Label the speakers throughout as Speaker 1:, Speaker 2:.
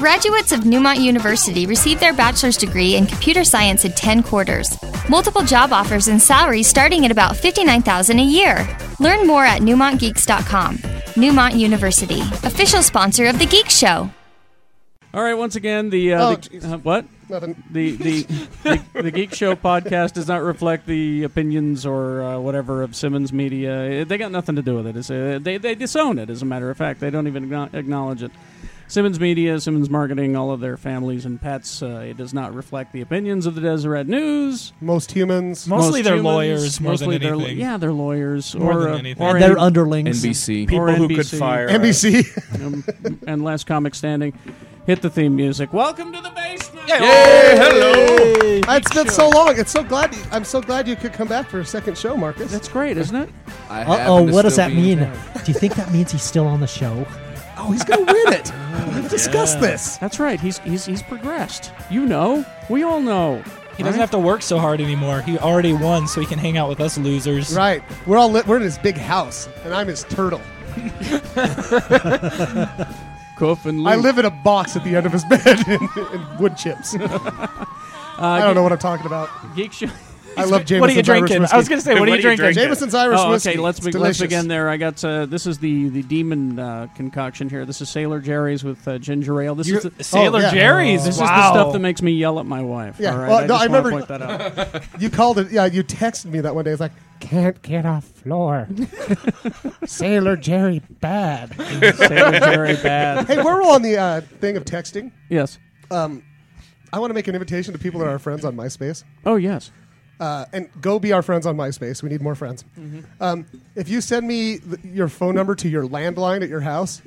Speaker 1: Graduates of Newmont University receive their bachelor's degree in computer science in 10 quarters. Multiple job offers and salaries starting at about $59,000 a year. Learn more at newmontgeeks.com. Newmont University, official sponsor of The Geek Show.
Speaker 2: All right, once again, the, uh,
Speaker 3: Oh,
Speaker 2: the
Speaker 3: jeez.
Speaker 2: uh, what?
Speaker 3: Nothing.
Speaker 2: The the, the the Geek Show podcast does not reflect the opinions or uh, whatever of Simmons Media. Uh, They got nothing to do with it. It's, uh, they they disown it. As a matter of fact, they don't even acknow- acknowledge it. Simmons Media, Simmons Marketing, all of their families and pets. Uh, it does not reflect the opinions of the Deseret News.
Speaker 3: Most humans.
Speaker 4: Mostly
Speaker 2: Most
Speaker 4: they're
Speaker 2: humans,
Speaker 4: lawyers more
Speaker 2: mostly
Speaker 4: than
Speaker 2: they're-
Speaker 4: anything.
Speaker 2: yeah, they're lawyers
Speaker 4: More
Speaker 2: or
Speaker 4: than
Speaker 2: uh,
Speaker 4: anything.
Speaker 2: or
Speaker 4: And
Speaker 2: any-
Speaker 5: Their underlings.
Speaker 6: NBC.
Speaker 2: Or
Speaker 7: People who could
Speaker 2: NBC.
Speaker 7: fire.
Speaker 3: NBC.
Speaker 2: um, and last comic standing. Hit the theme music. Welcome to the basement.
Speaker 7: Hey, hello.
Speaker 3: it's been so long. It's so glad. You, I'm so glad you could come back for a second show, Marcus.
Speaker 2: That's great, isn't it?
Speaker 6: I
Speaker 5: Uh oh,
Speaker 6: happen to
Speaker 5: what does
Speaker 6: still
Speaker 5: that
Speaker 6: be in
Speaker 5: mean? Do you think that means he's still on the show?
Speaker 6: Oh, he's gonna win it.
Speaker 4: Oh,
Speaker 6: We've discussed this.
Speaker 2: That's right. He's he's he's progressed. You know. We all know.
Speaker 4: He doesn't have to work so hard anymore. He already won, so he can hang out with us losers.
Speaker 3: right. We're all li- we're in his big house, and I'm his turtle.
Speaker 2: Cuff and
Speaker 3: I live in a box at the end of his bed in, in wood
Speaker 4: Uh,
Speaker 3: chips. I don't know what I'm talking about.
Speaker 2: Geek show.
Speaker 3: I love Jameson's
Speaker 4: what are you drinking?
Speaker 3: Irish
Speaker 4: I was
Speaker 3: whiskey.
Speaker 4: gonna say, what, are you drinking?
Speaker 3: Jameson's Irish
Speaker 2: oh,
Speaker 3: whiskey.
Speaker 2: okay. Let's
Speaker 3: It's
Speaker 2: be, let's
Speaker 3: delicious.
Speaker 2: begin there. I got uh, this is the the demon uh, concoction here. This is Sailor Jerry's with uh, ginger ale. This is the,
Speaker 4: Sailor
Speaker 3: Oh, yeah.
Speaker 4: Jerry's.
Speaker 2: this is
Speaker 4: wow.
Speaker 2: the stuff that makes me yell at my wife.
Speaker 3: Yeah,
Speaker 2: All right.
Speaker 3: well,
Speaker 2: I
Speaker 3: no,
Speaker 2: just
Speaker 3: I
Speaker 2: wanna
Speaker 3: remember-
Speaker 2: point that out.
Speaker 3: You called it. Yeah, you texted me that one day. It's like can't get off floor. Sailor Jerry bad.
Speaker 2: Sailor Jerry bad.
Speaker 3: Hey, we're all on the uh, thing of texting.
Speaker 2: Yes.
Speaker 3: Um, I want to make an invitation to people that are our friends on MySpace.
Speaker 2: Oh yes.
Speaker 3: uh, and go be our friends on MySpace. We need more friends. Um, if you send me th- your phone number to your landline at your house,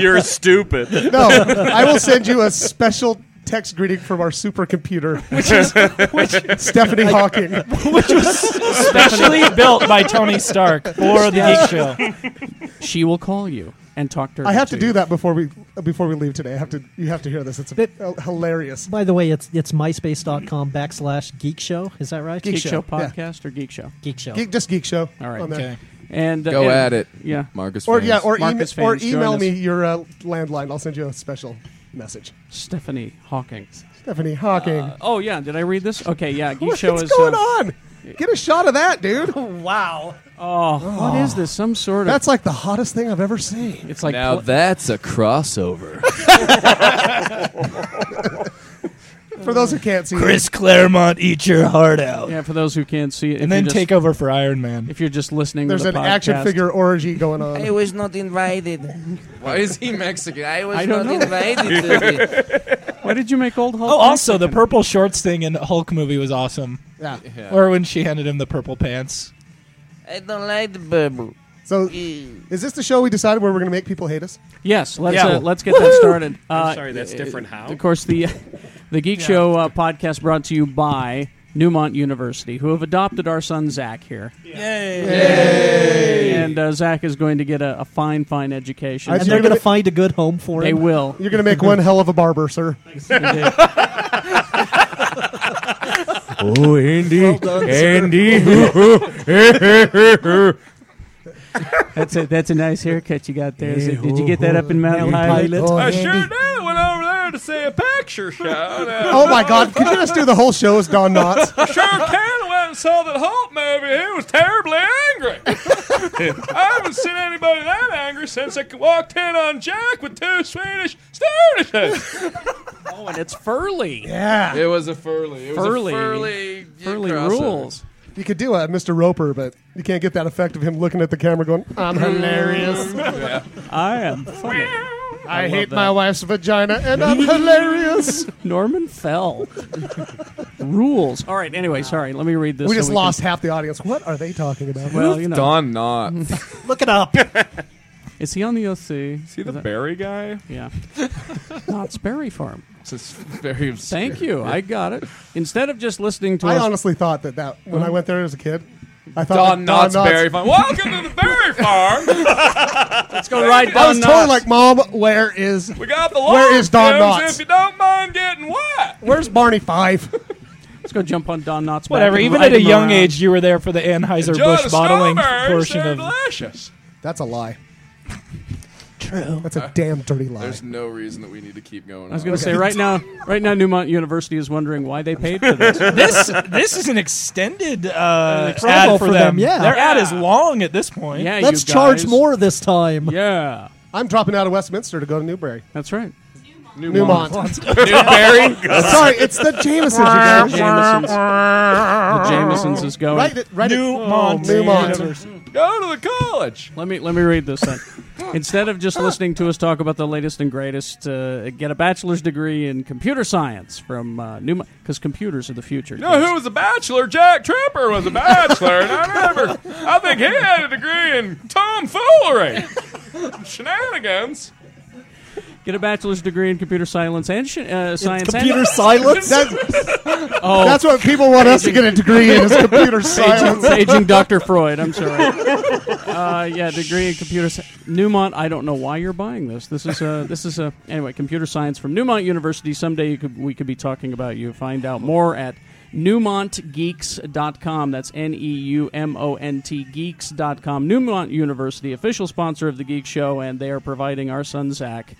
Speaker 7: You're stupid.
Speaker 3: no, I will send you a special text greeting from our supercomputer, which is which, Stephanie Hawking.
Speaker 4: specially built by Tony Stark for the Geek Show.
Speaker 2: She will call you and talk to her.
Speaker 3: I have to
Speaker 2: you.
Speaker 3: do that before we before we leave today. I have to. You have to hear this. It's
Speaker 5: But-
Speaker 3: uh, hilarious.
Speaker 5: By the way, it's it's myspace.com backslash geek show. Is that right?
Speaker 2: Geek, show,
Speaker 3: yeah.
Speaker 2: podcast or Geek Show.
Speaker 5: Geek show.
Speaker 3: Geek, just geek show.
Speaker 2: All right.
Speaker 3: on there.
Speaker 4: Okay.
Speaker 2: And uh,
Speaker 6: Go
Speaker 2: and-
Speaker 6: at it.
Speaker 2: Yeah.
Speaker 6: Marcus.
Speaker 3: Or
Speaker 6: Fans.
Speaker 3: yeah, or, email
Speaker 2: Marcus
Speaker 3: or
Speaker 2: fans, join
Speaker 3: email
Speaker 2: us.
Speaker 3: me your uh, landline. I'll send you a special message.
Speaker 2: Stephanie Hawking.
Speaker 3: Stephanie Hawking.
Speaker 2: Uh, oh yeah, did I read this? Okay, yeah. Geek
Speaker 3: What's
Speaker 2: show is.
Speaker 3: going
Speaker 2: uh,
Speaker 3: on? Get a shot of that, dude.
Speaker 2: Oh, what is this? Some sort of.
Speaker 3: That's like the hottest thing I've ever seen.
Speaker 2: it's like
Speaker 6: now
Speaker 2: pl-
Speaker 6: that's a crossover.
Speaker 3: For those who can't see,
Speaker 4: Chris Claremont, eat your heart out.
Speaker 2: yeah. For those who can't see it, if
Speaker 4: And then
Speaker 2: you're just,
Speaker 4: take over for Iron Man.
Speaker 2: If you're just listening,
Speaker 3: there's
Speaker 2: to
Speaker 3: an
Speaker 2: the
Speaker 3: action
Speaker 2: podcast,
Speaker 3: figure orgy going on.
Speaker 8: I was not invited.
Speaker 6: Why is he Mexican? I was
Speaker 2: I don't
Speaker 8: not
Speaker 2: know.
Speaker 8: invited. to the-
Speaker 2: Why did you make old Hulk?
Speaker 4: Oh, also, the
Speaker 2: Mexican?
Speaker 4: purple shorts thing in the Hulk movie was awesome.
Speaker 3: Yeah.
Speaker 4: Or when she handed him the purple pants.
Speaker 8: I don't like the bubble.
Speaker 3: So,
Speaker 8: Ew.
Speaker 3: is this the show we decided where we're going to make people hate us?
Speaker 2: Yes, let's
Speaker 4: Yeah.
Speaker 2: uh, let's get that started. Uh,
Speaker 7: sorry, that's
Speaker 2: uh,
Speaker 7: different how?
Speaker 2: Of course, the the Geek Show uh, podcast brought to you by Newmont University, who have adopted our son Zach here, and uh, Zach is going to get a, a fine, fine education.
Speaker 3: I
Speaker 5: and
Speaker 3: You're
Speaker 5: they're
Speaker 3: gonna
Speaker 5: going
Speaker 3: be-
Speaker 5: to find a good home for
Speaker 2: they
Speaker 5: him.
Speaker 2: will.
Speaker 3: You're going to make one hell of a barber, sir.
Speaker 6: Oh, Andy, Andy.
Speaker 2: That's a that's a nice haircut you got there. Is it- did you get that up in Mountain High?
Speaker 5: Pilot.
Speaker 3: Oh,
Speaker 7: I sure did. Went over there to say a picture show.
Speaker 3: Oh my God! Could you just do the whole show as Don Knotts?
Speaker 7: sure can went and saw that Hulk movie. He was terribly angry. I haven't seen anybody that angry since I walked in on Jack with two Swedish stooges.
Speaker 2: Oh, and it's Furley.
Speaker 3: Yeah,
Speaker 6: It was a furley. It was
Speaker 2: Furley.
Speaker 6: a furley.
Speaker 2: Furley
Speaker 6: crossover.
Speaker 2: rules.
Speaker 3: you could do a Mr. Roper, but you can't get that effect of him looking at the camera going, "I'm hilarious.
Speaker 2: I am funny.
Speaker 3: I,
Speaker 2: love
Speaker 3: hate
Speaker 2: that.
Speaker 3: my wife's vagina, and I'm hilarious."
Speaker 2: Norman Fell. rules. All right. Anyway, sorry. Let me read this.
Speaker 3: We
Speaker 2: so
Speaker 3: just
Speaker 2: can-
Speaker 3: lost half the audience. What are they talking about?
Speaker 2: well, you know,
Speaker 6: Don Knotts.
Speaker 5: Look it up.
Speaker 2: is he on the OC?
Speaker 7: See the Barry guy?
Speaker 2: Yeah. Knott's Berry Farm.
Speaker 6: It's just very obscure.
Speaker 2: Thank you. I got it. Instead of just listening to
Speaker 3: I
Speaker 2: us,
Speaker 3: honestly thought that that when I went there as a kid, I thought
Speaker 6: Don
Speaker 3: that Don
Speaker 6: Knotts, Barry Fun.
Speaker 7: Welcome to the Berry Farm.
Speaker 2: let's go ride Don
Speaker 3: I was totally
Speaker 2: Knotts.
Speaker 3: like, "Mom, where is
Speaker 7: We got the
Speaker 3: Where
Speaker 6: Oh,
Speaker 3: is Don
Speaker 7: log
Speaker 3: Knotts?
Speaker 7: If you don't mind getting wet.
Speaker 3: where's Barney Five?
Speaker 2: let's go jump on Don Knott's. back
Speaker 4: Whatever.
Speaker 2: and
Speaker 4: Even
Speaker 2: ride
Speaker 4: at a
Speaker 2: him
Speaker 4: young
Speaker 2: around.
Speaker 4: age, you were there for the Anheuser
Speaker 7: Enjoy
Speaker 4: Busch
Speaker 7: the
Speaker 4: bottling
Speaker 7: strawberries.
Speaker 4: portion
Speaker 7: They're
Speaker 4: of.
Speaker 7: delicious.
Speaker 3: That's a lie.
Speaker 5: true.
Speaker 3: That's a damn dirty lie.
Speaker 6: There's no reason that we need to keep going.
Speaker 2: I was going to say right now, right now, Newmont University is wondering why they paid for this.
Speaker 4: this this is an extended uh,
Speaker 5: promo
Speaker 4: ad
Speaker 5: for them, yeah.
Speaker 4: their ad is long at this point.
Speaker 2: Yeah,
Speaker 5: Let's
Speaker 2: you
Speaker 5: charge
Speaker 2: guys.
Speaker 5: more this time.
Speaker 2: Yeah,
Speaker 3: I'm dropping out of Westminster to go to Newbury.
Speaker 2: that's right.
Speaker 3: Newmont.
Speaker 6: Newberry.
Speaker 3: Sorry, it's the Jamesons, you guys.
Speaker 2: Jamesons. the Jamesons is going.
Speaker 3: Right, it, right.
Speaker 4: Newmont.
Speaker 3: It, Newmont.
Speaker 6: Go to the college.
Speaker 2: Let me let me read this then. Instead of just listening to us talk about the latest and greatest, uh, get a bachelor's degree in computer science from uh, Newmont because computers are the future.
Speaker 7: You know who was a bachelor? Jack Tripper was a bachelor, and I remember. I think he had a degree in tomfoolery, shenanigans.
Speaker 2: Get a bachelor's degree in computer science and sh- uh, science.
Speaker 5: Computer
Speaker 2: and-
Speaker 5: silence.
Speaker 3: That's, that's what people want us to get a degree in is computer
Speaker 2: Paging,
Speaker 3: science.
Speaker 2: paging Dr. Freud, I'm sorry. Uh, yeah, degree in computer sci- Newmont, I don't know why you're buying this. This is a this is a anyway, computer science from Newmont University. Someday you could we could be talking about you. Find out more at newmontgeeks.com. That's N E U M O N T geeks.com. Newmont University, official sponsor of the Geek Show and they are providing our son Zach.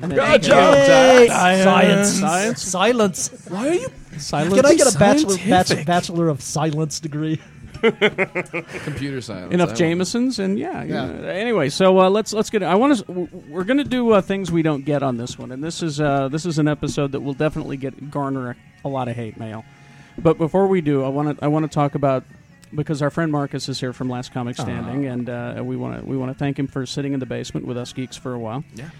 Speaker 7: Good job,
Speaker 5: Hey,
Speaker 7: Zach.
Speaker 5: Science.
Speaker 2: Science.
Speaker 5: Silence.
Speaker 6: Why are you
Speaker 2: Silence.
Speaker 5: Can I get a bachelor, bachelor,
Speaker 6: Scientific.
Speaker 5: bachelor of silence degree?
Speaker 6: computer science? I
Speaker 2: enough
Speaker 6: don't-
Speaker 2: Jamesons and yeah, you
Speaker 3: Yeah.
Speaker 2: know. anyway so uh, let's let's get I want to we're going to do uh, things we don't get on this one and this is uh, this is an episode that will definitely get garner a, a lot of hate mail but before we do I want to I want to talk about because our friend Marcus is here from Last Comic Standing and uh, we want to we want to thank him for sitting in the basement with us geeks for a while
Speaker 6: Yeah.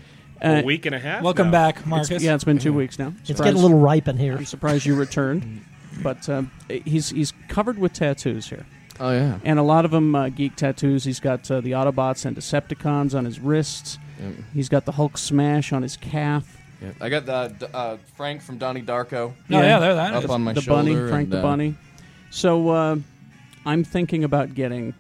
Speaker 2: uh,
Speaker 7: A week and a half.
Speaker 4: Welcome
Speaker 7: now.
Speaker 4: back, Marcus.
Speaker 2: yeah it's been two weeks now
Speaker 5: It's
Speaker 2: Surprise.
Speaker 5: getting a little ripe in here.
Speaker 2: I'm surprised you returned but um, he's he's covered with tattoos here
Speaker 6: Oh yeah.
Speaker 2: and a lot of them uh, geek tattoos. He's got uh, the Autobots and Decepticons on his wrists.
Speaker 6: Yep.
Speaker 2: He's got the Hulk smash on his calf.
Speaker 6: Yep. I got uh, D- uh, Frank from Donnie Darko
Speaker 2: Yeah.
Speaker 4: No, Oh, yeah, there that
Speaker 6: up
Speaker 4: is.
Speaker 6: on my
Speaker 2: the
Speaker 6: shoulder.
Speaker 2: bunny, Frank
Speaker 6: and,
Speaker 2: the
Speaker 6: uh,
Speaker 2: bunny. So uh, I'm thinking about getting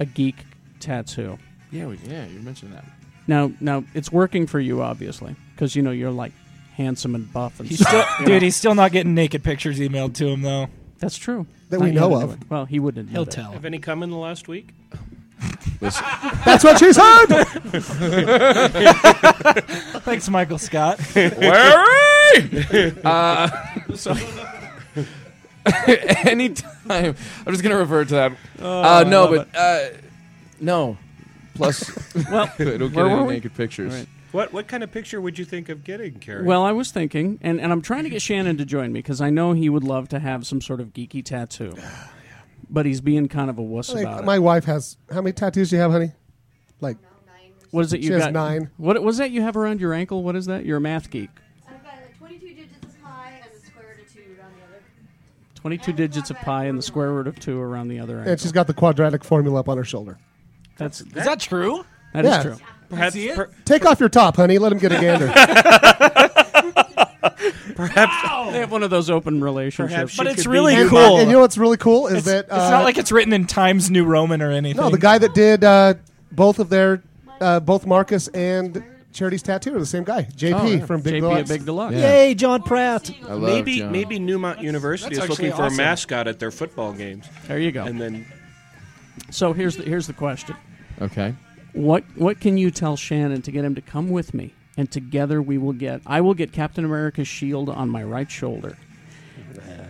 Speaker 2: a geek tattoo.
Speaker 6: Yeah, we, yeah, you mentioned that.
Speaker 2: Now, now it's working for you, obviously, because you know you're like handsome and buff and
Speaker 4: He's
Speaker 2: stuff.
Speaker 4: still,
Speaker 2: you know.
Speaker 4: dude, he's still not getting naked pictures emailed to him though.
Speaker 2: That's true.
Speaker 3: That we
Speaker 2: Not
Speaker 3: know
Speaker 2: yet,
Speaker 3: of.
Speaker 2: anyway. Well, he wouldn't.
Speaker 5: He'll
Speaker 2: admit it.
Speaker 5: tell.
Speaker 9: Have any come in the last week?
Speaker 3: That's what she said.
Speaker 4: Thanks, Michael Scott.
Speaker 7: Larry!
Speaker 6: Uh, Anytime. I'm just gonna revert to that.
Speaker 2: Oh,
Speaker 6: Uh, no, but uh, no. Plus,
Speaker 2: Well,
Speaker 6: it'll get
Speaker 2: where were
Speaker 6: any
Speaker 2: we?
Speaker 6: naked pictures.
Speaker 2: Right.
Speaker 9: What what kind of picture would you think of getting, Carrie?
Speaker 2: Well, I was thinking, and, and I'm trying to get Shannon to join me because I know he would love to have some sort of geeky tattoo. But he's being kind of a wuss about
Speaker 3: Like,
Speaker 2: it.
Speaker 3: my wife has how many tattoos do you have, honey? Like
Speaker 2: What is it you
Speaker 3: she has
Speaker 2: got?
Speaker 3: nine.
Speaker 2: What was that you have around your ankle? What is that? You're a math geek.
Speaker 10: I've got a 22 digits of pi and a square root of 2 on the other.
Speaker 2: 22 digits of pi and the square root of 2 around the other
Speaker 3: and
Speaker 2: end.
Speaker 3: she's got the quadratic formula up on her shoulder.
Speaker 2: That's
Speaker 4: Is that true?
Speaker 2: that is
Speaker 3: Yeah.
Speaker 2: true.
Speaker 9: perhaps, per-
Speaker 3: Take off your top, honey. Let him get a gander.
Speaker 2: They have one of those open relationships.
Speaker 9: Perhaps
Speaker 4: But
Speaker 9: She
Speaker 4: it's
Speaker 9: could
Speaker 4: really
Speaker 9: be-
Speaker 3: and,
Speaker 4: cool.
Speaker 3: and you know what's really cool is
Speaker 4: it's,
Speaker 3: that
Speaker 4: it's
Speaker 3: uh,
Speaker 4: not like it's written in Times New Roman or anything.
Speaker 3: no, the guy that did uh, both of their uh, both Marcus and Charity's tattoo are the same guy, JP
Speaker 6: Oh, yeah.
Speaker 3: from Big
Speaker 2: JP at
Speaker 3: Deluxe.
Speaker 2: Big Deluxe.
Speaker 6: Yeah.
Speaker 5: Yay, John Pratt.
Speaker 6: I love
Speaker 9: maybe
Speaker 6: John.
Speaker 9: maybe Newmont University
Speaker 4: that's
Speaker 9: is looking
Speaker 4: actually
Speaker 9: for
Speaker 4: awesome.
Speaker 9: a mascot at their football games,
Speaker 2: There you go.
Speaker 9: and then
Speaker 2: so here's the, here's the question.
Speaker 6: Okay.
Speaker 2: What what can you tell Shannon to get him to come with me? And together we will get I will get Captain America's shield on my right shoulder.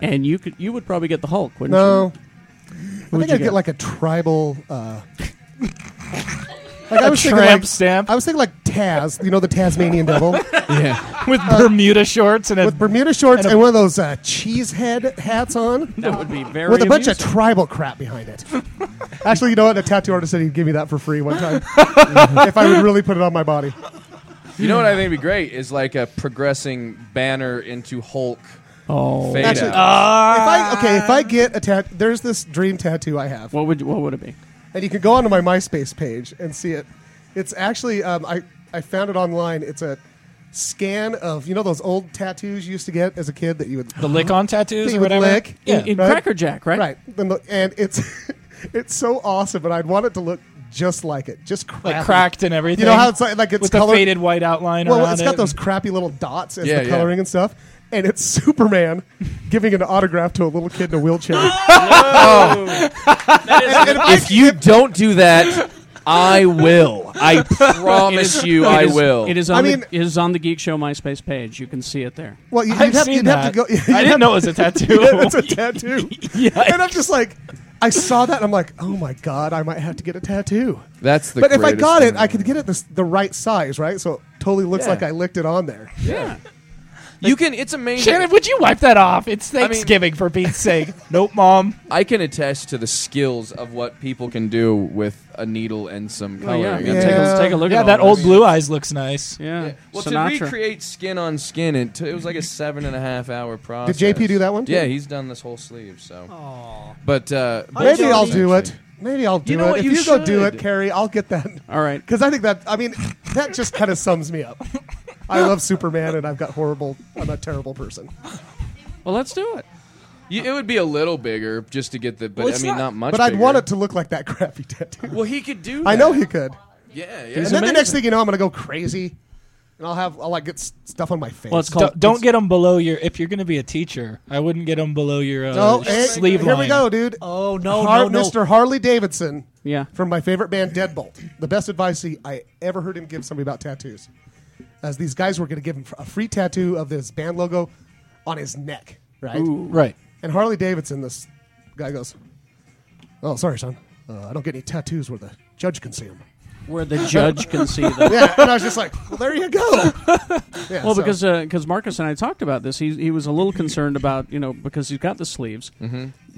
Speaker 2: And you could you would probably get the Hulk, wouldn't you?
Speaker 3: No, I
Speaker 2: Who'd
Speaker 3: think
Speaker 2: you
Speaker 3: I'd get like a tribal. Uh, like I
Speaker 4: a
Speaker 3: was
Speaker 4: tramp
Speaker 3: thinking, like,
Speaker 4: stamp
Speaker 3: I was thinking like Taz, you know, the Tasmanian Devil
Speaker 6: Yeah.
Speaker 4: with Bermuda shorts and a
Speaker 3: Uh, with Bermuda shorts
Speaker 4: And
Speaker 3: and,
Speaker 4: a-
Speaker 3: one of those uh, cheese head hats on.
Speaker 2: that would be very
Speaker 3: with a bunch of
Speaker 2: amusing.
Speaker 3: tribal crap behind it. Actually, you know what? A tattoo artist said he'd give me that for free one time if I would really put it on my body.
Speaker 6: You know what I think would be great is like a progressing banner into Hulk
Speaker 2: oh.
Speaker 6: fade
Speaker 3: Actually-
Speaker 6: out.
Speaker 4: uh,
Speaker 3: If I okay, if I get a tat, there's this dream tattoo I have,
Speaker 2: What would what would it be?
Speaker 3: and you can go onto my MySpace page and see it. It's actually um, I I found it online. It's a scan of you know those old tattoos you used to get as a kid that you would
Speaker 4: the lick on tattoos
Speaker 3: that
Speaker 4: or
Speaker 3: you would
Speaker 4: whatever.
Speaker 3: lick.
Speaker 4: Yeah.
Speaker 2: In, in
Speaker 3: Right?
Speaker 2: Cracker Jack, right?
Speaker 3: Right, and, the- and it's it's so awesome, and I'd want it to look just like it, just crappy.
Speaker 4: like cracked and everything.
Speaker 3: You know how it's like, like it's
Speaker 4: with
Speaker 3: colored,
Speaker 4: the faded white outline
Speaker 3: Well,
Speaker 4: around
Speaker 3: it's got
Speaker 4: it.
Speaker 3: those crappy little dots as
Speaker 6: Yeah,
Speaker 3: the
Speaker 6: yeah.
Speaker 3: coloring and stuff, and it's Superman giving an autograph to a little kid in a wheelchair.
Speaker 6: If you don't do that, I will. I
Speaker 2: It
Speaker 6: promise
Speaker 2: is-
Speaker 6: you,
Speaker 2: it
Speaker 6: I
Speaker 2: is-
Speaker 6: will.
Speaker 2: It is on
Speaker 3: I
Speaker 2: the-
Speaker 3: mean-
Speaker 2: it is on the Geek Show MySpace page. You can see it there.
Speaker 3: Well, you,
Speaker 4: I've
Speaker 3: you'd,
Speaker 4: seen
Speaker 3: you'd have to
Speaker 4: that.
Speaker 3: go.
Speaker 4: I didn't know it was a tattoo.
Speaker 3: yeah, it's a tattoo. And I'm just like, I saw that. And I'm like, oh my god, I might have to get a tattoo.
Speaker 6: That's the.
Speaker 3: but if I
Speaker 6: greatest
Speaker 3: got
Speaker 6: thing
Speaker 3: it, I could get it the, the right size, right? So it totally looks
Speaker 6: Yeah.
Speaker 3: like I licked it on there.
Speaker 6: You can. It's amazing.
Speaker 4: Shannon, would you wipe that off? It's
Speaker 6: mean-
Speaker 4: Thanksgiving for Pete's sake. Nope, mom.
Speaker 6: I can attest to the skills of what people can do with a needle and some
Speaker 2: Oh,
Speaker 6: coloring.
Speaker 2: yeah.
Speaker 6: It's-
Speaker 2: Take, a, take a look
Speaker 4: Yeah,
Speaker 2: at
Speaker 4: that
Speaker 3: Oh,
Speaker 2: all
Speaker 4: old
Speaker 2: this.
Speaker 4: blue eyes looks nice.
Speaker 2: Yeah.
Speaker 6: Well,
Speaker 2: Sinatra.
Speaker 6: to recreate skin on skin, it, t- it was like a seven and a half hour process.
Speaker 3: JP do that one, too?
Speaker 6: Yeah, he's done this whole sleeve. So, but uh,
Speaker 3: Maybe
Speaker 5: Jody.
Speaker 3: I'll do it. Maybe I'll do
Speaker 6: know
Speaker 3: it.
Speaker 6: what?
Speaker 3: if
Speaker 6: You
Speaker 3: you go do
Speaker 6: should.
Speaker 3: it, Carrie, I'll get that.
Speaker 2: All right.
Speaker 3: Because I think that I mean that just kind of sums me up. I love Superman, and I've got horrible. I'm a terrible person.
Speaker 2: Well, let's do it.
Speaker 6: You, it would be a little bigger just to get the, but
Speaker 4: Well,
Speaker 6: I
Speaker 4: it's
Speaker 6: mean, not,
Speaker 4: not-
Speaker 6: much.
Speaker 3: But I'd
Speaker 6: bigger.
Speaker 3: want it to look like that crappy tattoo.
Speaker 6: Well, he could do.
Speaker 3: I know he could.
Speaker 6: Yeah, yeah.
Speaker 3: And then the next thing you know, I'm gonna go crazy, and I'll have I'll like get s- stuff on my face.
Speaker 2: Well, it's
Speaker 4: Do-
Speaker 2: called.
Speaker 4: don't get them below your. If you're going to be a teacher, I wouldn't get them below your uh,
Speaker 3: oh, hey,
Speaker 4: sleeve
Speaker 3: here
Speaker 4: line.
Speaker 3: we go, dude.
Speaker 5: Oh no,
Speaker 3: Har-
Speaker 5: no, no.
Speaker 3: Mr. Harley Davidson
Speaker 2: Yeah.
Speaker 3: from my favorite band Deadbolt. The best advice he, I ever heard him give somebody about tattoos, as these guys were gonna give him a free tattoo of this band logo on his neck, right?
Speaker 4: Right.
Speaker 3: And Harley Davidson, this guy goes, "Oh, sorry, son. Uh, I don't get any tattoos where the judge can see them."
Speaker 2: Where the judge can see them.
Speaker 3: Yeah, and I was just like, "Well, there you go." Yeah,
Speaker 2: Well,
Speaker 3: so-
Speaker 2: because because Marcus and I talked about this, he he was a little concerned about you know because he's got the sleeves,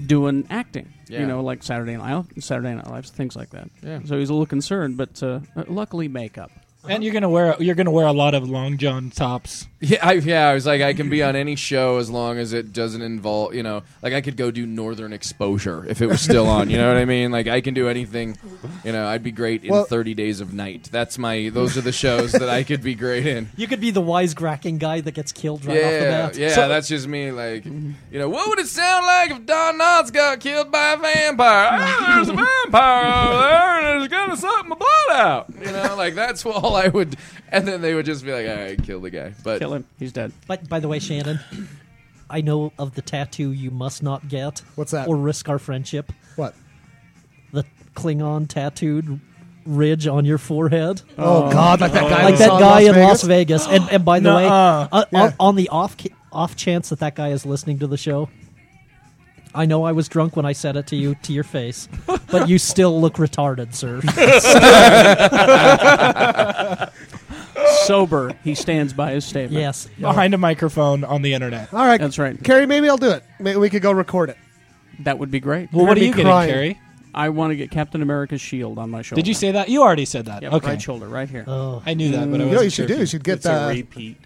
Speaker 2: doing acting,
Speaker 6: Mm-hmm. Yeah.
Speaker 2: you know, like Saturday Night Live, Saturday Night Live, things like that.
Speaker 6: Yeah.
Speaker 2: So he's a little concerned, but uh, luckily makeup.
Speaker 4: And you're gonna wear you're gonna wear a lot of long john tops.
Speaker 6: Yeah, I, yeah. I was like, I can be on any show as long as it doesn't involve, you know, like I could go do Northern Exposure if it was still on. You know what I mean? Like I can do anything. You know, I'd be great in
Speaker 3: Well-
Speaker 6: Thirty Days of Night. That's my. Those are the shows that I could be great in.
Speaker 5: You could be the wisecracking guy that gets killed right off the
Speaker 6: Yeah,
Speaker 5: bat.
Speaker 6: yeah, that's just me. Like, you know, what would it sound like if Don Knotts got killed by a vampire? Ah, there's a vampire over there, and it's gonna suck my blood out. You know, like that's all I would. And then they would just be like, "All right, kill the guy." But
Speaker 2: Kill him. He's dead.
Speaker 5: But by the way, Shannon, I know of the tattoo you must not get.
Speaker 3: What's that?
Speaker 5: Or risk our friendship.
Speaker 3: what?
Speaker 5: The Klingon tattooed ridge on your forehead.
Speaker 3: Oh, God, like that guy. we
Speaker 5: like that
Speaker 3: saw
Speaker 5: guy in Las Vegas. And, and by the way,
Speaker 4: Nuh-uh.
Speaker 5: uh, on-
Speaker 3: Yeah.
Speaker 5: on the off ca- off chance that that guy is listening to the show, I know I was drunk when I said it to you to your face, but you still look retarded, sir.
Speaker 2: Sober, he stands by his statement.
Speaker 5: yes.
Speaker 4: Behind a microphone on the internet.
Speaker 3: All right,
Speaker 2: That's right.
Speaker 3: Carrie, maybe I'll do it. Maybe we could go record it.
Speaker 2: That would be great.
Speaker 4: Well, what are
Speaker 3: me
Speaker 4: you getting,
Speaker 3: crying.
Speaker 4: Carrie?
Speaker 2: I want to get Captain America's shield on my shoulder.
Speaker 4: Did you say that? You already said that.
Speaker 2: Yeah,
Speaker 4: okay.
Speaker 2: right shoulder, right here.
Speaker 5: Oh,
Speaker 4: I knew that, but I
Speaker 3: You
Speaker 4: wasn't
Speaker 3: know what you
Speaker 4: sure
Speaker 3: should do?
Speaker 4: if
Speaker 3: You should get
Speaker 9: it's a
Speaker 3: the.
Speaker 9: repeat.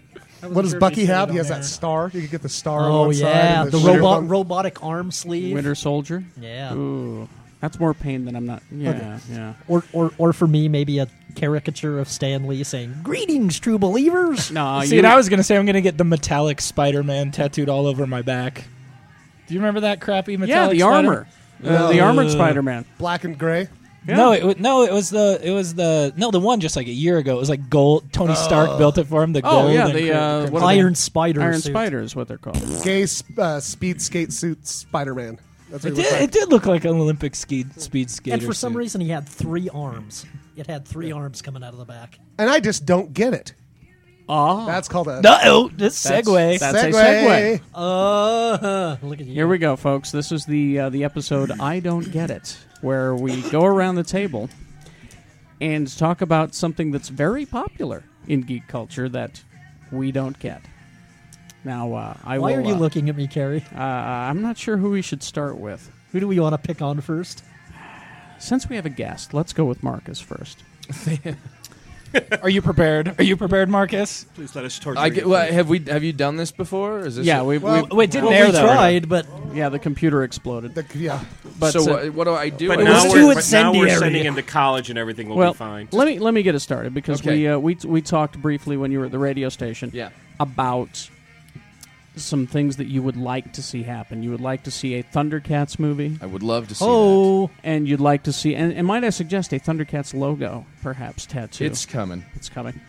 Speaker 3: What does Bucky have? He has that star. You could get the star. on
Speaker 5: oh
Speaker 3: one side
Speaker 5: yeah,
Speaker 3: and
Speaker 5: the
Speaker 3: shield
Speaker 5: robot
Speaker 3: on-
Speaker 5: robotic arm sleeve.
Speaker 2: Winter Soldier.
Speaker 5: Yeah.
Speaker 2: Ooh, that's more pain than I'm not. Yeah, yeah.
Speaker 5: Or, or, or for me, maybe a caricature of Stan Lee saying, Greetings, true believers.
Speaker 2: No,
Speaker 4: See,
Speaker 2: Uh, you,
Speaker 4: and I was gonna say I'm gonna get the metallic Spider-Man tattooed all over my back. Do you remember that crappy
Speaker 2: yeah,
Speaker 4: metallic?
Speaker 2: the
Speaker 4: Spider-
Speaker 2: armor, Uh, the armored Spider-Man.
Speaker 3: black and gray.
Speaker 4: No, it wa- no, it was the it was the no the one just like a year ago. It was like gold. Tony Stark built it for him. The
Speaker 2: Oh,
Speaker 4: gold.
Speaker 2: yeah,
Speaker 4: and
Speaker 2: the,
Speaker 4: crim-
Speaker 2: uh,
Speaker 4: crimson.
Speaker 2: what are they-
Speaker 5: Iron Spider.
Speaker 2: Iron
Speaker 5: suit.
Speaker 2: Spider is what they're called.
Speaker 3: Gay sp- uh, speed skate suit Spider Man. That's what he
Speaker 4: It
Speaker 3: looks
Speaker 4: did,
Speaker 3: like.
Speaker 4: it did look like an Olympic ski, speed skater.
Speaker 5: And for some
Speaker 4: suit.
Speaker 5: reason, he had three arms. It had three arms coming out of the back.
Speaker 3: And I just don't get it.
Speaker 2: Ah,
Speaker 3: That's called a
Speaker 4: No, this segue.
Speaker 2: that's a
Speaker 3: Segway.
Speaker 2: segue.
Speaker 5: Uh, look at you.
Speaker 2: Here we go, folks. This is the uh, the episode I don't get it, where we go around the table and talk about something that's very popular in geek culture that we don't get. Now, uh, I
Speaker 5: Why
Speaker 2: will,
Speaker 5: are you
Speaker 2: uh,
Speaker 5: looking at me, Carrie?
Speaker 2: Uh, I'm not sure who we should start with.
Speaker 5: Who do we want to pick on first?
Speaker 2: Since we have a guest, let's go with Marcus first.
Speaker 4: Are you prepared? Are you prepared, Marcus?
Speaker 9: Please let us torture
Speaker 6: I
Speaker 9: you.
Speaker 6: get, well, have we have you done this before? Is this
Speaker 2: Yeah, we,
Speaker 3: Well,
Speaker 4: Wait, didn't
Speaker 5: Well,
Speaker 4: air
Speaker 5: we
Speaker 4: though.
Speaker 5: tried, but
Speaker 2: yeah the computer exploded.
Speaker 3: The, yeah.
Speaker 2: But
Speaker 6: so
Speaker 2: uh,
Speaker 6: what, what do I do?
Speaker 9: but
Speaker 6: I-
Speaker 9: now,
Speaker 5: was too
Speaker 9: we're, but now we're
Speaker 5: incendiary.
Speaker 9: sending him to college and everything will
Speaker 2: well,
Speaker 9: be fine.
Speaker 2: let me let me get us started because
Speaker 6: Okay.
Speaker 2: we uh, we we talked briefly when you were at the radio station.
Speaker 6: Yeah.
Speaker 2: about some things that you would like to see happen. You would like to see a Thundercats movie,
Speaker 6: I would love to see. that.
Speaker 5: oh,
Speaker 2: and you'd like to see, and, and might I suggest a Thundercats logo, perhaps tattoo.
Speaker 6: it's coming.
Speaker 2: It's coming,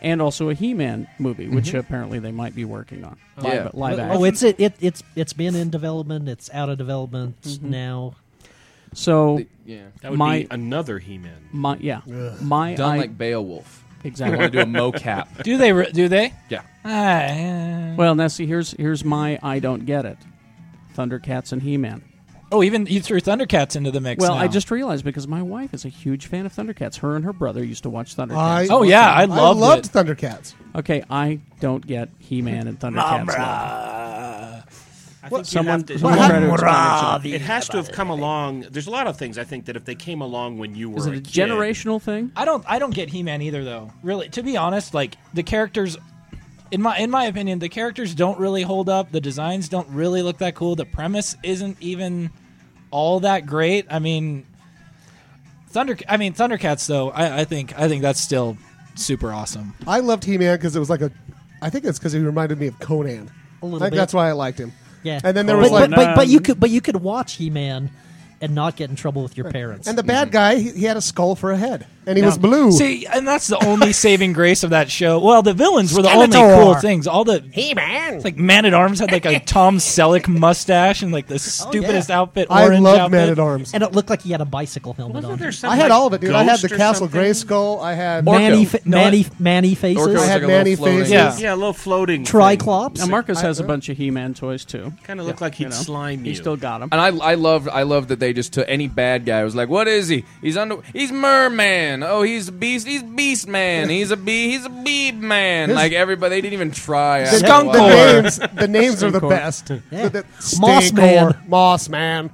Speaker 2: and also a He-Man movie, which apparently they might be working on
Speaker 6: Mm-hmm. Yeah.
Speaker 2: live, live action.
Speaker 5: oh, it's it, it it's it's been in development. It's out of development now.
Speaker 2: So
Speaker 6: The- yeah.
Speaker 9: That would
Speaker 2: my
Speaker 9: be another He-Man.
Speaker 2: my yeah my
Speaker 6: Done
Speaker 2: I-
Speaker 6: like Beowulf.
Speaker 2: Exactly.
Speaker 6: I want to do a mocap.
Speaker 4: Do they? re- Do they?
Speaker 6: Yeah.
Speaker 4: Ah, yeah.
Speaker 3: Mm-hmm.
Speaker 2: well now see here's here's my I don't get it. Thundercats and He-Man.
Speaker 4: Oh, even you threw Thundercats into the mix.
Speaker 2: Well, I
Speaker 4: now.
Speaker 2: just realized because my wife is a huge fan of Thundercats. Her and her brother used to watch Thundercats. Oh,
Speaker 3: I,
Speaker 4: Oh, yeah, I loved
Speaker 3: loved
Speaker 4: it.
Speaker 3: Thundercats.
Speaker 2: Okay, I don't get He-Man and Thundercats. love.
Speaker 9: I think
Speaker 2: Someone,
Speaker 9: you have to,
Speaker 2: someone try to explain it to me.
Speaker 9: it has to have come along. There's a lot of things I think that if they came along when you were
Speaker 2: Is it a
Speaker 9: kid-
Speaker 2: generational thing?
Speaker 4: I don't I don't get He-Man either though. Really, to be honest, like the characters in my in my opinion, the characters don't really hold up. The designs don't really look that cool. The premise isn't even all that great. I mean Thunder I mean Thundercats though. I, I think I think that's still super awesome.
Speaker 3: I loved He Man because it was like a. I think it's because he reminded me of Conan.
Speaker 5: A little
Speaker 3: I think
Speaker 5: bit.
Speaker 3: that's why I liked him.
Speaker 5: Yeah.
Speaker 3: And then there
Speaker 5: Oh, but,
Speaker 3: was like, um,
Speaker 5: but, but, but you could but you could watch He Man and not get in trouble with your parents.
Speaker 3: and the bad guy, he, he had a skull for a head, and he was blue.
Speaker 4: See, and that's the only saving grace of that show. Well, the villains were the only
Speaker 5: Skeletor.
Speaker 4: cool things. All the He-Man, like Man at Arms had like a Tom Selleck mustache and like
Speaker 5: Oh,
Speaker 4: the stupidest outfit.
Speaker 3: I
Speaker 4: orange
Speaker 3: loved
Speaker 4: outfit.
Speaker 3: Man at Arms.
Speaker 5: and it looked like he had a bicycle helmet
Speaker 9: Wasn't
Speaker 5: on.
Speaker 9: there some,
Speaker 3: I had
Speaker 9: like,
Speaker 3: all of it, dude. I had
Speaker 9: ghost
Speaker 3: the
Speaker 9: or
Speaker 3: Castle
Speaker 9: something?
Speaker 3: Grey Skull. I had
Speaker 6: Or-
Speaker 5: Manny,
Speaker 6: Orko.
Speaker 5: fa- manny, manny
Speaker 6: Orko
Speaker 5: faces.
Speaker 6: was
Speaker 3: I had
Speaker 6: like a little
Speaker 3: Manny
Speaker 6: floating-
Speaker 3: faces.
Speaker 4: Yeah.
Speaker 9: Yeah, a little floating.
Speaker 5: Triclops.
Speaker 2: Now Marcus
Speaker 3: I-
Speaker 2: has a bunch of He-Man toys too.
Speaker 9: Kind of looked like he'd
Speaker 2: You know,
Speaker 9: slime you.
Speaker 2: He still got them.
Speaker 6: And I, I loved, I loved that they just took any bad guy. was like, what is he? He's under, he's merman. Oh, he's a beast. He's beast man. He's a bee. He's a bee man.
Speaker 3: His-
Speaker 6: like everybody, they didn't even try. after a
Speaker 4: Skunk
Speaker 3: the
Speaker 6: while.
Speaker 4: Corps.
Speaker 3: names, the names are the
Speaker 2: Skunk Corps.
Speaker 3: best.
Speaker 5: Yeah.
Speaker 3: The- the-
Speaker 5: Moss
Speaker 3: Stink
Speaker 5: Man.
Speaker 3: Corps, Moss Man,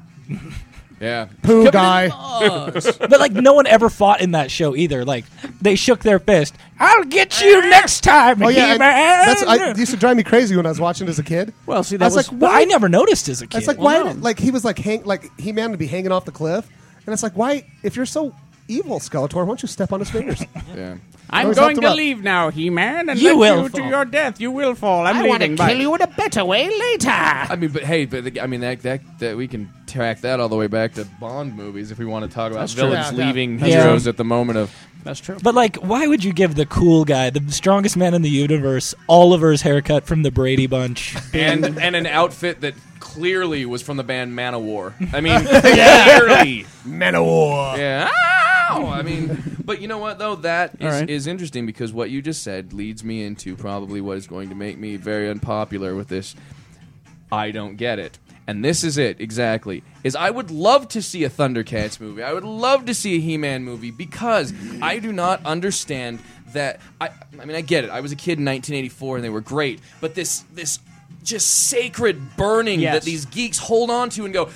Speaker 6: Yeah.
Speaker 3: Pooh Guy.
Speaker 4: But like no one ever fought in that show either. Like they shook their fist. I'll get you next time.
Speaker 3: Oh yeah, and
Speaker 4: He-Man."
Speaker 3: that's I, it used to drive me crazy when I was watching as a kid.
Speaker 2: Well, see,
Speaker 3: I
Speaker 2: that
Speaker 3: was
Speaker 2: was
Speaker 3: like,
Speaker 4: But I never noticed as a kid.
Speaker 3: It's like
Speaker 2: Well,
Speaker 3: why?
Speaker 2: no.
Speaker 3: Like he was like hang, like he man to be hanging off the cliff, and it's like why? If you're so evil, Skeletor, why don't you step on his fingers?
Speaker 6: Yeah.
Speaker 2: I'm
Speaker 3: Always
Speaker 2: going
Speaker 3: helped
Speaker 2: to
Speaker 3: him up.
Speaker 2: leave now, He-Man, and
Speaker 4: You
Speaker 2: let
Speaker 4: will
Speaker 2: you to
Speaker 4: fall.
Speaker 2: your death. You will fall. I'm leaving. Bye.
Speaker 8: in a better way later.
Speaker 6: I mean, but hey, but the, I mean that, that that we can track that all the way back to Bond movies if we want to talk about
Speaker 3: true.
Speaker 6: villains
Speaker 3: Yeah, yeah.
Speaker 6: leaving
Speaker 4: That's
Speaker 6: heroes
Speaker 4: true.
Speaker 6: at the moment of.
Speaker 2: That's true.
Speaker 4: but like, why would you give the cool guy, the strongest man in the universe, Oliver's haircut from the Brady Bunch?
Speaker 6: and and an outfit that clearly was from the band Manowar. I mean, clearly Manowar. Yeah. Ow! I mean, but you know what though? That is,
Speaker 2: right.
Speaker 6: is interesting because what you just said leads me into probably what is going to make me very unpopular with this. I don't get it. And this is it exactly. Is I would love to see a Thundercats movie. I would love to see a He-Man movie because I do not understand that I I mean I get it. I was a kid in 1984 and they were great, but this this just sacred burning
Speaker 2: Yes.
Speaker 6: that these geeks hold on to and go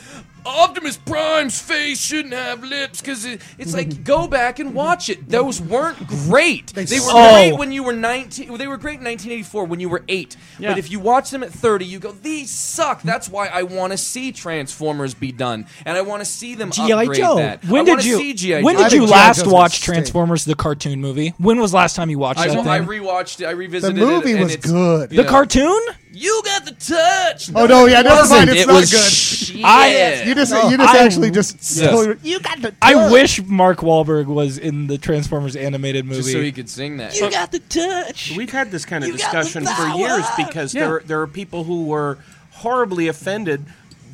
Speaker 6: Optimus Prime's face shouldn't have lips because it, it's like go back and watch it. Those weren't great. They, were
Speaker 4: suck.
Speaker 6: great
Speaker 4: Oh.
Speaker 6: when you were nineteen. They were great in 1984 when you were eight.
Speaker 2: Yeah.
Speaker 6: But if you watch them at 30, you go, these suck. That's why I want to see Transformers be done, and I want to see them
Speaker 5: G.I.
Speaker 6: upgrade
Speaker 5: Joe.
Speaker 6: that. I
Speaker 4: when
Speaker 6: wanna
Speaker 4: did you?
Speaker 6: See G.I.
Speaker 4: when
Speaker 6: Joe.
Speaker 4: did
Speaker 3: think
Speaker 4: you
Speaker 3: G.I.
Speaker 4: last
Speaker 3: Joe's a
Speaker 4: watch
Speaker 3: mistake.
Speaker 4: Transformers the cartoon movie? When was the last time you watched
Speaker 6: I,
Speaker 4: that
Speaker 6: I uh,
Speaker 4: thing?
Speaker 6: rewatched it. I
Speaker 3: the
Speaker 6: revisited it.
Speaker 3: movie
Speaker 6: and
Speaker 3: was
Speaker 6: it's-
Speaker 3: good.
Speaker 4: the
Speaker 6: Yeah.
Speaker 4: cartoon?
Speaker 6: You got the touch.
Speaker 3: oh no, yeah, never mind.
Speaker 6: Wasn't.
Speaker 3: It's
Speaker 6: it
Speaker 3: not
Speaker 6: was
Speaker 3: good.
Speaker 6: Shit.
Speaker 4: I-
Speaker 3: You just
Speaker 4: No,
Speaker 3: you just
Speaker 4: I-
Speaker 3: actually just totally-
Speaker 8: You got the.
Speaker 4: I wish Mark Wahlberg was in the Transformers animated movie.
Speaker 6: just so he could sing that.
Speaker 4: got the touch.
Speaker 9: We've had this kind of
Speaker 4: You got the
Speaker 9: discussion for
Speaker 4: power.
Speaker 9: years because there there are people who were horribly offended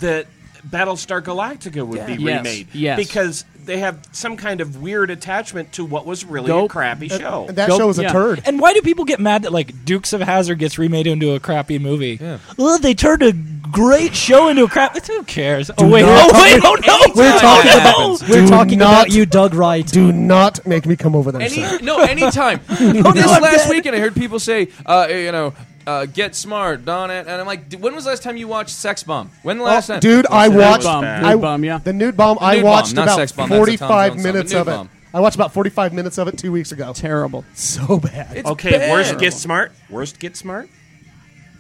Speaker 9: that Battlestar Galactica would be
Speaker 2: Yes,
Speaker 9: remade
Speaker 2: yes.
Speaker 9: because they have some kind of weird attachment to what was really a
Speaker 2: Dope.
Speaker 9: crappy show.
Speaker 3: and that
Speaker 2: Go-
Speaker 3: show was
Speaker 2: yeah.
Speaker 3: a turd.
Speaker 4: And why do people get mad that like Dukes of Hazard gets remade into a crappy movie? Yeah. Well, they turned a great show into a crap. Who cares? Oh wait!
Speaker 3: not-
Speaker 4: Oh wait! Oh no!
Speaker 3: We're talking about we're
Speaker 5: We're
Speaker 3: talking
Speaker 5: talking
Speaker 3: not
Speaker 5: about you, Doug Wright.
Speaker 3: do not make me come over there. sir.
Speaker 6: Any, no, anytime. this last weekend, I heard people say, uh, you know, uh, get smart, Don. And and I'm like, "D- when was the last time you watched Sex Bomb? When the last time?
Speaker 3: Oh, Dude, I watched
Speaker 2: bomb,
Speaker 3: I-
Speaker 2: nude bomb, yeah.
Speaker 3: the nude bomb. I
Speaker 6: Nude bomb,
Speaker 3: watched
Speaker 6: not
Speaker 3: about
Speaker 6: sex bomb, that's a Tom
Speaker 3: forty-five
Speaker 6: Jones song,
Speaker 3: minutes
Speaker 6: but
Speaker 3: of
Speaker 6: nude
Speaker 3: it.
Speaker 6: bomb.
Speaker 3: I watched about forty-five minutes of it two weeks ago.
Speaker 2: Terrible.
Speaker 3: So bad.
Speaker 6: It's
Speaker 9: okay,
Speaker 6: bad.
Speaker 9: worst get smart. Worst get smart.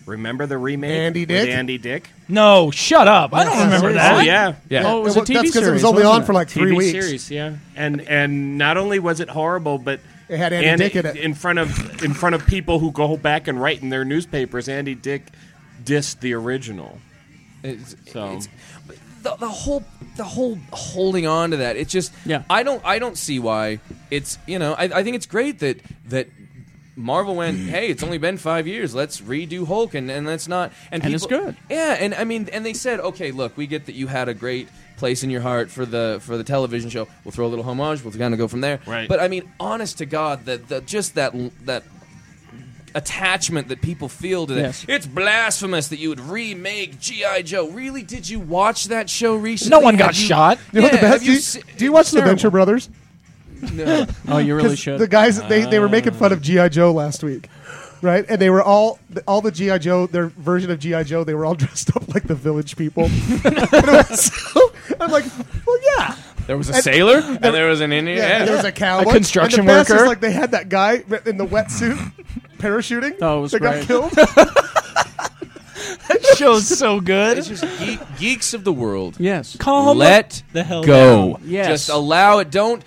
Speaker 9: Remember the remake
Speaker 3: Andy
Speaker 9: with
Speaker 3: Dick?
Speaker 9: Andy Dick?
Speaker 4: No! Shut up! I don't remember that.
Speaker 9: Oh yeah,
Speaker 6: Yeah.
Speaker 2: Oh, it was a
Speaker 3: That's
Speaker 2: TV
Speaker 3: because it
Speaker 2: series,
Speaker 3: was only
Speaker 2: wasn't
Speaker 3: on
Speaker 2: it?
Speaker 3: for like three
Speaker 9: TV
Speaker 3: weeks.
Speaker 9: series. Yeah, and and not only was it horrible, but
Speaker 3: It had Andy Dick in it.
Speaker 9: front of in front of people who go back and write in their newspapers. Andy Dick dissed the original.
Speaker 6: It's-
Speaker 9: So
Speaker 6: it's- but the, the whole the whole holding on to that. It just
Speaker 2: Yeah.
Speaker 6: I don't I don't see why it's you know I, I think it's great that that Marvel went, hey, it's only been five years. Let's redo Hulk, and, and let's not. And,
Speaker 2: And it's
Speaker 6: people-
Speaker 2: good.
Speaker 6: Yeah, and I mean, and they said, okay, look, we get that you had a great place in your heart for the for the television show. We'll throw a little homage. We'll kind of go from there.
Speaker 9: Right.
Speaker 6: But I mean, honest to God, that the, just that that attachment that people feel to that.
Speaker 2: Yes.
Speaker 6: It's blasphemous that you would remake GI Joe. Really? Did you watch that show recently?
Speaker 4: No one got
Speaker 6: Have you-
Speaker 4: shot.
Speaker 3: You know what
Speaker 6: Yeah,
Speaker 3: the best?
Speaker 6: have
Speaker 3: Do you,
Speaker 6: se-
Speaker 3: do you watch the
Speaker 6: terrible.
Speaker 3: Venture Brothers?
Speaker 6: No.
Speaker 2: Oh, you really
Speaker 3: 'Cause
Speaker 2: should. Ah.
Speaker 3: The guys they, they were making fun of GI Joe last week, right? And they were all all the GI Joe their version of GI Joe. They were all dressed up like the village people. And it was so- I'm like, well, yeah.
Speaker 6: There was a sailor and there was an Indian.
Speaker 3: Yeah, and there was a cowboy,
Speaker 4: construction
Speaker 3: and the best
Speaker 4: worker.
Speaker 3: Is like they had that guy in the wetsuit parachuting.
Speaker 2: Oh, it was
Speaker 3: they
Speaker 2: great.
Speaker 3: got killed.
Speaker 4: show's so good.
Speaker 6: It's just geek, geeks of the world.
Speaker 2: yes.
Speaker 4: Calm
Speaker 6: Let
Speaker 4: the hell
Speaker 6: go.
Speaker 4: down.
Speaker 2: Yes.
Speaker 6: Just allow it. Don't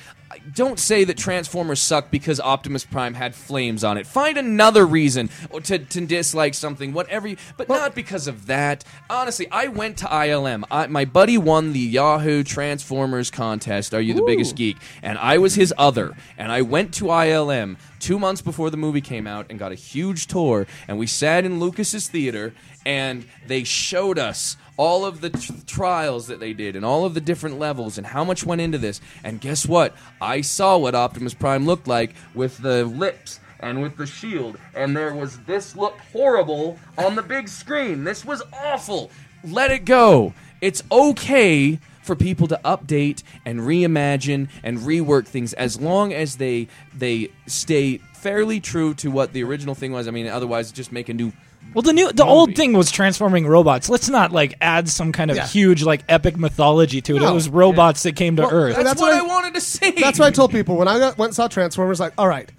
Speaker 6: don't say that Transformers suck because Optimus Prime had flames on it. Find another reason or to, to dislike something, whatever you. But not because of that. Honestly, I went to ILM. I, my buddy won the Yahoo Transformers contest. Are you the biggest geek? And I was his other. And I went to ILM two months before the movie came out and got a huge tour. And we sat in Lucas's theater and they showed us all of the t- trials that they did and all of the different levels and how much went into this. And guess what? I saw what Optimus Prime looked like with the lips and with the shield. And there was this looked horrible on the big screen. This was awful. Let it go. It's okay for people to update and reimagine and rework things as long as they they stay fairly true to what the original thing was. I mean, otherwise just make a new
Speaker 4: Well, the new, the old
Speaker 6: Movie.
Speaker 4: thing was transforming robots. Let's not like add some kind of
Speaker 3: Yeah.
Speaker 4: huge like epic mythology to it. It
Speaker 3: No.
Speaker 4: was robots that came to
Speaker 3: Well,
Speaker 4: Earth.
Speaker 3: and
Speaker 6: That's,
Speaker 3: That's
Speaker 6: what
Speaker 3: what
Speaker 6: I,
Speaker 3: I-
Speaker 6: wanted to see.
Speaker 3: That's what I told people when I got, went and saw Transformers. Like, all right,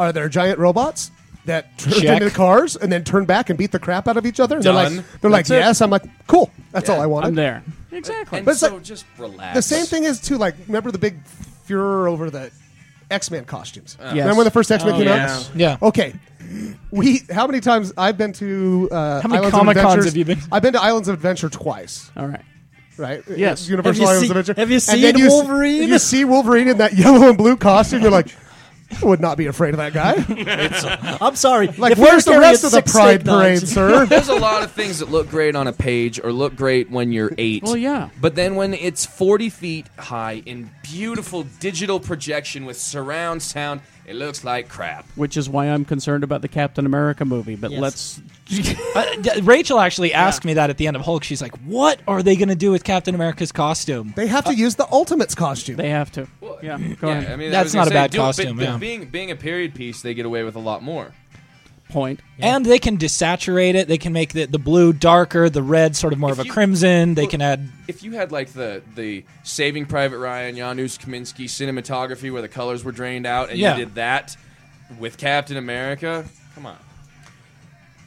Speaker 3: are there giant robots that turn
Speaker 4: Check.
Speaker 3: into cars and then turn back and beat the crap out of each other? And They're
Speaker 6: Done.
Speaker 3: like, they're like,
Speaker 6: That's it.
Speaker 3: yes. I'm like, cool. That's all I wanted.
Speaker 2: I'm there. Exactly.
Speaker 6: And
Speaker 3: But it's
Speaker 6: so
Speaker 3: like-
Speaker 6: just relax.
Speaker 3: The same thing is too. Like, remember the big furor over the X Men costumes?
Speaker 2: Yes.
Speaker 3: Remember when the first X Men came out?
Speaker 4: Yeah.
Speaker 3: Okay. We how many times I've been to uh,
Speaker 4: How many
Speaker 3: Islands of
Speaker 4: Comic-Cons
Speaker 3: Adventures-
Speaker 4: have you been to?
Speaker 3: I've been to Islands of Adventure twice,
Speaker 2: All right.
Speaker 3: right?
Speaker 2: Yes.
Speaker 3: Universal
Speaker 5: Have you
Speaker 3: Islands
Speaker 5: seen-
Speaker 3: of Adventure.
Speaker 5: have you
Speaker 3: and then
Speaker 5: seen
Speaker 3: you s-
Speaker 5: Wolverine?
Speaker 3: You see Wolverine in that yellow and blue costume. You're like, I would not be afraid of that guy.
Speaker 5: I'm sorry.
Speaker 3: Like,
Speaker 5: If
Speaker 3: where's
Speaker 5: you're
Speaker 3: the
Speaker 5: carrying
Speaker 3: rest of the
Speaker 5: six
Speaker 3: Pride
Speaker 5: steak knives-
Speaker 3: Parade, sir?
Speaker 6: There's a lot of things that look great on a page or look great when you're eight.
Speaker 2: Well, yeah.
Speaker 6: But then when it's 40 feet high in beautiful digital projection with surround sound, it looks like crap.
Speaker 2: Which is why I'm concerned about the Captain America movie. But
Speaker 5: Yes.
Speaker 2: let's.
Speaker 4: Uh, d- Rachel actually asked me that at the end of Hulk. She's like, "What are they going to do with Captain America's costume?"
Speaker 3: they have to use the Ultimates costume.
Speaker 2: They have to. Yeah. Go
Speaker 6: Yeah,
Speaker 2: ahead.
Speaker 6: I mean, I
Speaker 4: That's
Speaker 6: was gonna
Speaker 4: not a
Speaker 6: say,
Speaker 4: bad
Speaker 6: do- but-
Speaker 4: costume,
Speaker 6: but
Speaker 4: yeah.
Speaker 6: Being being a period piece, they get away with a lot more.
Speaker 2: Point.
Speaker 4: And they can desaturate it. They can make the, the blue darker, the red sort of more of a
Speaker 6: you-
Speaker 4: crimson. They can add
Speaker 6: If you had like the the Saving Private Ryan, Janusz Kaminski cinematography where the colors were drained out, and
Speaker 4: Yeah.
Speaker 6: you did that with Captain America, come on,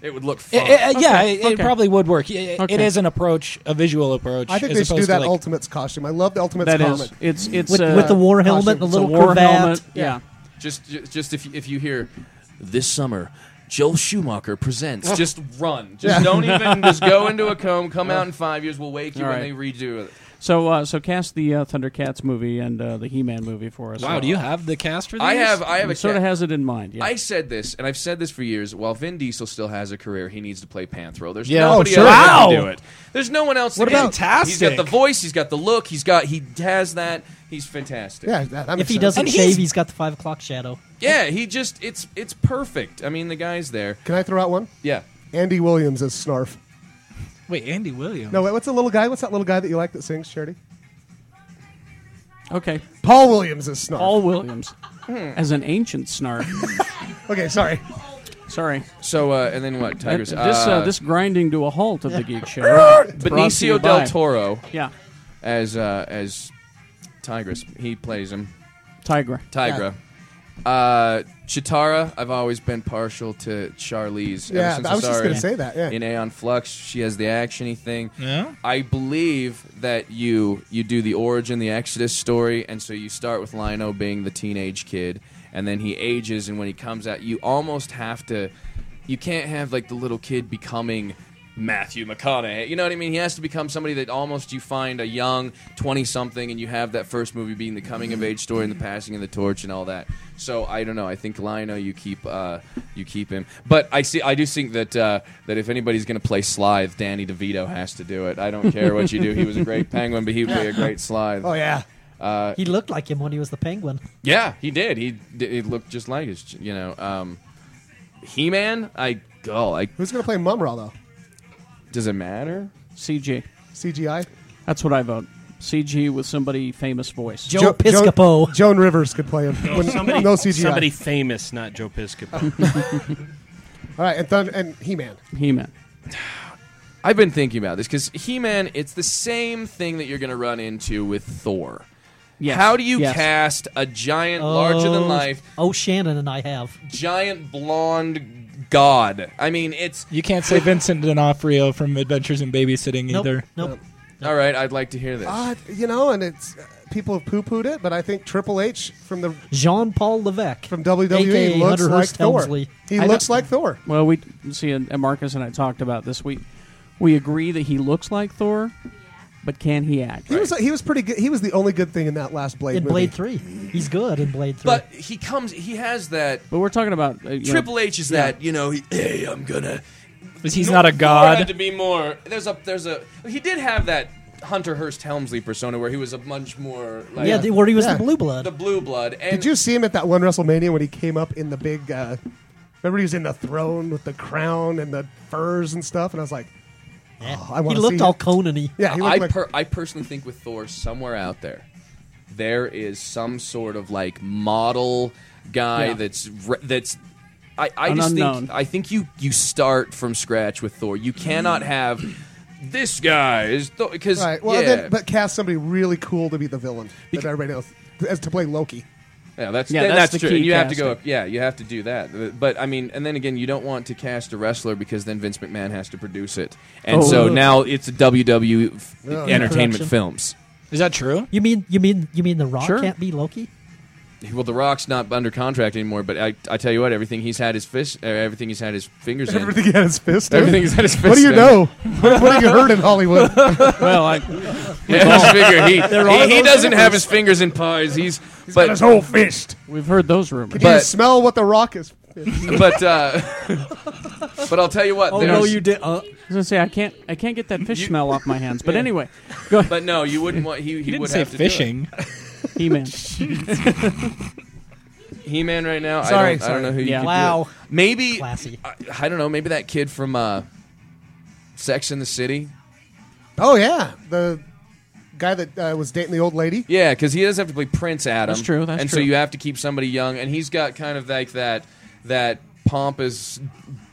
Speaker 6: it would look
Speaker 4: It-
Speaker 6: fun.
Speaker 4: it- yeah, it, it
Speaker 2: okay.
Speaker 4: probably would work. It- It, it
Speaker 2: Okay.
Speaker 4: is an approach, a visual approach.
Speaker 3: I think
Speaker 4: as
Speaker 3: they should do
Speaker 4: opposed to,
Speaker 3: that
Speaker 4: like-
Speaker 3: Ultimates costume. I love the Ultimates
Speaker 2: That is.
Speaker 3: comic.
Speaker 2: It's it's
Speaker 5: with,
Speaker 2: uh,
Speaker 5: with the war
Speaker 3: costume.
Speaker 5: helmet, and a
Speaker 3: It's
Speaker 2: it's a
Speaker 5: little
Speaker 2: war
Speaker 5: cravat.
Speaker 2: helmet. Yeah.
Speaker 6: Just, ju- just if you, if you hear this summer, Joel Schumacher presents. just run. Just don't even. Just go into a comb. Come out in five years. We'll wake you
Speaker 2: All
Speaker 6: when
Speaker 2: right.
Speaker 6: they redo it.
Speaker 2: So uh, so cast the uh, Thundercats movie and uh, the He-Man movie for us.
Speaker 4: Wow, do you have the cast for these?
Speaker 6: I have. I have a
Speaker 2: sort
Speaker 6: cat-
Speaker 2: of has it in mind. Yeah.
Speaker 6: I said this, and I've said this for years. While Vin Diesel still has a career, he needs to play Panthro. There's
Speaker 4: Yeah.
Speaker 6: nobody
Speaker 4: Oh, sure.
Speaker 6: else that can
Speaker 4: Wow.
Speaker 6: do it. There's no one else. What
Speaker 4: about-
Speaker 6: He's got the voice. He's got the look. He's got. He has that. He's fantastic.
Speaker 3: Yeah, that, that
Speaker 5: If
Speaker 3: makes
Speaker 5: he
Speaker 3: sense.
Speaker 5: doesn't
Speaker 4: And he's-
Speaker 5: shave, he's got the five o'clock shadow.
Speaker 6: Yeah, He just. It's. It's perfect. I mean, the guy's there.
Speaker 3: Can I throw out one?
Speaker 6: Yeah.
Speaker 3: Andy Williams as Snarf.
Speaker 4: Wait, Andy Williams.
Speaker 3: No, wait, what's the little guy? What's that little guy that you like that sings, Charity?
Speaker 2: okay.
Speaker 3: Paul Williams is Snarf.
Speaker 2: Paul Williams
Speaker 6: Hmm.
Speaker 2: as an ancient snark.
Speaker 3: Okay, sorry.
Speaker 2: Sorry.
Speaker 6: So uh, and then what? Tigers.
Speaker 2: This uh, this grinding to a halt of the geek show. Brought to you
Speaker 6: Benicio del
Speaker 2: by-
Speaker 6: Toro
Speaker 2: Yeah.
Speaker 6: as uh, as Tigress. He plays him.
Speaker 2: Tigra.
Speaker 6: Tigra. Uh, Chitara, I've always been partial to Charlize. ever
Speaker 3: Yeah,
Speaker 6: since
Speaker 3: I was
Speaker 6: saw
Speaker 3: just
Speaker 6: her
Speaker 3: gonna
Speaker 6: in-
Speaker 3: say that, yeah.
Speaker 6: in Aeon Flux, she has the actiony thing.
Speaker 4: Yeah.
Speaker 6: I believe that you you do the origin, the Exodus story, and so you start with Lino being the teenage kid, and then he ages, and when he comes out, you almost have to. You can't have like the little kid becoming Matthew McConaughey. You know what I mean? He has to become somebody that almost you find a young 20 something and you have that first movie being the coming of age story and the passing of the torch and all that. So I don't know. I think Lionel, you keep uh, you keep him, but I see. I do think that uh, that if anybody's going to play Slythe, Danny DeVito has to do it. I don't care what you do. He was a great Penguin, but he would be a great Slythe.
Speaker 5: Oh, yeah.
Speaker 6: Uh,
Speaker 5: He looked like him when he was the penguin.
Speaker 6: yeah, he did. He d- it looked just like his, you know, um, He Man. I go. I
Speaker 3: Who's going to play Mumra, though?
Speaker 6: does it matter?
Speaker 2: CG.
Speaker 3: CGI?
Speaker 2: That's what I vote. CG with somebody famous voice.
Speaker 5: Joe Piscopo.
Speaker 3: Joan, Joan Rivers could play him.
Speaker 9: No,
Speaker 3: When-
Speaker 9: somebody,
Speaker 3: no CGI.
Speaker 9: somebody famous, not Joe Piscopo.
Speaker 3: All right, and, Thund- and He-Man.
Speaker 2: He-Man.
Speaker 6: I've been thinking about this because He Man, it's the same thing that you're going to run into with Thor.
Speaker 2: Yes.
Speaker 6: How do you
Speaker 2: Yes.
Speaker 6: cast a giant, larger than
Speaker 5: Oh,
Speaker 6: life,
Speaker 5: Oh, Shannon and I have.
Speaker 6: giant blonde god? I mean, it's
Speaker 4: You can't say Vincent D'Onofrio from Adventures in Babysitting
Speaker 5: Nope.
Speaker 4: either.
Speaker 5: Nope.
Speaker 6: all right. I'd like to hear this.
Speaker 3: Uh, you know, and it's uh, people have poo-pooed it, but I think Triple H from the
Speaker 5: Jean Paul Levesque.
Speaker 3: from WWE
Speaker 5: AKA
Speaker 3: looks
Speaker 5: Hunter
Speaker 3: like
Speaker 5: Hearst
Speaker 3: Thor.
Speaker 5: Helmsley.
Speaker 3: He
Speaker 2: I
Speaker 3: looks
Speaker 2: don't-
Speaker 3: like Thor.
Speaker 2: Well, we see, and and Marcus and I talked about this. We we agree that he looks like Thor, but can he act?
Speaker 3: He was he was pretty good. He was the only good thing in that last Blade
Speaker 5: in
Speaker 3: movie.
Speaker 5: Blade 3. He's good in Blade 3.
Speaker 6: but he comes. He has that.
Speaker 2: But we're talking about uh, you know,
Speaker 6: Triple H is that you know. He, hey, I'm gonna.
Speaker 4: But he's
Speaker 6: No,
Speaker 4: not a
Speaker 6: Thor Had to
Speaker 4: god.
Speaker 6: be more. There's a. There's a. He did have that Hunter Hearst Helmsley persona where he was a much more like
Speaker 5: yeah, the, where he was
Speaker 3: Yeah.
Speaker 5: the blue
Speaker 6: the
Speaker 5: blood.
Speaker 6: blue blood. And
Speaker 3: Did you see him at that one WrestleMania when he came up in the big? Uh, remember, he was in the throne with the crown and the furs and stuff. And I was like, oh, I
Speaker 5: he
Speaker 3: want to
Speaker 5: looked
Speaker 3: see
Speaker 5: all
Speaker 3: him.
Speaker 5: Conan-y.
Speaker 3: Yeah, he looked
Speaker 6: I,
Speaker 3: like
Speaker 6: per- I personally think with Thor, somewhere out there, there is some sort of like model guy
Speaker 2: Yeah.
Speaker 6: that's re- that's. I, I
Speaker 2: An
Speaker 6: just
Speaker 2: unknown.
Speaker 6: think I think you you start from scratch with Thor. You cannot have this guy is because
Speaker 3: right. Well,
Speaker 6: yeah,
Speaker 3: then, but cast somebody really cool to be the villain that everybody knows as to play Loki.
Speaker 6: yeah, that's
Speaker 2: Yeah,
Speaker 6: then
Speaker 2: that's
Speaker 6: that's,
Speaker 2: the
Speaker 6: true.
Speaker 2: key
Speaker 6: you have to go.
Speaker 2: casting.
Speaker 6: Yeah, you have to do that. Uh, But I mean, and then again, you don't want to cast a wrestler because then Vince McMahon has to produce it, and
Speaker 2: Oh.
Speaker 6: so now it's a WWE f-
Speaker 3: Yeah.
Speaker 6: entertainment
Speaker 5: Production.
Speaker 6: films.
Speaker 4: Is that true?
Speaker 5: You mean you mean you mean the Rock
Speaker 2: Sure.
Speaker 5: can't be Loki?
Speaker 6: Well, The Rock's not under contract anymore, but I, I tell you what, everything he's had his fist, uh, everything he's had his fingers
Speaker 3: Everything he
Speaker 6: in.
Speaker 3: had his fist. in.
Speaker 6: Everything he's had his fist.
Speaker 3: What do you
Speaker 6: in.
Speaker 3: know? what, what have you heard in Hollywood?
Speaker 2: well, I,
Speaker 6: Yeah, let's figure he
Speaker 3: all
Speaker 6: he, he
Speaker 3: those
Speaker 6: doesn't have
Speaker 3: fingers.
Speaker 6: his fingers in pies. He's, but
Speaker 3: his whole fist.
Speaker 2: we've heard those rumors.
Speaker 3: Could you
Speaker 6: But-
Speaker 3: smell what the Rock is?
Speaker 6: but uh, but I'll tell you
Speaker 3: Oh,
Speaker 6: what.
Speaker 2: oh,
Speaker 6: there's-
Speaker 5: did.
Speaker 2: I was gonna say I can't I can't get that fish smell off my hands. But anyway, go ahead.
Speaker 6: But no, you wouldn't want. He, he,
Speaker 4: He didn't
Speaker 6: would
Speaker 4: say
Speaker 6: have to do it.
Speaker 4: fishing.
Speaker 2: He-Man.
Speaker 6: He-Man right now.
Speaker 3: Sorry,
Speaker 6: I don't, I
Speaker 3: sorry.
Speaker 6: don't know who.
Speaker 2: Yeah.
Speaker 6: You could do
Speaker 5: Wow.
Speaker 6: it. Maybe.
Speaker 5: Classy.
Speaker 6: I, I don't know. Maybe that kid from uh, Sex in the City.
Speaker 3: Oh yeah, the guy that uh, was dating the old lady.
Speaker 6: Yeah, because he does have to play Prince Adam.
Speaker 2: That's true, that's
Speaker 6: and so
Speaker 2: true.
Speaker 6: you have to keep somebody young, and he's got kind of like that that pompous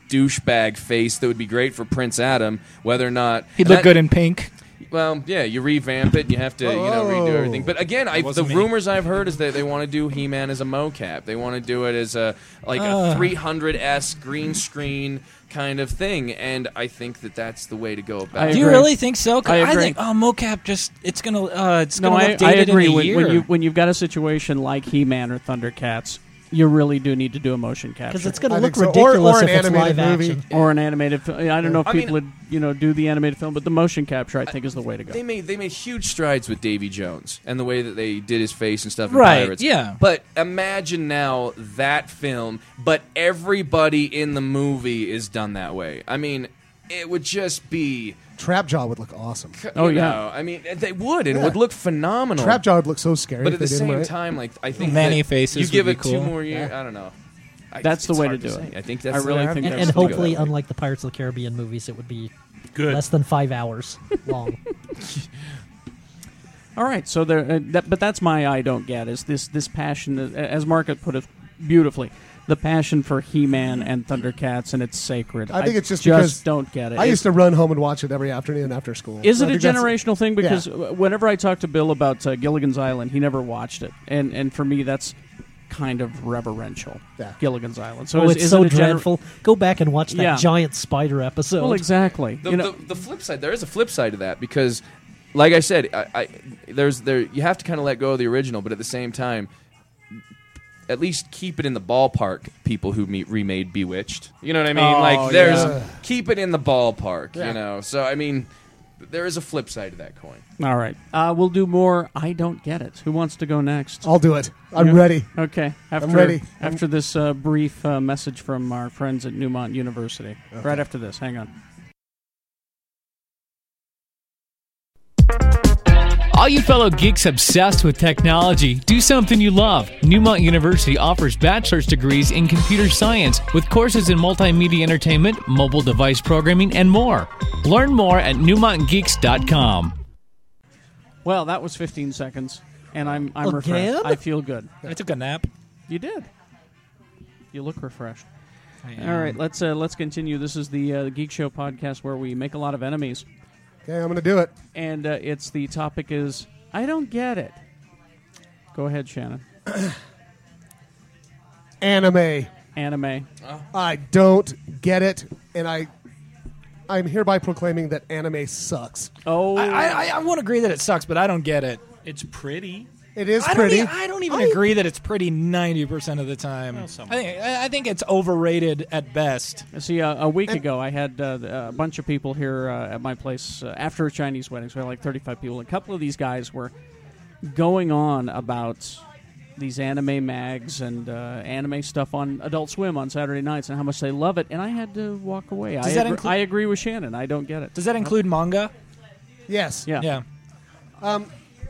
Speaker 6: douchebag face that would be great for Prince Adam, whether or not
Speaker 4: He'd
Speaker 6: and
Speaker 4: look
Speaker 6: that-
Speaker 4: good in pink.
Speaker 6: Well, yeah, you revamp it, you have to you know redo
Speaker 3: Oh.
Speaker 6: everything. But again, I, the
Speaker 4: wasn't me.
Speaker 6: rumors I've heard is that they want to do He-Man as a mocap. They want to do it as a like a 300s green screen kind of thing, and I think that that's the way to go about
Speaker 2: I
Speaker 6: it.
Speaker 4: Do you
Speaker 2: agree.
Speaker 4: really think so? 'Cause
Speaker 2: I
Speaker 4: I,
Speaker 2: agree.
Speaker 4: think oh mocap just it's gonna uh, it's
Speaker 2: No,
Speaker 4: gonna
Speaker 2: I,
Speaker 4: look
Speaker 2: I
Speaker 4: dated
Speaker 2: agree.
Speaker 4: in a
Speaker 2: When,
Speaker 4: year.
Speaker 2: when you when you've got a situation like He-Man or Thundercats, you really do need to do a motion
Speaker 5: Because
Speaker 2: capture
Speaker 5: it's going
Speaker 3: I
Speaker 5: to look
Speaker 3: think so. Or-
Speaker 5: ridiculous
Speaker 3: or an
Speaker 5: if it's
Speaker 3: animated
Speaker 5: live
Speaker 3: movie.
Speaker 5: action.
Speaker 2: or an animated. film. I don't know if
Speaker 6: I mean-
Speaker 2: people would you know do the animated film, but the motion capture I think is the way to go.
Speaker 6: They made they made huge strides with Davy Jones and the way that they did his face and stuff. In
Speaker 4: Right,
Speaker 6: Pirates.
Speaker 4: yeah.
Speaker 6: But imagine now that film, but everybody in the movie is done that way. I mean, it would just be.
Speaker 3: Trapjaw would look awesome.
Speaker 6: you
Speaker 2: Oh, yeah.
Speaker 6: know, I mean, they would. and It
Speaker 3: Yeah.
Speaker 6: would look phenomenal.
Speaker 3: Trapjaw would look so scary.
Speaker 6: But
Speaker 3: if
Speaker 6: at
Speaker 3: they
Speaker 6: the
Speaker 3: didn't,
Speaker 6: same
Speaker 3: right?
Speaker 6: time, like I think
Speaker 4: Many
Speaker 6: that
Speaker 4: faces
Speaker 6: You
Speaker 4: would
Speaker 6: give
Speaker 4: be
Speaker 6: it two
Speaker 4: cool.
Speaker 6: more years. I don't know. I,
Speaker 2: That's the
Speaker 6: it's
Speaker 2: way
Speaker 6: hard
Speaker 2: to do
Speaker 6: say.
Speaker 2: it.
Speaker 6: I think that's.
Speaker 2: I
Speaker 6: the-
Speaker 2: really think
Speaker 5: And,
Speaker 2: that's
Speaker 5: and
Speaker 2: the way to go.
Speaker 5: hopefully, unlike the Pirates of the Caribbean movies, it would be
Speaker 9: Good.
Speaker 5: less than five hours long.
Speaker 2: All right, so there, uh, that, but that's my I don't get is this this passion, uh, as Market put it beautifully, the passion for He-Man and Thundercats, and it's sacred.
Speaker 3: I think it's just because
Speaker 2: don't get it.
Speaker 3: I
Speaker 2: It's-
Speaker 3: used to run home and watch it every afternoon after school.
Speaker 2: Is
Speaker 3: So
Speaker 2: it
Speaker 3: I
Speaker 2: a
Speaker 3: think that's-
Speaker 2: generational thing? Because
Speaker 3: Yeah.
Speaker 2: w- whenever I talk to Bill about uh, Gilligan's Island, he never watched it, and and for me that's kind of reverential.
Speaker 3: Yeah.
Speaker 2: Gilligan's Island. So
Speaker 5: oh,
Speaker 2: is,
Speaker 5: it's
Speaker 2: is
Speaker 5: so
Speaker 2: it a gener-
Speaker 5: dreadful. Go back and watch that
Speaker 2: Yeah.
Speaker 5: giant spider episode.
Speaker 2: Well, exactly.
Speaker 6: the,
Speaker 2: you know,
Speaker 6: the, the flip side there is a flip side to that because like i said i, I there's there you have to kind of let go of the original but at the same time at least keep it in the ballpark. People who meet, remade Bewitched, you know what I mean?
Speaker 7: Oh,
Speaker 6: like there's
Speaker 7: yeah.
Speaker 6: keep it in the ballpark,
Speaker 7: Yeah.
Speaker 6: you know. So I mean, there is a flip side to that coin.
Speaker 2: All right. Uh, we'll do more. I don't get it. Who wants to go next?
Speaker 3: I'll do it. I'm ready.
Speaker 2: Okay.
Speaker 3: I'm
Speaker 2: After,
Speaker 3: ready.
Speaker 2: After this uh, brief uh, message from our friends at Newmont University. Right after this. Hang on.
Speaker 11: All you fellow geeks obsessed with technology, do something you love. Newmont University offers bachelor's degrees in computer science with courses in multimedia entertainment, mobile device programming, and more. Learn more at newmontgeeks.com.
Speaker 2: Well, that was 15 seconds, and I'm I'm
Speaker 4: Again?
Speaker 2: refreshed. I feel good.
Speaker 4: I took a nap.
Speaker 2: You did. You look refreshed.
Speaker 4: I
Speaker 2: All right,
Speaker 4: am.
Speaker 2: let's uh, let's continue. This is the uh, Geek Show podcast where we make a lot of enemies.
Speaker 3: Okay, I'm going to do it.
Speaker 2: And uh, it's the topic is I don't get it. Go ahead, Shannon.
Speaker 3: Anime.
Speaker 2: Anime.
Speaker 3: I don't get it, and I, I'm hereby proclaiming that anime sucks.
Speaker 2: Oh,
Speaker 4: I, I, I- I won't agree that it sucks, but I don't get it.
Speaker 9: It's pretty.
Speaker 3: It is
Speaker 4: I
Speaker 3: pretty.
Speaker 4: Don't, e- I don't even agree that it's pretty ninety percent of the time. I think I I think it's overrated at best.
Speaker 2: See, uh, a week ago, I had uh, th- a bunch of people here uh, at my place uh, after a Chinese wedding. So we had like 35 people. A couple of these guys were going on about these anime mags and uh, anime stuff on Adult Swim on Saturday nights and how much they love it. And I had to walk away. I,
Speaker 4: Does that
Speaker 2: agr-
Speaker 4: include-
Speaker 2: I agree with Shannon. I don't get it.
Speaker 4: Does that include manga?
Speaker 3: Yes.
Speaker 2: Yeah.
Speaker 4: Yeah.
Speaker 3: Um,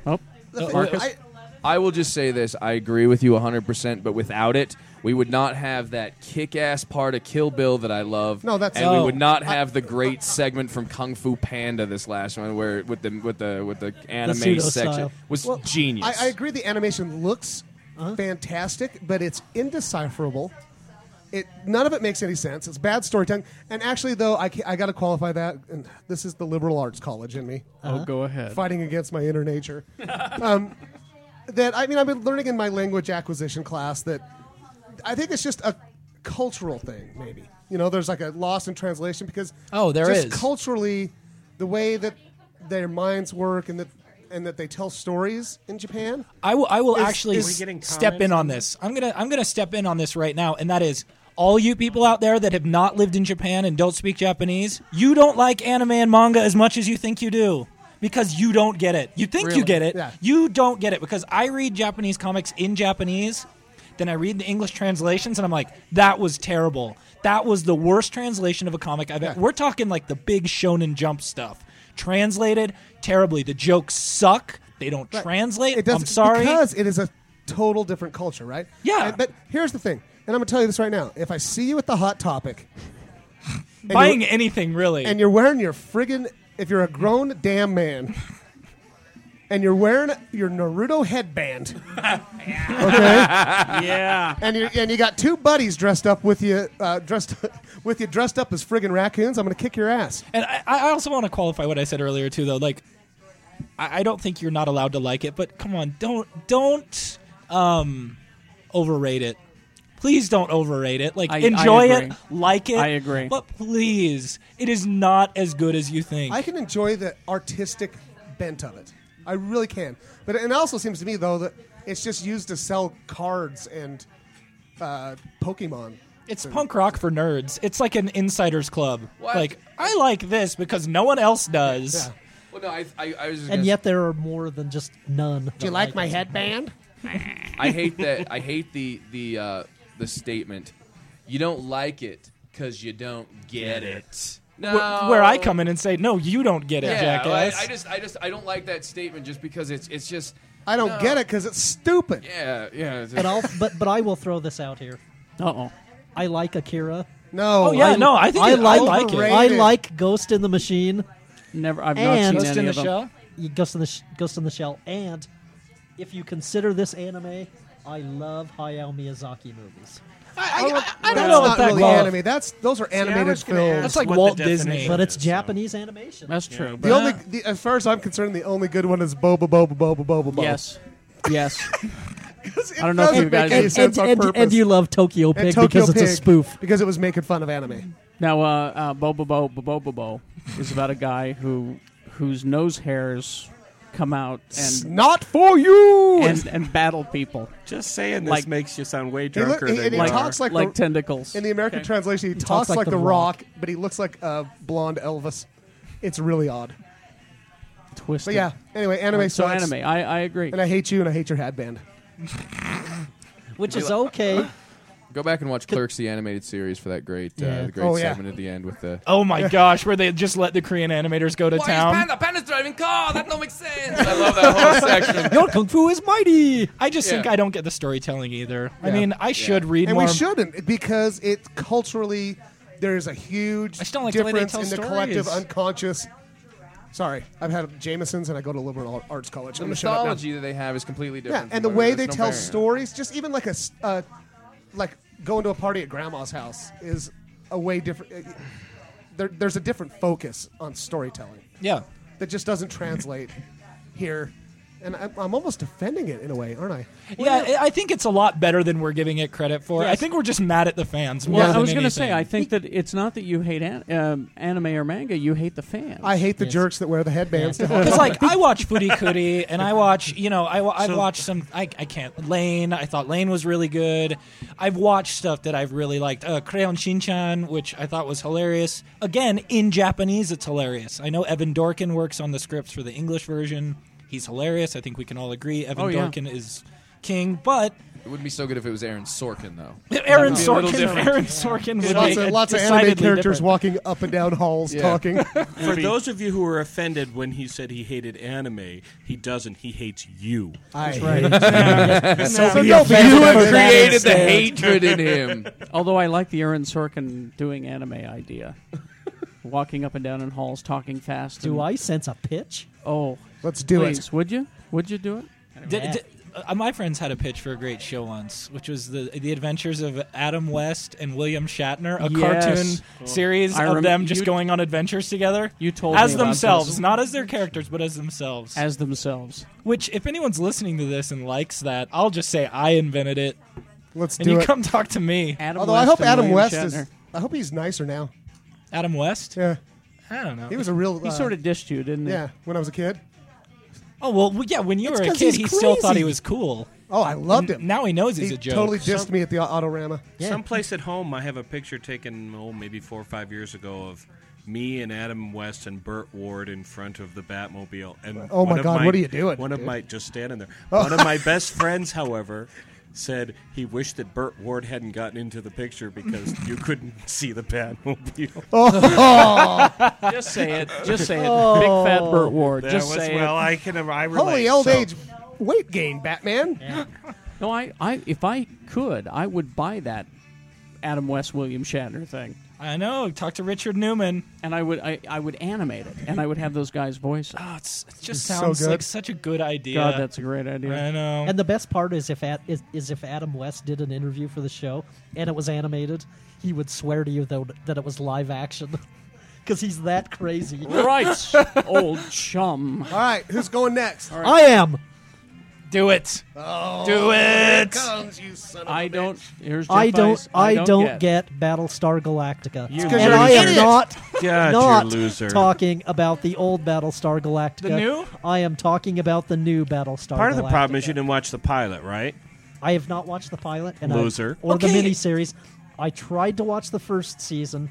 Speaker 2: Oh,
Speaker 3: The thing-
Speaker 6: Marcus?
Speaker 3: I-
Speaker 6: I will just say this. I agree with you 100%, but without it, we would not have that kick ass part of Kill Bill that I love.
Speaker 3: No, that's-
Speaker 6: And
Speaker 3: Oh.
Speaker 6: we would not have the great segment from Kung Fu Panda this last one where with the with the with the anime
Speaker 3: pseudo
Speaker 6: section
Speaker 3: style.
Speaker 6: was
Speaker 3: Well,
Speaker 6: genius.
Speaker 3: I, I agree. The animation looks fantastic, but it's indecipherable. It none of it makes any sense. It's bad storytelling. And actually, though, I ca- I got to qualify that. And this is the liberal arts college in me.
Speaker 2: Oh, go ahead.
Speaker 3: Fighting against my inner nature. um, that I mean, I've been learning in my language acquisition class that I think it's just a cultural thing, maybe. You know, there's like a loss in translation because
Speaker 4: Oh, there
Speaker 3: there is
Speaker 4: is.
Speaker 3: culturally the way that their minds work and that and that they tell stories in Japan.
Speaker 4: I will. I will
Speaker 3: Is-
Speaker 4: actually
Speaker 3: is-
Speaker 4: s- step in on this. I'm gonna. I'm gonna step in on this right now, and that is all you people out there that have not lived in Japan and don't speak Japanese. You don't like anime and manga as much as you think you do. Because you don't get it. You think
Speaker 7: Really?
Speaker 4: you get it.
Speaker 7: Yeah.
Speaker 4: You don't get it because I read Japanese comics in Japanese, then I read the English translations, and I'm like, that was terrible. That was the worst translation of a comic I've. e-, We're talking like the big Shonen Jump stuff, translated terribly. The jokes suck. They don't
Speaker 3: Right.
Speaker 4: translate.
Speaker 3: It doesn't,
Speaker 4: I'm sorry.
Speaker 3: because it is a total different culture, right?
Speaker 4: Yeah.
Speaker 3: And- but here's the thing, and I'm gonna tell you this right now: if I see you at the hot topic, and
Speaker 4: buying
Speaker 3: you're-
Speaker 4: anything really.
Speaker 3: and you're wearing your friggin' if you're a grown damn man, and you're wearing your Naruto headband, okay?
Speaker 2: Yeah.
Speaker 3: And you and you got two buddies dressed up with you, uh, dressed with you dressed up as friggin' raccoons. I'm gonna kick your ass.
Speaker 4: and I, I also want to qualify what I said earlier too, though. Like, I, I don't think you're not allowed to like it, but come on, don't don't um overrate it. Please don't overrate it. Like,
Speaker 2: I- I
Speaker 4: enjoy it,
Speaker 2: agree.
Speaker 4: like it.
Speaker 2: I agree.
Speaker 4: But please, it is not as good as you think.
Speaker 3: I can enjoy the artistic bent of it. I really can. But it also seems to me though that it's just used to sell cards and uh, Pokemon.
Speaker 4: It's punk rock for nerds. It's like an insiders club.
Speaker 6: What?
Speaker 4: Like, I like this because no one else does.
Speaker 6: well, no, I, I, I was just
Speaker 5: And
Speaker 6: gonna
Speaker 5: yet there are more than just none. Do
Speaker 3: you like my headband?
Speaker 6: I hate that. I hate the the uh, the statement. You don't like it because you don't get it. No,
Speaker 4: Where, where I come in and say, no, you don't get it,
Speaker 6: yeah, well, I-
Speaker 4: jackass.
Speaker 6: I, just I just I don't like that statement just because it's it's just
Speaker 3: I don't
Speaker 6: No.
Speaker 3: get it because it's stupid.
Speaker 6: yeah yeah. it's-
Speaker 5: But I'll but but I will throw this out here.
Speaker 2: Uh oh.
Speaker 5: I like Akira.
Speaker 3: No.
Speaker 4: Oh, yeah, no, I think
Speaker 5: I
Speaker 4: it- I
Speaker 5: like,
Speaker 4: like it.
Speaker 5: I like Ghost in the Machine.
Speaker 2: Never. I've not seen
Speaker 5: and
Speaker 2: any of them.
Speaker 5: Y- Ghost in the Sh- Ghost in the Shell. And if you consider this anime, I love Hayao Miyazaki movies.
Speaker 4: I
Speaker 3: that's
Speaker 4: don't know
Speaker 3: not
Speaker 4: if that
Speaker 3: really
Speaker 4: qualifies.
Speaker 3: anime. That's those are animated films.
Speaker 4: That's like Walt Disney.
Speaker 5: but it's Japanese animation.
Speaker 2: That's true.
Speaker 3: the only, the, as far as I'm concerned, the only good one is Boba Boba Boba Boba Boba.
Speaker 2: Yes. Yes.
Speaker 3: it
Speaker 2: I don't know if
Speaker 3: doesn't
Speaker 2: you
Speaker 3: make
Speaker 2: guys-
Speaker 3: any
Speaker 2: And-
Speaker 3: sense on
Speaker 5: and,
Speaker 3: purpose.
Speaker 5: and you love Tokyo Pig
Speaker 3: And Tokyo
Speaker 5: because it's a
Speaker 3: Pig,
Speaker 5: spoof.
Speaker 3: because it was making fun of anime.
Speaker 2: Now, uh, uh, Bo Bo Bo Bo Bo Bo Bo is about a guy who whose nose hairs come out
Speaker 3: It's
Speaker 2: and
Speaker 3: not for you
Speaker 2: and, and battle people.
Speaker 9: Just saying this
Speaker 2: Like-
Speaker 9: makes you sound way
Speaker 3: He, look,
Speaker 9: drunker
Speaker 3: he,
Speaker 9: than
Speaker 3: and he
Speaker 9: you
Speaker 3: talks
Speaker 9: are.
Speaker 3: like
Speaker 2: like
Speaker 3: the,
Speaker 2: tentacles.
Speaker 3: In the American
Speaker 2: Okay.
Speaker 3: translation, he, talks, like, the rock, but he looks like a blonde Elvis. It's really odd.
Speaker 2: Twist.
Speaker 3: But yeah. Anyway, anime
Speaker 2: so
Speaker 3: sucks.
Speaker 2: anime. I, I agree.
Speaker 3: And I hate you, and I hate your headband.
Speaker 5: Which is okay.
Speaker 6: Go back and watch Clerks, the animated series, for that great, uh,
Speaker 5: Yeah.
Speaker 6: the great
Speaker 3: Oh, yeah.
Speaker 6: segment at the end with the.
Speaker 4: Oh my gosh, where they just let the Korean animators go to
Speaker 6: Why
Speaker 4: town.
Speaker 6: is Panda? Panda's driving car. That don't make sense. I love that whole section.
Speaker 5: Your kung fu is mighty.
Speaker 4: I just think
Speaker 6: Yeah.
Speaker 4: I don't get the storytelling either. I
Speaker 3: Yeah.
Speaker 4: mean, I should read
Speaker 3: and
Speaker 4: more.
Speaker 3: we shouldn't because it culturally there's a huge
Speaker 4: I just don't like the way they
Speaker 3: difference
Speaker 4: tell
Speaker 3: in the
Speaker 4: stories.
Speaker 3: collective unconscious. Sorry, I've had Jameson's and I go to liberal arts college.
Speaker 6: The
Speaker 3: I'm gonna shut up now.
Speaker 6: mythology that they have is completely
Speaker 3: Yeah,
Speaker 6: different.
Speaker 3: and the
Speaker 6: from
Speaker 3: way
Speaker 6: what it is.
Speaker 3: they
Speaker 6: There's no
Speaker 3: tell
Speaker 6: barrier.
Speaker 3: stories, just even like a s- uh, like going to a party at grandma's house is a way different. uh, There, there's a different focus on storytelling
Speaker 4: yeah.
Speaker 3: that just doesn't translate here, and I, I'm almost defending it in a way, aren't I?
Speaker 4: yeah, I I think it's a lot better than we're giving it credit for. I think we're just mad at the fans. More
Speaker 2: Well,
Speaker 4: than
Speaker 2: I was
Speaker 4: going to
Speaker 2: say, I think that it's not that you hate an, um, anime or manga. You hate the fans.
Speaker 3: I hate the jerks that wear the headbands. to
Speaker 4: Because like I watch Footy Cootie and I watch you know I wa- I've watched some I, I can't Lane I thought Lane was really good I've watched stuff that I've really liked uh, Crayon Shinchan which I thought was hilarious again in Japanese it's hilarious I know Evan Dorkin works on the scripts for the English version he's hilarious I think we can all agree Evan
Speaker 2: Oh, yeah.
Speaker 4: Dorkin is king but
Speaker 6: It wouldn't be so good if it was Aaron Sorkin though.
Speaker 4: Aaron
Speaker 6: be a little
Speaker 4: Sorkin
Speaker 6: different.
Speaker 4: Aaron Sorkin would
Speaker 3: lots
Speaker 4: make
Speaker 3: of,
Speaker 4: it
Speaker 3: lots of
Speaker 4: decidedly
Speaker 3: anime characters
Speaker 4: different.
Speaker 3: walking up and down halls
Speaker 6: Yeah.
Speaker 3: talking.
Speaker 9: For those of you who were offended when he said he hated anime, he doesn't. He hates you.
Speaker 3: I
Speaker 4: So
Speaker 3: So
Speaker 4: be
Speaker 3: don't be
Speaker 4: offended
Speaker 3: you
Speaker 4: for
Speaker 3: and
Speaker 4: that
Speaker 6: Created the
Speaker 4: instead.
Speaker 6: hatred in him.
Speaker 2: Although I like the Aaron Sorkin doing anime idea, walking up and down in halls, talking fast.
Speaker 5: Do
Speaker 2: and-
Speaker 5: I sense a pitch?
Speaker 2: Oh,
Speaker 3: Let's do
Speaker 2: please,
Speaker 3: it.
Speaker 2: Would you? Would you do it?
Speaker 4: D- d- uh, my friends had a pitch for a great show once, which was the the Adventures of Adam West and William Shatner, a
Speaker 2: Yes.
Speaker 4: cartoon series
Speaker 2: I
Speaker 4: of
Speaker 2: rem-
Speaker 4: them just
Speaker 2: you-
Speaker 4: going on adventures together
Speaker 2: You told
Speaker 4: as
Speaker 2: me about
Speaker 4: themselves,
Speaker 2: this.
Speaker 4: not as their characters, but as themselves.
Speaker 2: as themselves.
Speaker 4: which, if anyone's listening to this and likes that, I'll just say I invented it,
Speaker 3: Let's
Speaker 4: and
Speaker 3: do
Speaker 4: you
Speaker 3: it.
Speaker 4: come talk to me,
Speaker 2: Adam
Speaker 3: Although I
Speaker 2: West
Speaker 3: hope
Speaker 2: and
Speaker 3: Adam
Speaker 2: William
Speaker 3: West
Speaker 2: Shatner.
Speaker 3: is. I hope he's nicer now.
Speaker 4: Adam West.
Speaker 3: Yeah,
Speaker 4: I don't know.
Speaker 3: he was a real.
Speaker 2: He
Speaker 3: uh,
Speaker 2: sort of dished you, didn't he?
Speaker 3: Yeah, when I was a kid.
Speaker 4: oh well, w- yeah. When you
Speaker 3: It's
Speaker 4: were a
Speaker 3: 'cause
Speaker 4: kid,
Speaker 3: he's
Speaker 4: he still thought
Speaker 3: crazy.
Speaker 4: he was cool.
Speaker 3: Oh, I loved him.
Speaker 4: Now he knows he's
Speaker 3: he
Speaker 4: a joke.
Speaker 3: totally dissed me at the au- Autorama.
Speaker 9: Someplace at home, I have a picture taken, oh, maybe four or five years ago of me and Adam West and Bert Ward in front of the Batmobile. And
Speaker 3: Oh my
Speaker 9: one of
Speaker 3: God, what are you doing, Oh.
Speaker 9: One of
Speaker 3: dude?
Speaker 9: my just standing there. One of my best friends, however, said he wished that Bert Ward hadn't gotten into the picture because you couldn't see the Batmobile.
Speaker 3: Oh,
Speaker 2: Just say it. Just say it. Big fat
Speaker 5: Oh.
Speaker 2: Burt Ward.
Speaker 9: That
Speaker 2: just
Speaker 9: was-
Speaker 2: say
Speaker 9: well,
Speaker 2: it.
Speaker 9: I can I relate.
Speaker 3: Holy old
Speaker 9: so-
Speaker 3: age weight gain, Batman.
Speaker 2: No, I, I. If I could, I would buy that Adam West William Shatner thing,
Speaker 4: I know. Talk to Richard Newman.
Speaker 2: and I would. I, I would animate it, and I would have those guys' voices.
Speaker 4: Oh, it's, it just
Speaker 3: so
Speaker 4: sounds
Speaker 3: good.
Speaker 4: like such a good idea.
Speaker 2: God, that's Ah, a great idea.
Speaker 4: I know.
Speaker 5: And the best part is if at, is, is if Adam West did an interview for the show and it was animated, he would swear to you though that it was live action because he's that crazy.
Speaker 2: Right, old chum.
Speaker 3: All right, who's going next?
Speaker 5: I am.
Speaker 4: Do it. Do it.
Speaker 3: Comes, you son of a
Speaker 2: I
Speaker 3: bitch.
Speaker 2: don't. Here's Jeff
Speaker 5: I don't.
Speaker 2: Ice.
Speaker 5: I don't,
Speaker 2: get.
Speaker 5: get. Battlestar Galactica,
Speaker 9: You
Speaker 5: and I am
Speaker 9: loser.
Speaker 5: not
Speaker 9: God,
Speaker 5: not
Speaker 9: you're a loser.
Speaker 5: talking about the old Battlestar Galactica.
Speaker 4: The new?
Speaker 5: I am talking about the new Battlestar.
Speaker 9: Part of the problem is
Speaker 5: Galactica.
Speaker 9: you didn't watch the pilot, right?
Speaker 5: I have not watched the pilot and
Speaker 9: Loser.
Speaker 5: I, or the
Speaker 4: Okay.
Speaker 5: miniseries. I tried to watch the first season.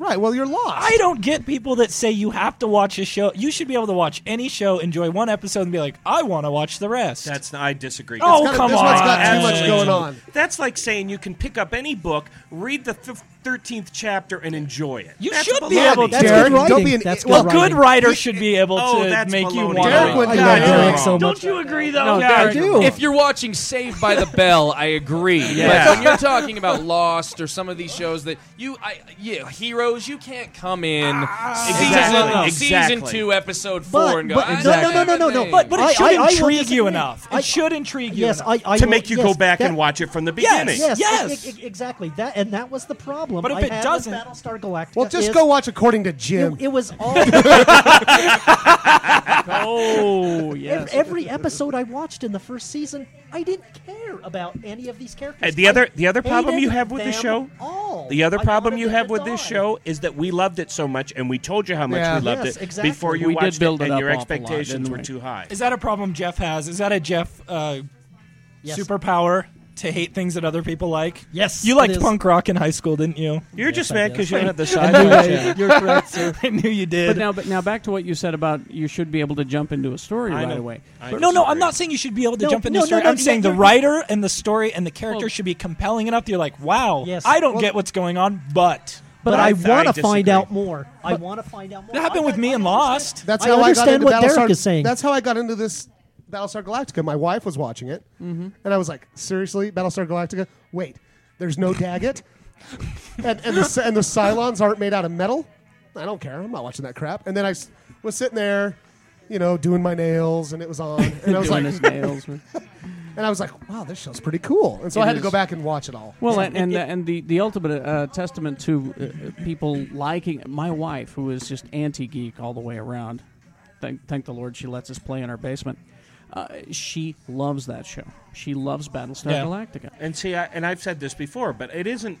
Speaker 3: Right, well, you're lost.
Speaker 4: I don't get people that say you have to watch a show. You should be able to watch any show, enjoy one episode, and be like, I want to watch the rest.
Speaker 9: That's I disagree.
Speaker 4: Oh,
Speaker 9: That's-
Speaker 3: Kinda-
Speaker 4: come
Speaker 3: this one's got too
Speaker 4: on.
Speaker 3: much going on.
Speaker 9: That's like saying you can pick up any book, read the thirteenth chapter, and enjoy it.
Speaker 4: You
Speaker 9: That's
Speaker 4: should be
Speaker 9: baloney.
Speaker 4: able to.
Speaker 5: That's
Speaker 3: Derek,
Speaker 5: good writing.
Speaker 3: don't be an- e-,
Speaker 5: That's
Speaker 3: well,
Speaker 5: good
Speaker 4: good
Speaker 5: writing.
Speaker 4: writer should be able to
Speaker 9: Oh, that's
Speaker 4: make you
Speaker 9: baloney.
Speaker 4: want
Speaker 3: Derek would
Speaker 4: to.
Speaker 3: I
Speaker 5: I love
Speaker 3: Yeah.
Speaker 5: Derek so
Speaker 9: Don't
Speaker 5: much.
Speaker 9: you agree, though?
Speaker 2: No,
Speaker 9: Yeah,
Speaker 2: Derek,
Speaker 9: I
Speaker 5: do.
Speaker 6: If you're watching Saved by the Bell, I agree.
Speaker 9: Yeah.
Speaker 6: But when you're talking about Lost or some of these shows that you, I, yeah, heroes, you can't come in season,
Speaker 9: Exactly.
Speaker 6: season
Speaker 9: Exactly.
Speaker 6: two, episode four,
Speaker 5: But-
Speaker 6: and go.
Speaker 5: but-
Speaker 6: "I
Speaker 5: no, no,
Speaker 6: know
Speaker 5: no, no, no, no.
Speaker 6: everything."
Speaker 4: But, but it
Speaker 5: I-
Speaker 4: should
Speaker 5: I- I will
Speaker 4: intrigue you
Speaker 5: disagree.
Speaker 4: enough. It
Speaker 5: I-
Speaker 4: should intrigue you
Speaker 5: Yes,
Speaker 4: enough.
Speaker 5: I, I
Speaker 9: to
Speaker 5: will-
Speaker 9: make you
Speaker 5: yes,
Speaker 9: go back
Speaker 5: that-
Speaker 9: and watch it from the beginning.
Speaker 5: Yes,
Speaker 4: Yes.
Speaker 5: e- e- exactly. That and that was the problem problem.
Speaker 4: But if
Speaker 5: I
Speaker 4: it
Speaker 5: had with
Speaker 4: doesn't-
Speaker 5: Battlestar Galactica.
Speaker 3: Well, just
Speaker 5: is
Speaker 3: go watch According to Jim.
Speaker 5: It, it was all.
Speaker 2: oh,
Speaker 5: Ev- Every episode I watched in the first season, I didn't care about any of these characters.
Speaker 9: Uh, the
Speaker 5: I
Speaker 9: other the other problem you
Speaker 5: hated
Speaker 9: have with the
Speaker 5: them
Speaker 9: show
Speaker 4: Oh,
Speaker 5: all.
Speaker 9: the other
Speaker 5: I
Speaker 9: problem
Speaker 5: wanted
Speaker 9: you
Speaker 5: them
Speaker 9: have
Speaker 5: to
Speaker 9: with this
Speaker 5: die.
Speaker 9: show is that we loved it so much and we told you how much
Speaker 5: Yeah.
Speaker 9: we loved
Speaker 5: Yes,
Speaker 9: it
Speaker 5: exactly.
Speaker 9: before you
Speaker 4: We did
Speaker 9: watched
Speaker 4: build
Speaker 9: it,
Speaker 4: it
Speaker 9: and
Speaker 4: up
Speaker 9: your
Speaker 4: awful lot,
Speaker 9: expectations
Speaker 4: didn't
Speaker 9: were
Speaker 4: we?
Speaker 9: too high.
Speaker 4: Is that a problem Jeff has? Is that a Jeff uh,
Speaker 5: Yes.
Speaker 4: superpower to hate things that other people like?
Speaker 5: Yes,
Speaker 4: You
Speaker 5: it
Speaker 4: liked
Speaker 5: is.
Speaker 4: punk rock in high school, didn't you?
Speaker 9: You're just
Speaker 4: I
Speaker 9: mad
Speaker 4: did.
Speaker 9: 'cause you don't have the
Speaker 4: I
Speaker 9: side
Speaker 4: knew
Speaker 9: eye
Speaker 4: I-
Speaker 9: channel.
Speaker 4: You're correct, sir. I knew you did.
Speaker 2: But now, but now back to what you said about you should be able to jump into a story
Speaker 4: I
Speaker 2: right
Speaker 4: know.
Speaker 2: away.
Speaker 4: I no, no, I'm not saying you should be able to
Speaker 5: No,
Speaker 4: jump into
Speaker 5: no,
Speaker 4: the story.
Speaker 5: no, no,
Speaker 4: I'm
Speaker 5: yeah,
Speaker 4: saying the
Speaker 5: you're-
Speaker 4: writer and the story and the character should be compelling enough that you're like, wow,
Speaker 5: Yes.
Speaker 4: I don't
Speaker 5: Well-
Speaker 4: get what's going on, but.
Speaker 5: But, I, want to
Speaker 9: disagree.
Speaker 5: find out more. I
Speaker 3: But-
Speaker 5: want to find out more.
Speaker 4: That happened
Speaker 5: I-
Speaker 4: with me
Speaker 5: I
Speaker 4: and
Speaker 5: understand-
Speaker 4: Lost.
Speaker 3: That's
Speaker 5: I
Speaker 3: how I got
Speaker 5: understand
Speaker 3: into
Speaker 5: what
Speaker 3: Battlestar.
Speaker 5: Derek is saying.
Speaker 3: That's how I got into this Battlestar Galactica. My wife was watching it, and I was like, "Seriously, Battlestar Galactica? Wait, there's no Daggett, and, and, the, and the Cylons aren't made out of metal. I don't care. I'm not watching that crap." And then I s- was sitting there, you know, doing my nails, and it was on, and I was
Speaker 2: Doing
Speaker 3: like,
Speaker 2: his nails.
Speaker 3: and I was like, "Wow, this show's pretty cool." And so
Speaker 2: It
Speaker 3: I had
Speaker 2: is.
Speaker 3: to go back and watch it all.
Speaker 2: Well, and and, and the the ultimate uh, testament to uh, people liking my wife, who is just anti geek all the way around. Thank thank the Lord she lets us play in our basement. Uh, she loves that show. She loves Battlestar
Speaker 4: Yeah.
Speaker 2: Galactica.
Speaker 9: And see, I, and I've said this before, but it isn't.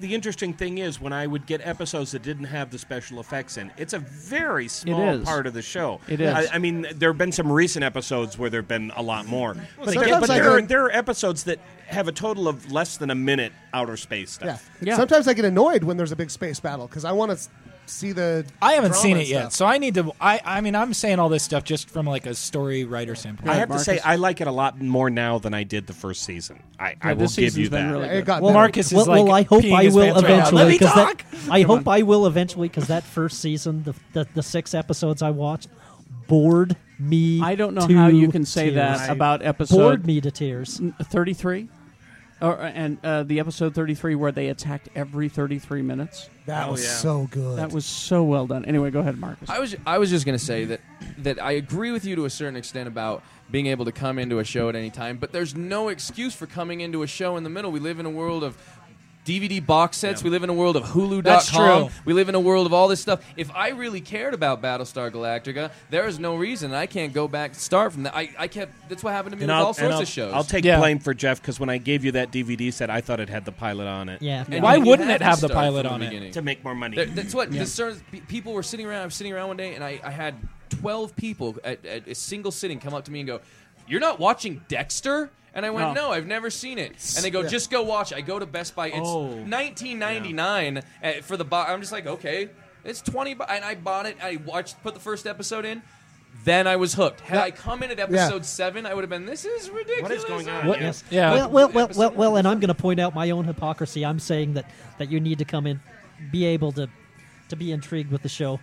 Speaker 9: The interesting thing is when I would get episodes that didn't have the special effects in. It's a very small
Speaker 2: is.
Speaker 9: part of the show.
Speaker 2: It is.
Speaker 9: I, I mean, there have been some recent episodes where there have been a lot more. but
Speaker 3: sometimes
Speaker 9: again, but
Speaker 3: I
Speaker 9: there,
Speaker 3: go-
Speaker 9: are,
Speaker 2: um,
Speaker 9: there are episodes that have a total of less than a minute outer space
Speaker 3: yeah.
Speaker 9: stuff.
Speaker 2: Yeah.
Speaker 3: Sometimes I get annoyed when there's a big space battle because I want to see the.
Speaker 4: I haven't
Speaker 3: drama
Speaker 4: seen
Speaker 3: and
Speaker 4: it yet,
Speaker 3: stuff.
Speaker 4: so I need to. I, I mean, I'm saying all this stuff just from like a story writer standpoint.
Speaker 9: I have
Speaker 2: Marcus.
Speaker 9: to say, I like it a lot more now than I did the first season. I, I
Speaker 2: Yeah,
Speaker 9: will
Speaker 2: this
Speaker 9: give you
Speaker 2: season's been
Speaker 9: that.
Speaker 2: really
Speaker 3: it
Speaker 2: good.
Speaker 3: got
Speaker 4: Well,
Speaker 3: better.
Speaker 4: Marcus is
Speaker 5: Well,
Speaker 4: like.
Speaker 5: well, I hope
Speaker 4: peeing
Speaker 5: I
Speaker 4: his
Speaker 5: will
Speaker 4: pants right now. Let
Speaker 5: eventually
Speaker 4: me
Speaker 5: because
Speaker 4: talk.
Speaker 5: that I
Speaker 2: Come
Speaker 5: hope
Speaker 2: on.
Speaker 5: I will eventually because that first season, the, the the six episodes I watched, bored me.
Speaker 2: I don't know
Speaker 5: to
Speaker 2: how you can say
Speaker 5: tears.
Speaker 2: that about
Speaker 5: bored
Speaker 2: episode
Speaker 5: me to tears.
Speaker 2: thirty three, or and uh, the episode thirty three where they attacked every thirty three minutes.
Speaker 3: that
Speaker 9: Oh,
Speaker 3: was
Speaker 9: yeah.
Speaker 3: so good.
Speaker 2: That was so well done. Anyway, go ahead, Marcus.
Speaker 6: I was I was just gonna say that that I agree with you to a certain extent about being able to come into a show at any time, but there's no excuse for coming into a show in the middle. We live in a world of DVD box sets.
Speaker 9: Yeah.
Speaker 6: We live in a world of Hulu.com.
Speaker 4: That's true.
Speaker 6: We live in a world of all this stuff. If I really cared about Battlestar Galactica, there is no reason I can't go back start from that. I, I kept. That's what happened to me
Speaker 9: And
Speaker 6: with
Speaker 9: I'll,
Speaker 6: all
Speaker 9: and
Speaker 6: sorts
Speaker 9: I'll-
Speaker 6: of shows.
Speaker 9: I'll take
Speaker 4: Yeah.
Speaker 9: blame for Jeff because when I gave you that DVD set, I thought it had the pilot on it.
Speaker 5: Yeah.
Speaker 6: And
Speaker 4: Why
Speaker 6: you
Speaker 4: wouldn't it
Speaker 6: to
Speaker 4: have the
Speaker 6: start
Speaker 4: pilot
Speaker 6: from
Speaker 4: on it?
Speaker 6: beginning.
Speaker 9: To make more money.
Speaker 6: There- that's what the certain pe- people were sitting around. I was sitting around one day, and I, I had twelve people at, at a single sitting come up to me and go, "You're not watching Dexter?" And I went,
Speaker 2: No.
Speaker 6: "No, I've never seen it." And they go,
Speaker 3: Yeah.
Speaker 6: "Just go watch." it." I go to Best Buy. It's
Speaker 4: Oh.
Speaker 6: 19.99 uh, for the box. I'm just like, okay, it's twenty. Bu-. And I bought it. I watched, put the first episode in. Then I was hooked. Had I come in at episode seven, I would have been. This is ridiculous.
Speaker 9: going on?
Speaker 5: What-
Speaker 9: Yeah.
Speaker 5: yes.
Speaker 4: Yeah.
Speaker 5: Well, well, well, well, well, and I'm going to point out my own hypocrisy. I'm saying that that you need to come in, be able to, to be intrigued with the show.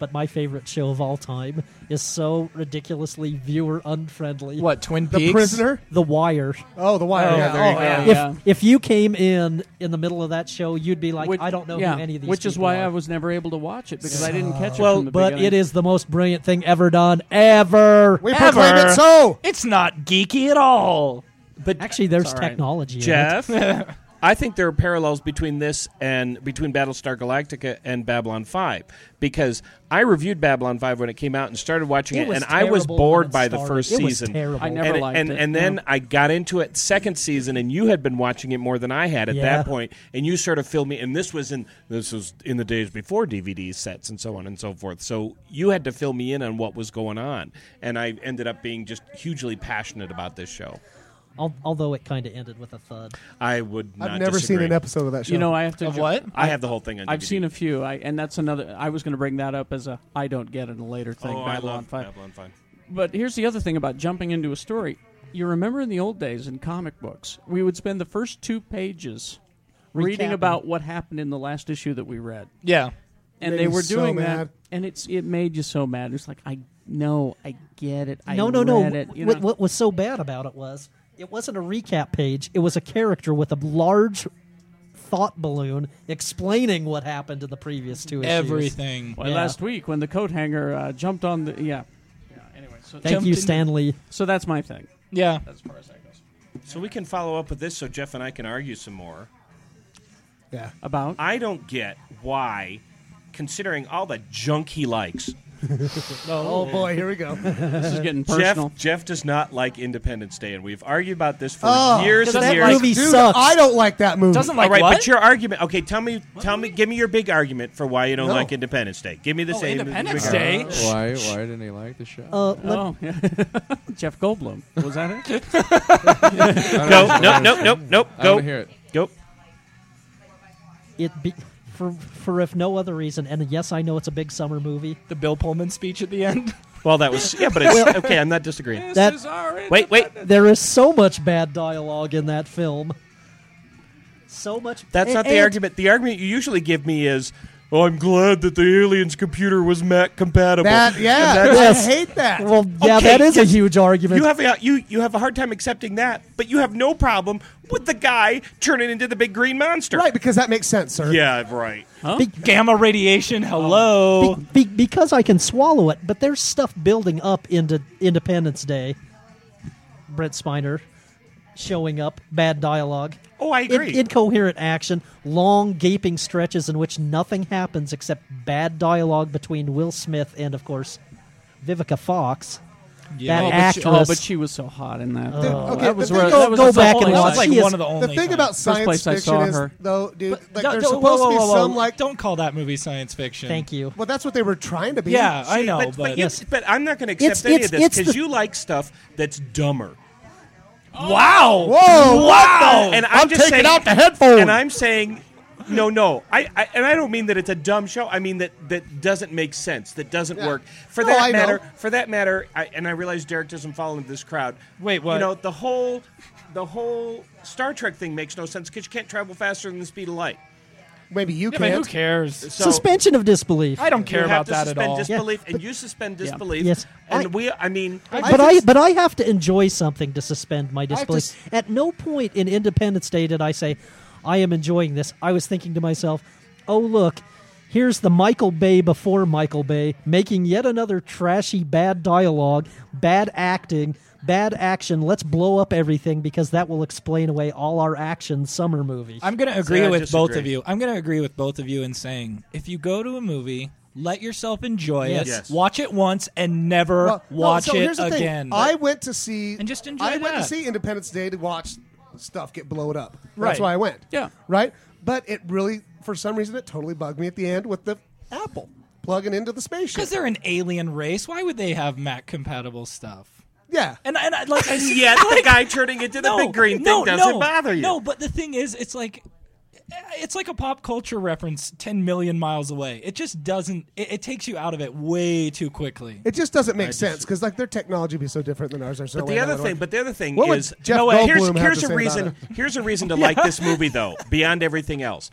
Speaker 5: But my favorite show of all time is so ridiculously viewer unfriendly.
Speaker 4: What Twin
Speaker 3: the
Speaker 4: Peaks?
Speaker 3: prisoner.
Speaker 5: The Wire.
Speaker 3: Oh, the wire.
Speaker 4: Oh,
Speaker 3: yeah.
Speaker 4: there you
Speaker 3: Oh,
Speaker 4: go.
Speaker 3: yeah.
Speaker 5: If if you came in in the middle of that show, you'd be like,
Speaker 2: Which-
Speaker 5: I don't know
Speaker 2: yeah,
Speaker 5: who any of these.
Speaker 2: Which is
Speaker 5: people
Speaker 2: why
Speaker 5: are.
Speaker 2: I was never able to watch it because I didn't catch it
Speaker 5: Well,
Speaker 2: from the
Speaker 5: but
Speaker 2: beginning.
Speaker 5: it is the most brilliant thing ever done ever.
Speaker 3: We
Speaker 4: Ever.
Speaker 3: proclaim it so.
Speaker 4: It's not geeky at all.
Speaker 9: But
Speaker 5: Actually, there's
Speaker 9: It's all right.
Speaker 5: technology. in it.
Speaker 9: Jeff, I think there are parallels between this and between Battlestar Galactica and Babylon 5 because I reviewed Babylon 5 when it came out and started watching
Speaker 5: It
Speaker 9: it,
Speaker 5: was
Speaker 9: and I was
Speaker 5: terrible
Speaker 9: bored
Speaker 5: when it
Speaker 9: by the
Speaker 5: started.
Speaker 9: first
Speaker 5: It was
Speaker 9: season.
Speaker 5: terrible. I
Speaker 2: never
Speaker 9: and,
Speaker 2: liked
Speaker 9: and,
Speaker 2: it,
Speaker 9: And then
Speaker 2: yeah.
Speaker 9: I got into it second season, and you had been watching it more than I had at
Speaker 5: Yeah.
Speaker 9: that point, and you sort of filled me. And this was in this was in the days before DVD sets and so on and so forth. So you had to fill me in on what was going on, and I ended up being just hugely passionate about this show.
Speaker 5: Al- although it kind of ended with a thud.
Speaker 9: I would. Not
Speaker 3: I've never seen an
Speaker 9: disagree.
Speaker 3: episode of that show.
Speaker 2: You know, I have to.
Speaker 4: Of
Speaker 2: ju-
Speaker 4: what?
Speaker 9: I have the whole thing on
Speaker 2: I've
Speaker 9: DVD.
Speaker 2: seen a few, I, and that's another. I was going to bring that up as a I don't get it in a later thing.
Speaker 9: Oh, I
Speaker 2: Babylon
Speaker 9: love
Speaker 2: 5.
Speaker 9: Babylon 5.
Speaker 2: But here's the other thing about jumping into a story. You remember in the old days in comic books, we would spend the first two pages reading
Speaker 5: Recapping.
Speaker 2: about what happened in the last issue that we read,
Speaker 4: Yeah.
Speaker 2: and
Speaker 3: Made
Speaker 2: they
Speaker 3: me
Speaker 2: were
Speaker 3: so
Speaker 2: doing that,
Speaker 3: mad.
Speaker 2: and it's it made you so mad. It's like I know, I get it. I
Speaker 5: no, no,
Speaker 2: read
Speaker 5: no.
Speaker 2: It, you
Speaker 5: what,
Speaker 2: know?
Speaker 5: what was so bad about it was it wasn't a recap page. It was a character with a large thought balloon explaining what happened in the previous two issues.
Speaker 4: Everything.
Speaker 2: Well,
Speaker 5: yeah.
Speaker 2: Last week when the coat hanger uh, jumped on the yeah. Yeah. Anyway, so
Speaker 5: Thank you,
Speaker 4: Jumped in-
Speaker 5: Stanley.
Speaker 2: so that's my thing.
Speaker 4: Yeah.
Speaker 2: As far as that goes.
Speaker 9: So we can follow up with this so Jeff and I can argue some more.
Speaker 3: Yeah.
Speaker 2: About?
Speaker 9: I don't get why, considering all the junk he likes.
Speaker 3: Oh, boy, here we go.
Speaker 2: this is getting personal.
Speaker 9: Uh, Jeff, Jeff does not like Independence Day, and we've argued about this for
Speaker 3: Oh,
Speaker 9: years
Speaker 3: doesn't
Speaker 9: and
Speaker 3: that
Speaker 9: years.
Speaker 3: movie Dude, sucks. I don't like that movie. Doesn't like
Speaker 9: All right,
Speaker 3: what?
Speaker 9: but your argument. Okay, tell me, tell me, give me your big argument for why you don't
Speaker 3: No.
Speaker 9: like Independence Day. Give me the
Speaker 4: Oh,
Speaker 9: same.
Speaker 4: Independence
Speaker 9: big
Speaker 4: Day?
Speaker 9: argument.
Speaker 6: why? Why didn't he like the show?
Speaker 5: Uh, let-
Speaker 2: Oh, yeah. Jeff Goldblum. Was that it?
Speaker 9: no, no, no, no, no.
Speaker 6: I
Speaker 9: Go.
Speaker 6: wanna hear it.
Speaker 9: Go.
Speaker 5: It be, for for if no other reason, and yes, I know it's a big summer movie.
Speaker 4: The Bill Pullman speech at the end.
Speaker 9: Well, that was yeah, but it's okay. I'm not disagreeing.
Speaker 5: That
Speaker 9: Wait, wait.
Speaker 5: there is so much bad dialogue in that film. So much.
Speaker 9: That's
Speaker 5: a-
Speaker 9: not the
Speaker 5: and-
Speaker 9: argument. The argument you usually give me is, "Oh, I'm glad that the alien's computer was Mac compatible."
Speaker 3: That,
Speaker 9: And
Speaker 3: yeah,
Speaker 9: that's-
Speaker 5: Yes.
Speaker 3: I hate that.
Speaker 5: Well, yeah,
Speaker 9: Okay,
Speaker 5: that is a
Speaker 9: yes.
Speaker 5: huge argument.
Speaker 9: You have a you you have a hard time accepting that, but you have no problem with the guy turning into the big green monster.
Speaker 3: Right, because that makes sense, sir.
Speaker 9: Yeah, right.
Speaker 4: Gamma radiation. Hello.
Speaker 5: Be- be- because I can swallow it, but there's stuff building up into Independence Day. Brent Spiner showing up, bad dialogue.
Speaker 9: Oh, I
Speaker 5: In-
Speaker 9: agree.
Speaker 5: incoherent action, long gaping stretches in which nothing happens except bad dialogue between Will Smith and, of course, Vivica Fox.
Speaker 4: Yeah. Oh,
Speaker 5: That
Speaker 2: But she- oh,
Speaker 5: actress.
Speaker 2: but she was so hot in that.
Speaker 3: Dude,
Speaker 2: Oh,
Speaker 3: okay,
Speaker 2: that was
Speaker 3: the thing-
Speaker 2: where,
Speaker 3: go-
Speaker 2: that was
Speaker 5: go
Speaker 2: the
Speaker 5: back
Speaker 2: whole
Speaker 5: and
Speaker 2: thing.
Speaker 5: watch
Speaker 4: That's like
Speaker 5: she
Speaker 4: one
Speaker 5: is-
Speaker 4: of the only.
Speaker 3: The thing
Speaker 4: times.
Speaker 3: about science
Speaker 2: place I
Speaker 3: fiction
Speaker 2: saw
Speaker 3: is,
Speaker 2: her.
Speaker 3: though, dude, like
Speaker 4: Don't-
Speaker 3: there's
Speaker 4: don't-
Speaker 3: supposed
Speaker 4: whoa,
Speaker 3: to be
Speaker 4: whoa, whoa,
Speaker 3: some
Speaker 4: whoa.
Speaker 3: like.
Speaker 4: Don't call that movie science fiction.
Speaker 5: Thank you.
Speaker 3: Well, that's what they were trying to be.
Speaker 4: Yeah, I know,
Speaker 9: but, but,
Speaker 4: but,
Speaker 9: you,
Speaker 5: Yes.
Speaker 9: but I'm not going to
Speaker 5: It's-
Speaker 9: accept any
Speaker 5: it's-
Speaker 9: of this
Speaker 5: it's
Speaker 9: because
Speaker 5: the-
Speaker 9: you like stuff that's dumber.
Speaker 4: wow.
Speaker 3: Whoa!
Speaker 9: Wow! And I'm, just
Speaker 3: taking
Speaker 9: saying,
Speaker 3: out the headphones.
Speaker 4: Oh.
Speaker 9: And I'm saying, no, no. I, I and I don't mean that it's a dumb show. I mean that that doesn't make sense. That doesn't
Speaker 3: Yeah.
Speaker 9: work. For
Speaker 3: No,
Speaker 9: that
Speaker 3: I know.
Speaker 9: matter, for that matter. I, and I realize Derek doesn't fall into this crowd.
Speaker 4: Wait, what?
Speaker 9: You know the whole the whole Star Trek thing makes no sense because you can't travel faster than the speed of light.
Speaker 3: Maybe you
Speaker 4: Yeah, but who
Speaker 3: can't.
Speaker 4: cares?
Speaker 9: So
Speaker 5: Suspension of disbelief.
Speaker 4: I don't
Speaker 9: you
Speaker 4: care
Speaker 9: have
Speaker 4: about
Speaker 9: to
Speaker 4: that at
Speaker 9: suspend
Speaker 4: all.
Speaker 9: Disbelief, and you suspend disbelief.
Speaker 5: Yes.
Speaker 9: And
Speaker 5: I-
Speaker 9: we, I mean,
Speaker 5: but
Speaker 3: I
Speaker 5: I
Speaker 3: just-
Speaker 5: but I have to enjoy something to suspend my
Speaker 3: have to
Speaker 5: disbelief.
Speaker 3: s-
Speaker 5: At no point in Independence Day did I say, "I am enjoying this." I was thinking to myself, "Oh look, here's the Michael Bay before Michael Bay making yet another trashy bad dialogue, bad acting, bad action. Let's blow up everything because that will explain away all our action summer movies."
Speaker 4: I'm going to agree
Speaker 9: I
Speaker 4: with both of
Speaker 9: disagree.
Speaker 4: you. I'm going to agree with both of you in saying if you go to a movie, let yourself enjoy
Speaker 5: Yes.
Speaker 4: it,
Speaker 9: Yes.
Speaker 4: watch it once, and never
Speaker 3: Well, no,
Speaker 4: watch
Speaker 3: so
Speaker 4: it
Speaker 3: here's the thing.
Speaker 4: again.
Speaker 3: I went to see
Speaker 4: And just enjoy
Speaker 3: I went to
Speaker 4: that.
Speaker 3: see Independence Day to watch stuff get blown up. That's
Speaker 4: Right.
Speaker 3: why I went.
Speaker 2: Yeah.
Speaker 3: Right. But it really, for some reason, it totally bugged me at the end with the apple plugging into the spaceship.
Speaker 4: Because they're an alien race, why would they have Mac compatible stuff?
Speaker 3: yeah.
Speaker 4: And and I, like I see,
Speaker 9: yet the
Speaker 4: like,
Speaker 9: guy turning into the
Speaker 4: no,
Speaker 9: big green thing
Speaker 4: no,
Speaker 9: doesn't
Speaker 4: no,
Speaker 9: bother you.
Speaker 4: No, but the thing is, it's like. It's like a pop culture reference 10 million miles away. It just doesn't, it, it takes you out of it way too quickly.
Speaker 3: It just doesn't make sense because like their technology would be so different than ours. There's no
Speaker 9: But
Speaker 3: way
Speaker 9: the
Speaker 3: that
Speaker 9: other
Speaker 3: would
Speaker 9: thing,
Speaker 3: work.
Speaker 9: but the other thing
Speaker 3: What would
Speaker 9: is,
Speaker 3: Jeff
Speaker 9: no, uh, here's
Speaker 3: Goldblum have
Speaker 9: here's
Speaker 3: to
Speaker 9: a
Speaker 3: say about
Speaker 9: reason.
Speaker 3: it?
Speaker 9: Here's a reason to like this movie, though, beyond everything else.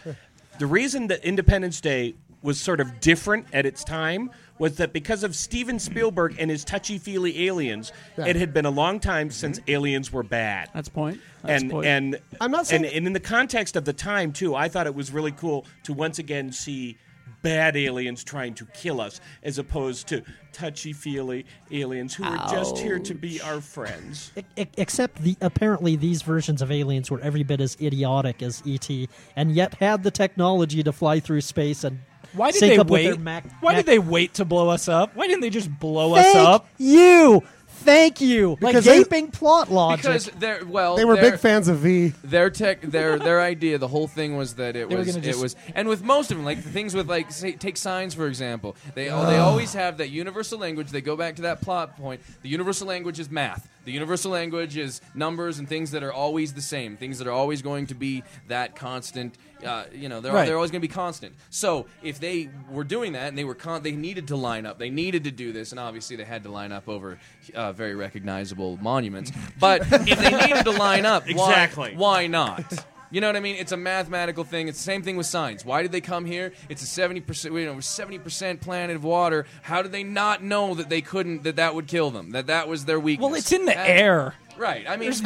Speaker 9: The reason that Independence Day was sort of different at its time was that because of Steven Spielberg and his touchy feely aliens,
Speaker 3: Yeah.
Speaker 9: it had been a long time since aliens were bad.
Speaker 2: That's point. That's
Speaker 9: and
Speaker 2: point.
Speaker 9: and
Speaker 3: I'm not saying-
Speaker 9: and, and in the context of the time too, I thought it was really cool to once again see bad aliens trying to kill us as opposed to touchy feely aliens who are just here to be our friends.
Speaker 5: E- e- Except the apparently these versions of aliens were every bit as idiotic as ET, and yet had the technology to fly through space and
Speaker 4: Why did
Speaker 5: sync
Speaker 4: they
Speaker 5: up
Speaker 4: wait?
Speaker 5: with their Mac.
Speaker 4: Why did
Speaker 5: Mac-
Speaker 4: they wait to blow us up? Why didn't they just blow
Speaker 5: Thank
Speaker 4: us up?
Speaker 5: you, thank you,
Speaker 3: Because
Speaker 5: like
Speaker 3: they-
Speaker 5: gaping plot logic.
Speaker 6: Because they're well,
Speaker 3: they were
Speaker 6: they're-
Speaker 3: big fans of V.
Speaker 6: Their tech, their their idea, the whole thing was that it
Speaker 4: They were
Speaker 6: was
Speaker 4: gonna
Speaker 6: it
Speaker 4: just-
Speaker 6: was, and with most of them, like the things with like say, take signs for example, they all they always have that universal language. They go back to that plot point. The universal language is math. The universal language is numbers and things that are always the same. Things that are always going to be that constant. Uh, you know, they're
Speaker 4: Right.
Speaker 6: they're always going to be constant. So if they were doing that and they were con- they needed to line up. They needed to do this, and obviously they had to line up over uh, very recognizable monuments. But if they needed to line up, why-
Speaker 9: Exactly.
Speaker 6: why not? You know what I mean? It's a mathematical thing. It's the same thing with signs. Why did they come here? It's a seventy percent, you know, seventy percent planet of water. How did they not know that they couldn't? That that would kill them. That that was their weakness.
Speaker 4: Well, it's in the
Speaker 6: That-
Speaker 4: air.
Speaker 6: right? I mean,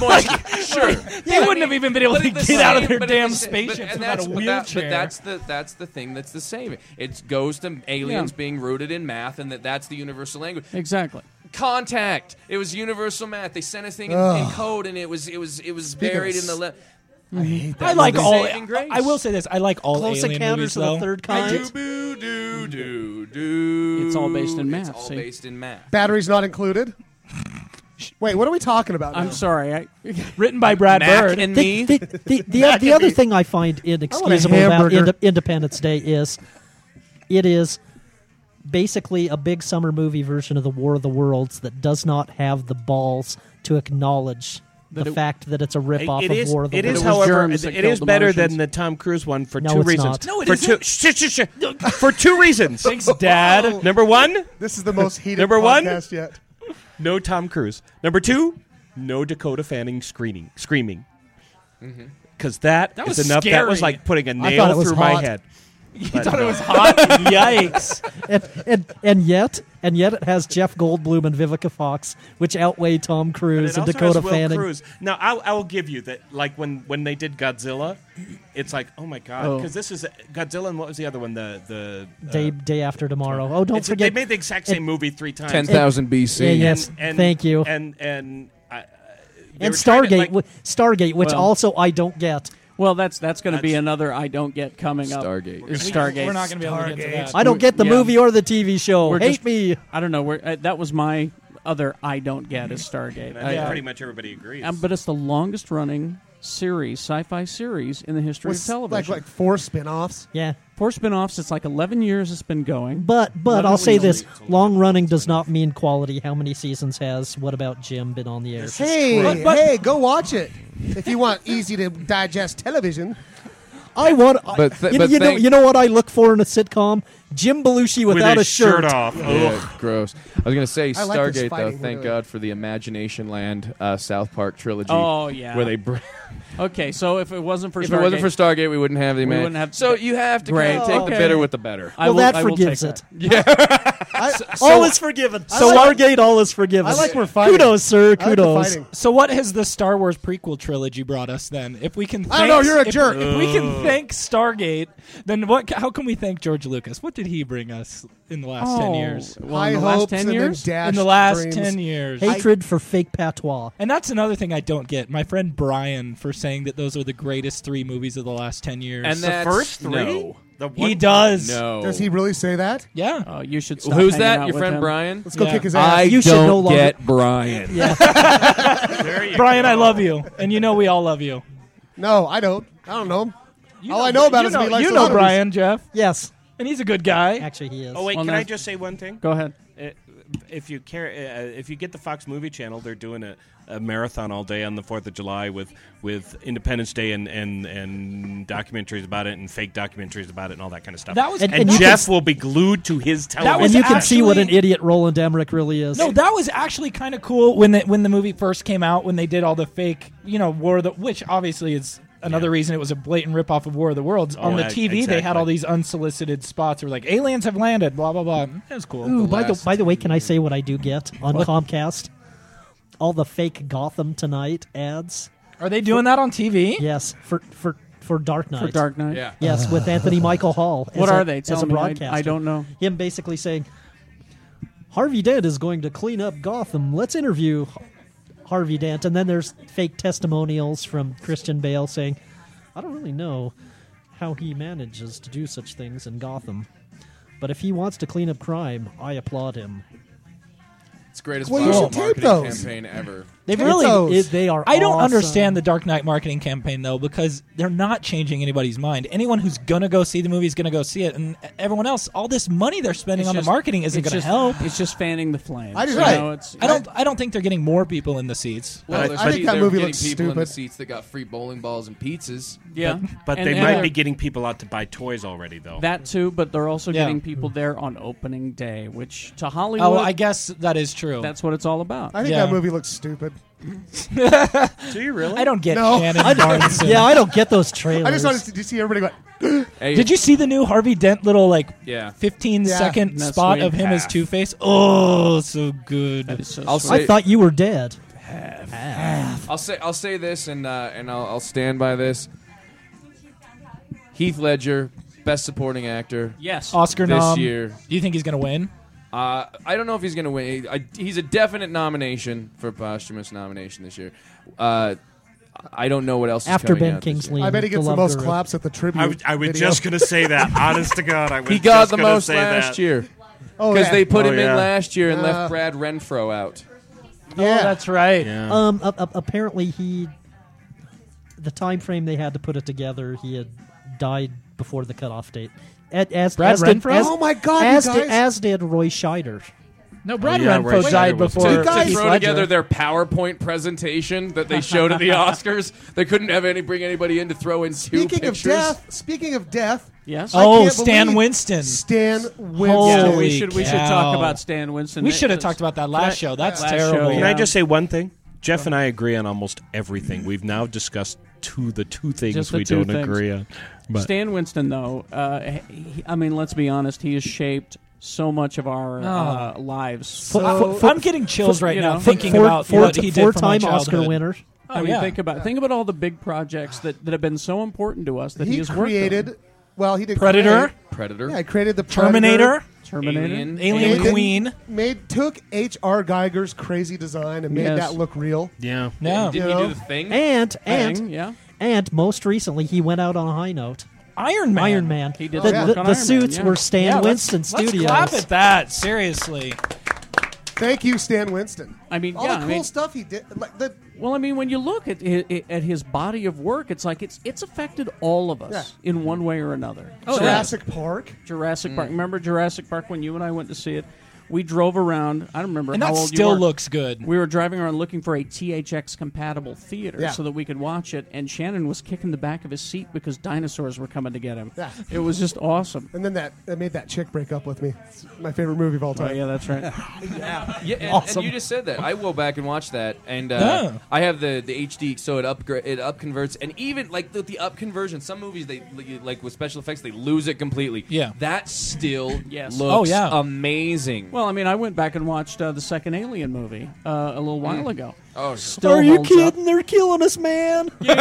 Speaker 6: moisture. Sure,
Speaker 4: They wouldn't have even been able
Speaker 6: But
Speaker 4: to
Speaker 6: at the
Speaker 4: get out of
Speaker 6: same-
Speaker 4: their
Speaker 6: but at the
Speaker 4: damn
Speaker 6: sa- but-
Speaker 4: spaceships without a
Speaker 6: and that's- but that-
Speaker 4: wheelchair.
Speaker 6: But that's the that's the thing that's the same. It goes to aliens
Speaker 2: Yeah.
Speaker 6: being rooted in math, and that that's the universal language
Speaker 2: exactly.
Speaker 6: contact. It was universal math. They sent a thing in, in code, and it was it was it was buried in the. Le-
Speaker 4: I hate
Speaker 6: that
Speaker 4: I like
Speaker 6: movie.
Speaker 4: all.
Speaker 6: Saving Grace.
Speaker 4: I will say this. I like all
Speaker 5: Close
Speaker 4: Alien movies,
Speaker 5: Encounters of the
Speaker 4: though.
Speaker 5: Third
Speaker 4: I do.
Speaker 5: Kind.
Speaker 6: Boo, doo, doo, doo.
Speaker 2: It's all based in math,
Speaker 6: It's all
Speaker 2: see?
Speaker 6: based in math.
Speaker 3: Batteries not included. Wait, what are we talking about?
Speaker 2: I'm
Speaker 3: now?
Speaker 2: sorry. I,
Speaker 4: Written by Brad
Speaker 6: Mac
Speaker 4: Bird.
Speaker 6: and
Speaker 5: The,
Speaker 6: me.
Speaker 5: the, the, the, the other thing I find inexcusable about
Speaker 3: hamburger.
Speaker 5: Inde- Independence Day is it is basically a big summer movie version of the War of the Worlds that does not have the balls to acknowledge the
Speaker 2: That it-
Speaker 5: fact that it's a rip off
Speaker 9: It
Speaker 5: of
Speaker 9: is,
Speaker 5: War of the
Speaker 9: it
Speaker 5: Worlds.
Speaker 9: is
Speaker 2: was
Speaker 9: however,
Speaker 2: germs
Speaker 9: it-
Speaker 2: that
Speaker 9: it
Speaker 2: killed
Speaker 9: is
Speaker 2: the
Speaker 9: better
Speaker 2: Martians.
Speaker 9: than the Tom Cruise one for
Speaker 5: No,
Speaker 9: two
Speaker 5: it's
Speaker 9: reasons.
Speaker 5: not.
Speaker 9: No, it for Two, shh, shh, shh. For two reasons. Thanks, Dad. Number one,
Speaker 3: This is the most heated
Speaker 9: Number one?
Speaker 3: podcast yet.
Speaker 9: no Tom Cruise. Number two, no Dakota Fanning screening, screaming. Because that,
Speaker 4: Mm-hmm. That
Speaker 9: is
Speaker 4: was
Speaker 9: enough. That was
Speaker 4: scary.
Speaker 9: like putting a
Speaker 3: thought
Speaker 9: nail
Speaker 3: it was
Speaker 9: through my
Speaker 3: hot.
Speaker 9: head.
Speaker 4: You
Speaker 9: But
Speaker 4: thought it
Speaker 9: no.
Speaker 4: was hot? Yikes!
Speaker 5: and, and and yet and yet it has Jeff Goldblum and Vivica Fox, which outweigh Tom
Speaker 9: But
Speaker 5: Cruise
Speaker 9: it
Speaker 5: and
Speaker 9: also
Speaker 5: Dakota
Speaker 9: has Will
Speaker 5: Fanning.
Speaker 9: Cruz. Now, I'll, I will give you that. Like when when they did Godzilla, it's like, oh my god,
Speaker 2: Oh.
Speaker 9: because this is Godzilla and what was the other one? The the uh,
Speaker 5: Day day after tomorrow. Oh, don't
Speaker 9: it's-
Speaker 5: forget.
Speaker 9: they made the exact same movie three times.
Speaker 6: Ten thousand BC.
Speaker 5: Yeah, yes. thank you. And,
Speaker 9: And and I, uh, they were trying
Speaker 5: Stargate,
Speaker 9: to, like-
Speaker 5: w- Stargate, which
Speaker 2: Well-
Speaker 5: also I don't get.
Speaker 2: well, that's that's going to be
Speaker 9: That's-
Speaker 2: another I don't get coming up.
Speaker 6: Stargate.
Speaker 2: Is Stargate.
Speaker 4: We're not going to be able to get to that.
Speaker 5: I don't get the
Speaker 2: yeah.
Speaker 5: movie or the TV show.
Speaker 2: We're
Speaker 5: Hate
Speaker 2: just-
Speaker 5: me.
Speaker 2: I don't know where uh, that was my other I don't get is Stargate.
Speaker 9: and I think
Speaker 2: I-
Speaker 9: pretty much everybody agrees.
Speaker 2: Um, but it's the longest running series, sci-fi series in the history
Speaker 3: With
Speaker 2: of television.
Speaker 3: Like like four spin-offs.
Speaker 5: Yeah,
Speaker 2: Four spin-offs. It's like 11 years it's been going.
Speaker 5: but but
Speaker 2: Not
Speaker 5: I'll
Speaker 2: only
Speaker 5: say
Speaker 2: is
Speaker 5: this:
Speaker 9: it-
Speaker 5: long running does not mean quality. How many seasons has? What about Jim been on the air?
Speaker 3: Hey,
Speaker 5: But- but-
Speaker 3: hey, go watch it if you want easy to digest television.
Speaker 5: I want. I-
Speaker 6: But th-
Speaker 5: you,
Speaker 6: but
Speaker 5: you know,
Speaker 6: thank-
Speaker 5: you know what I look for in a sitcom? Jim Belushi
Speaker 9: with
Speaker 5: without
Speaker 9: his
Speaker 5: a shirt.
Speaker 9: off. Ugh.
Speaker 6: Yeah, gross. I was gonna say
Speaker 3: I like this fighting
Speaker 6: Stargate though.
Speaker 3: we're
Speaker 6: Thank
Speaker 3: doing.
Speaker 6: God for the Imagination Land uh, South Park trilogy.
Speaker 2: Oh, yeah.
Speaker 6: where they br-
Speaker 2: Okay, so if it wasn't for
Speaker 6: if
Speaker 2: Stargate,
Speaker 6: it wasn't for Stargate, we wouldn't have the
Speaker 2: We
Speaker 6: Imagination.
Speaker 2: wouldn't have-
Speaker 6: so you have to kind
Speaker 2: Great.
Speaker 6: of take
Speaker 2: Okay.
Speaker 6: the bitter with the better.
Speaker 2: I
Speaker 5: Well,
Speaker 2: will-
Speaker 5: that
Speaker 2: I will take
Speaker 5: forgives
Speaker 2: that.
Speaker 5: it.
Speaker 3: I,
Speaker 5: all is forgiven. So
Speaker 3: like-
Speaker 5: Stargate, all is forgiven.
Speaker 3: I like we're fighting.
Speaker 5: Kudos, sir.
Speaker 3: I like the
Speaker 5: Kudos.
Speaker 3: fighting.
Speaker 4: So what has the Star Wars prequel trilogy brought us then? If we can, thank,
Speaker 3: I don't know, you're a
Speaker 4: if-
Speaker 3: jerk.
Speaker 4: If we can thank Stargate, then what? How can we thank George Lucas? What did he bring us in the last ten
Speaker 2: Oh,
Speaker 4: years?
Speaker 2: Well,
Speaker 3: High
Speaker 2: in the last
Speaker 3: hopes
Speaker 2: ten
Speaker 3: and
Speaker 2: years,
Speaker 3: then dashed
Speaker 4: In the last
Speaker 3: dreams.
Speaker 4: ten years,
Speaker 5: Hatred for fake patois.
Speaker 4: and that's another thing I don't get. My friend Brian for saying that those are the greatest three movies of the last ten years.
Speaker 6: And
Speaker 9: The
Speaker 6: that's-
Speaker 9: first three.
Speaker 6: no.
Speaker 9: The
Speaker 4: he
Speaker 9: one-
Speaker 4: does.
Speaker 6: No.
Speaker 3: Does he really say that?
Speaker 4: Yeah.
Speaker 2: Oh, you should. Stop
Speaker 6: Who's
Speaker 2: hanging
Speaker 6: that?
Speaker 2: out
Speaker 6: Your
Speaker 2: with
Speaker 6: friend
Speaker 2: him.
Speaker 6: Brian?
Speaker 3: Let's go
Speaker 4: Yeah.
Speaker 3: kick his ass.
Speaker 6: I
Speaker 5: You should
Speaker 6: don't
Speaker 5: no longer-
Speaker 6: get Brian.
Speaker 9: There you
Speaker 4: Brian,
Speaker 9: go.
Speaker 4: I love you, and you know we all love you.
Speaker 3: no, I don't. I don't know. him.
Speaker 4: You
Speaker 3: All I know about
Speaker 4: you
Speaker 3: is he likes
Speaker 4: you
Speaker 3: a
Speaker 4: know
Speaker 3: lot of
Speaker 4: Brian Jeff,
Speaker 5: Yes,
Speaker 4: and he's a good guy.
Speaker 5: actually, he is.
Speaker 9: Oh wait,
Speaker 2: Well,
Speaker 9: can
Speaker 2: now-
Speaker 9: I just say one thing?
Speaker 2: Go ahead.
Speaker 9: Uh, If you care, uh, if you get the Fox Movie Channel, they're doing a, a marathon all day on the Fourth of July with, with Independence Day and, and, and documentaries about it and fake documentaries about it and all that kind of stuff.
Speaker 4: That was
Speaker 5: And-
Speaker 9: and,
Speaker 5: and you
Speaker 9: Jeff
Speaker 5: can-
Speaker 9: will be glued to his television.
Speaker 4: That was
Speaker 5: and you can see what an
Speaker 4: actually-
Speaker 5: idiot Roland Emmerich really is.
Speaker 4: No, that was actually kind of cool when the, when the movie first came out when they did all the fake, you know, War of the which obviously is another
Speaker 9: Yeah.
Speaker 4: reason it was a blatant ripoff of War of the Worlds. On
Speaker 9: Oh,
Speaker 4: the
Speaker 9: ex-
Speaker 4: TV, they had
Speaker 9: exactly.
Speaker 4: all these unsolicited spots where like aliens have landed, blah blah blah. That was cool.
Speaker 5: Ooh, by the
Speaker 6: last
Speaker 5: by the way, can I say what I do get on Comcast? All the fake Gotham Tonight ads.
Speaker 4: Are they doing that on TV?
Speaker 5: Yes, for for for Dark Knight.
Speaker 2: For Dark Knight.
Speaker 6: Yeah.
Speaker 5: Yes, with Anthony Michael Hall. as
Speaker 2: What
Speaker 5: a-
Speaker 2: are they?
Speaker 5: as
Speaker 2: Tell
Speaker 5: a
Speaker 2: me. I-
Speaker 5: broadcaster.
Speaker 2: I don't know.
Speaker 5: Him basically saying, Harvey Dent is going to clean up Gotham. Let's interview H- Harvey Dent. And then there's fake testimonials from Christian Bale saying, I don't really know how he manages to do such things in Gotham. But if he wants to clean up crime, I applaud him.
Speaker 6: It's the greatest
Speaker 3: Well, you
Speaker 6: viral
Speaker 3: should
Speaker 6: marketing
Speaker 3: tape those.
Speaker 6: campaign ever.
Speaker 5: They
Speaker 3: Take those.
Speaker 5: really, it, they are.
Speaker 4: I don't
Speaker 5: awesome.
Speaker 4: understand the Dark Knight marketing campaign though because they're not changing anybody's mind. Anyone who's gonna go see the movie is gonna go see it, and everyone else, all this money they're spending
Speaker 2: It's
Speaker 4: on
Speaker 2: just-
Speaker 4: the marketing isn't
Speaker 2: it's
Speaker 4: gonna
Speaker 2: just-
Speaker 4: help.
Speaker 2: It's just fanning the flames.
Speaker 3: I just-
Speaker 2: You
Speaker 3: right.
Speaker 2: know, it's-
Speaker 4: I don't. I don't think they're getting more people in the seats.
Speaker 6: Well,
Speaker 9: I-
Speaker 6: they're
Speaker 9: I
Speaker 6: saying
Speaker 3: think that
Speaker 6: they're
Speaker 3: movie
Speaker 6: getting
Speaker 3: looks
Speaker 6: people in the
Speaker 3: stupid.
Speaker 6: seats that got free bowling balls and pizzas.
Speaker 2: Yeah,
Speaker 9: But
Speaker 2: And-
Speaker 9: they
Speaker 2: and
Speaker 9: might
Speaker 2: they're-
Speaker 9: be getting people out to buy toys already, though.
Speaker 2: that too. But they're also
Speaker 4: Yeah.
Speaker 2: getting people there on opening day, which to Hollywood,
Speaker 4: Oh, I guess that is true.
Speaker 2: that's what it's all about.
Speaker 3: I think
Speaker 4: Yeah.
Speaker 3: that movie looks stupid.
Speaker 9: Do you really?
Speaker 4: I don't get
Speaker 3: No.
Speaker 4: Shannon Barneson.
Speaker 5: Yeah, I don't get those trailers.
Speaker 3: I just wanted to did you see everybody going.
Speaker 6: Hey,
Speaker 4: Did you see the new Harvey Dent little like
Speaker 6: Yeah.
Speaker 4: fifteen second
Speaker 3: Yeah.
Speaker 2: No,
Speaker 4: spot
Speaker 2: sweet
Speaker 4: of him as
Speaker 9: half.
Speaker 4: Two Face? Oh, so good.
Speaker 2: That is so
Speaker 6: I'll
Speaker 2: sweet.
Speaker 6: say-
Speaker 5: I thought you were dead.
Speaker 6: I'll say I'll say this and uh, and I'll, I'll stand by this. Heath Ledger, best supporting actor
Speaker 2: yes.
Speaker 4: Oscar
Speaker 6: this
Speaker 4: nom.
Speaker 6: year.
Speaker 4: Do you think he's gonna win?
Speaker 6: Uh, I don't know if he's going to win. He- I, he's a definite nomination for posthumous nomination this year. Uh, I don't know what else
Speaker 5: After
Speaker 6: is coming
Speaker 5: Ben
Speaker 6: out this year.
Speaker 5: Kingsley
Speaker 3: I bet he
Speaker 5: The
Speaker 3: gets the
Speaker 5: Love
Speaker 3: most
Speaker 5: Guru.
Speaker 3: claps at the tribute.
Speaker 9: I was, I was
Speaker 3: video.
Speaker 9: just going to say that. Honest to God, I was
Speaker 6: He got
Speaker 9: just
Speaker 6: the
Speaker 9: gonna
Speaker 6: most
Speaker 9: say
Speaker 6: last
Speaker 9: that.
Speaker 6: year
Speaker 3: Oh,
Speaker 6: because
Speaker 3: yeah.
Speaker 6: they put
Speaker 9: Oh,
Speaker 6: him
Speaker 9: yeah.
Speaker 6: in last year and
Speaker 3: Uh,
Speaker 6: left Brad Renfro out.
Speaker 3: yeah.
Speaker 4: that's right.
Speaker 9: Yeah.
Speaker 5: Um, a- a- apparently he, the time frame they had to put it together, he had died before the cutoff date. As, as,
Speaker 4: Brad
Speaker 5: as did-
Speaker 4: Renfro?
Speaker 5: as-
Speaker 3: Oh my God, you
Speaker 5: As,
Speaker 3: guys.
Speaker 5: Did, as did Roy Scheider.
Speaker 4: No, Brad
Speaker 9: yeah, Ray
Speaker 4: Renfro
Speaker 9: Schneider
Speaker 4: died
Speaker 9: was-
Speaker 4: before.
Speaker 3: Did you guys
Speaker 4: Heath
Speaker 6: Throw
Speaker 4: Ledger.
Speaker 6: together their PowerPoint presentation that they showed at the Oscars. They couldn't have any bring anybody in to throw in two
Speaker 3: Speaking of
Speaker 6: pictures.
Speaker 3: death, speaking of death,
Speaker 2: Yes.
Speaker 3: I
Speaker 4: Oh,
Speaker 3: can't
Speaker 4: Stan
Speaker 3: believe
Speaker 4: Winston.
Speaker 3: Stan
Speaker 4: Holy
Speaker 3: Winston.
Speaker 2: we should we should
Speaker 4: cow.
Speaker 2: talk about Stan Winston.
Speaker 4: We
Speaker 2: That-
Speaker 4: should have
Speaker 2: that's-
Speaker 4: talked about that last
Speaker 2: Can I-
Speaker 4: show. That's
Speaker 2: last
Speaker 4: terrible.
Speaker 2: show, yeah.
Speaker 9: Can
Speaker 4: Oh, Yeah.
Speaker 9: I just say one thing? Jeff and I agree on almost everything. We've now discussed two the two things
Speaker 2: Just the
Speaker 9: we
Speaker 2: two
Speaker 9: don't
Speaker 2: things.
Speaker 9: agree on. But
Speaker 2: Stan Winston, though, uh, he, I mean, let's be honest, he has shaped so much of our uh, lives.
Speaker 4: I- I'm getting chills right
Speaker 2: you
Speaker 4: now
Speaker 2: know,
Speaker 4: thinking
Speaker 5: four,
Speaker 4: about
Speaker 5: four,
Speaker 4: what he did for my
Speaker 5: four-time Oscar
Speaker 4: childhood.
Speaker 5: winner.
Speaker 2: I
Speaker 4: Oh,
Speaker 2: mean,
Speaker 4: yeah.
Speaker 2: think about think about all the big projects that, that have been so important to us that he,
Speaker 3: He
Speaker 2: has worked on.
Speaker 3: created. Well, he did
Speaker 4: Predator,
Speaker 3: create-
Speaker 6: Predator,
Speaker 3: Yeah, I created the Predator,
Speaker 4: Terminator,
Speaker 2: Terminator.
Speaker 6: Alien,
Speaker 4: Alien
Speaker 3: Made-
Speaker 4: Queen.
Speaker 3: Made took H.R. Geiger's crazy design and made
Speaker 2: Yes.
Speaker 3: that look real.
Speaker 9: yeah,
Speaker 4: No,
Speaker 6: Did
Speaker 3: You
Speaker 6: he
Speaker 3: know?
Speaker 6: do the thing?
Speaker 5: And and
Speaker 2: Thing, yeah.
Speaker 5: and most recently, he went out on a high note.
Speaker 4: Iron Man.
Speaker 5: Iron Man.
Speaker 2: He did
Speaker 5: the,
Speaker 2: some
Speaker 5: the-
Speaker 2: work on
Speaker 5: the
Speaker 2: Iron Man,
Speaker 5: suits
Speaker 2: yeah.
Speaker 5: were Stan
Speaker 4: Yeah, let's-
Speaker 5: Winston Studios.
Speaker 4: Let's clap at that. Seriously.
Speaker 3: Thank you, Stan Winston.
Speaker 2: I mean,
Speaker 3: all
Speaker 2: yeah,
Speaker 3: the cool
Speaker 2: I mean-
Speaker 3: stuff he did. Like the
Speaker 2: Well, I mean, when you look at his, at his body of work, it's like it's it's affected all of us in one way or another.
Speaker 4: Oh.
Speaker 3: Jurassic Park.
Speaker 2: Jurassic
Speaker 4: Mm.
Speaker 2: Park. Remember Jurassic Park when you and I went to see it? We drove around. I don't remember
Speaker 4: And
Speaker 2: how
Speaker 4: that
Speaker 2: old you
Speaker 4: still
Speaker 2: were.
Speaker 4: looks good.
Speaker 2: We were driving around looking for a THX compatible theater
Speaker 3: Yeah.
Speaker 2: so that we could watch it, and Shannon was kicking the back of his seat because dinosaurs were coming to get him.
Speaker 3: Yeah.
Speaker 2: It was just awesome.
Speaker 3: And then that, that made that chick break up with me. It's my favorite movie of all
Speaker 2: Oh,
Speaker 3: time.
Speaker 2: yeah, that's right.
Speaker 6: Yeah, and,
Speaker 5: Awesome.
Speaker 6: and you just said that. I will back and watch that, and
Speaker 4: Yeah.
Speaker 6: uh, I have the the HD, so it upgrade it up converts, and even like the, the up conversion. Some movies they like with special effects they lose it completely.
Speaker 4: Yeah.
Speaker 6: that still
Speaker 2: Yes.
Speaker 6: looks
Speaker 4: Oh, yeah.
Speaker 6: amazing.
Speaker 2: Well, I mean, I went back and watched uh, the second Alien movie uh, a little while ago.
Speaker 6: oh,
Speaker 2: Still
Speaker 5: Are you
Speaker 2: holds up.
Speaker 5: kidding? They're killing us, man.
Speaker 2: Game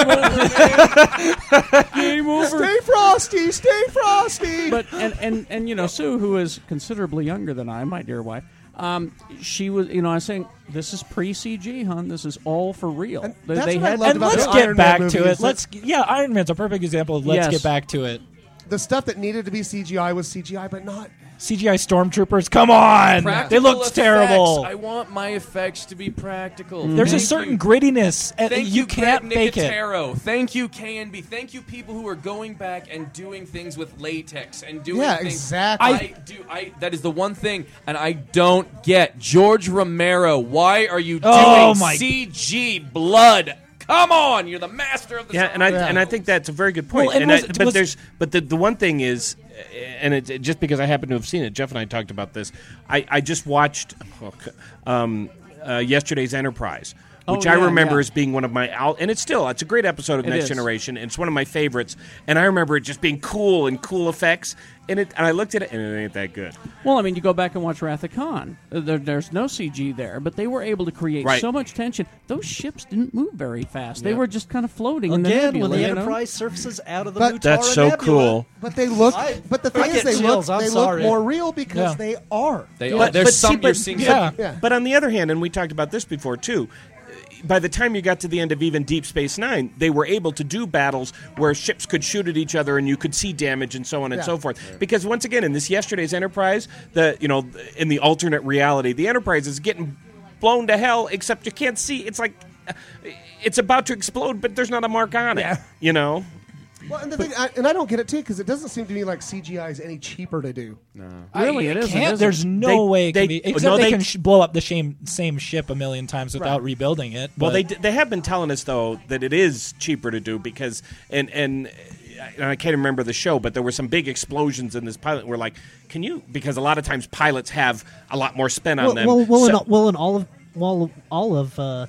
Speaker 2: over.
Speaker 3: Stay frosty, stay frosty.
Speaker 2: but and, and and you know Sue, who is considerably younger than I, my dear wife, um, she was. You know, I was saying this is pre CG, hon. This is all for real. They-
Speaker 3: that's
Speaker 2: they
Speaker 3: what I
Speaker 2: had-
Speaker 3: loved
Speaker 4: And
Speaker 3: about
Speaker 4: let's
Speaker 3: the
Speaker 4: get
Speaker 3: Iron Man
Speaker 4: back
Speaker 3: movie
Speaker 4: to
Speaker 3: is
Speaker 4: it.
Speaker 3: that-
Speaker 4: Let's yeah, Iron Man's a perfect example of let's
Speaker 2: Yes.
Speaker 4: get back to it.
Speaker 3: the stuff that needed to be CGI was CGI, but not.
Speaker 4: CGI stormtroopers, come on.
Speaker 6: Practical
Speaker 4: they looked
Speaker 6: effects.
Speaker 4: terrible. Mm-hmm.
Speaker 6: I want my effects to be practical.
Speaker 4: There's
Speaker 6: Thank
Speaker 4: a certain
Speaker 6: you.
Speaker 4: grittiness and
Speaker 6: Thank
Speaker 4: you, can't
Speaker 6: Greg
Speaker 4: fake it.
Speaker 6: Nicotero. Thank you, K&B. Thank you, people who are going back and doing things with latex and doing
Speaker 3: Yeah,
Speaker 6: things.
Speaker 3: exactly.
Speaker 6: I do. I that is the one thing, and I don't get George Romero. Why are you
Speaker 4: Oh,
Speaker 6: doing
Speaker 4: my-
Speaker 6: CG blood? Come on, you're the master of the.
Speaker 9: yeah, and I
Speaker 3: Yeah.
Speaker 9: and I think that's a very good point.
Speaker 4: Well, and
Speaker 9: and
Speaker 4: was-
Speaker 9: I, but
Speaker 4: was-
Speaker 9: there's but the the one thing is, uh, and it, it- just because I happen to have seen it, Jeff and I talked about this. I I just watched oh, c- um, uh, yesterday's Enterprise. Which
Speaker 2: Oh,
Speaker 9: I
Speaker 2: yeah,
Speaker 9: remember
Speaker 2: yeah.
Speaker 9: as being one of my, al- and it's still it's a great episode of
Speaker 2: It
Speaker 9: Next
Speaker 2: is.
Speaker 9: Generation. And it's one of my favorites, and I remember it just being cool and cool effects. And it, and I looked at it, and it ain't that good.
Speaker 2: Well, I mean, you go back and watch Wrath of Khan. Uh, There, there's no CG there, but they were able to create
Speaker 9: Right.
Speaker 2: so much tension. Those ships didn't move very fast. They were just kind of floating in the
Speaker 5: Again,
Speaker 2: nebula,
Speaker 5: when the
Speaker 2: you know?
Speaker 5: Enterprise surfaces out of the
Speaker 3: But-
Speaker 5: Mutara
Speaker 9: That's so
Speaker 5: Nebula,
Speaker 9: cool.
Speaker 3: But they look.
Speaker 5: I-
Speaker 3: but the
Speaker 5: I
Speaker 3: thing is,
Speaker 5: get
Speaker 3: they
Speaker 5: chills,
Speaker 3: look.
Speaker 5: I'm
Speaker 3: they
Speaker 5: sorry.
Speaker 3: look more real because
Speaker 4: Yeah.
Speaker 3: they are.
Speaker 6: They
Speaker 9: But-
Speaker 6: are. There's
Speaker 9: but
Speaker 6: some
Speaker 9: see,
Speaker 6: you're
Speaker 9: but-
Speaker 6: seeing.
Speaker 4: yeah.
Speaker 6: some-
Speaker 3: Yeah.
Speaker 9: But on the other hand, and we talked about this before too, by the time you got to the end of even Deep Space Nine, they were able to do battles where ships could shoot at each other and you could see damage and so on and
Speaker 3: Yeah.
Speaker 9: so forth. Because once again, in this yesterday's Enterprise, the you know in the alternate reality, the Enterprise is getting blown to hell. Except you can't see. It's like uh, it's about to explode, but there's not a mark on it. You know.
Speaker 3: Well, and the thing, I, and I don't get it too, because it doesn't seem to me like CGI is any cheaper to do.
Speaker 2: Really,
Speaker 4: I-
Speaker 2: it
Speaker 4: it
Speaker 2: isn't,
Speaker 4: Can't,
Speaker 2: is it?
Speaker 4: there's no
Speaker 9: They-
Speaker 4: way it
Speaker 9: they-
Speaker 4: can be. Except
Speaker 9: no,
Speaker 4: they,
Speaker 9: they-
Speaker 4: can sh- blow up the same same ship a million times without rebuilding it.
Speaker 9: Well,
Speaker 4: but-
Speaker 9: they d- they have been telling us though that it is cheaper to do because and and. And I can't remember the show, but there were some big explosions in this pilot. We're like, can you? Because a lot of times pilots have a lot more spin on
Speaker 5: Well,
Speaker 9: them.
Speaker 5: well, well,
Speaker 9: So-
Speaker 5: in, all- well, in all of well, all of uh,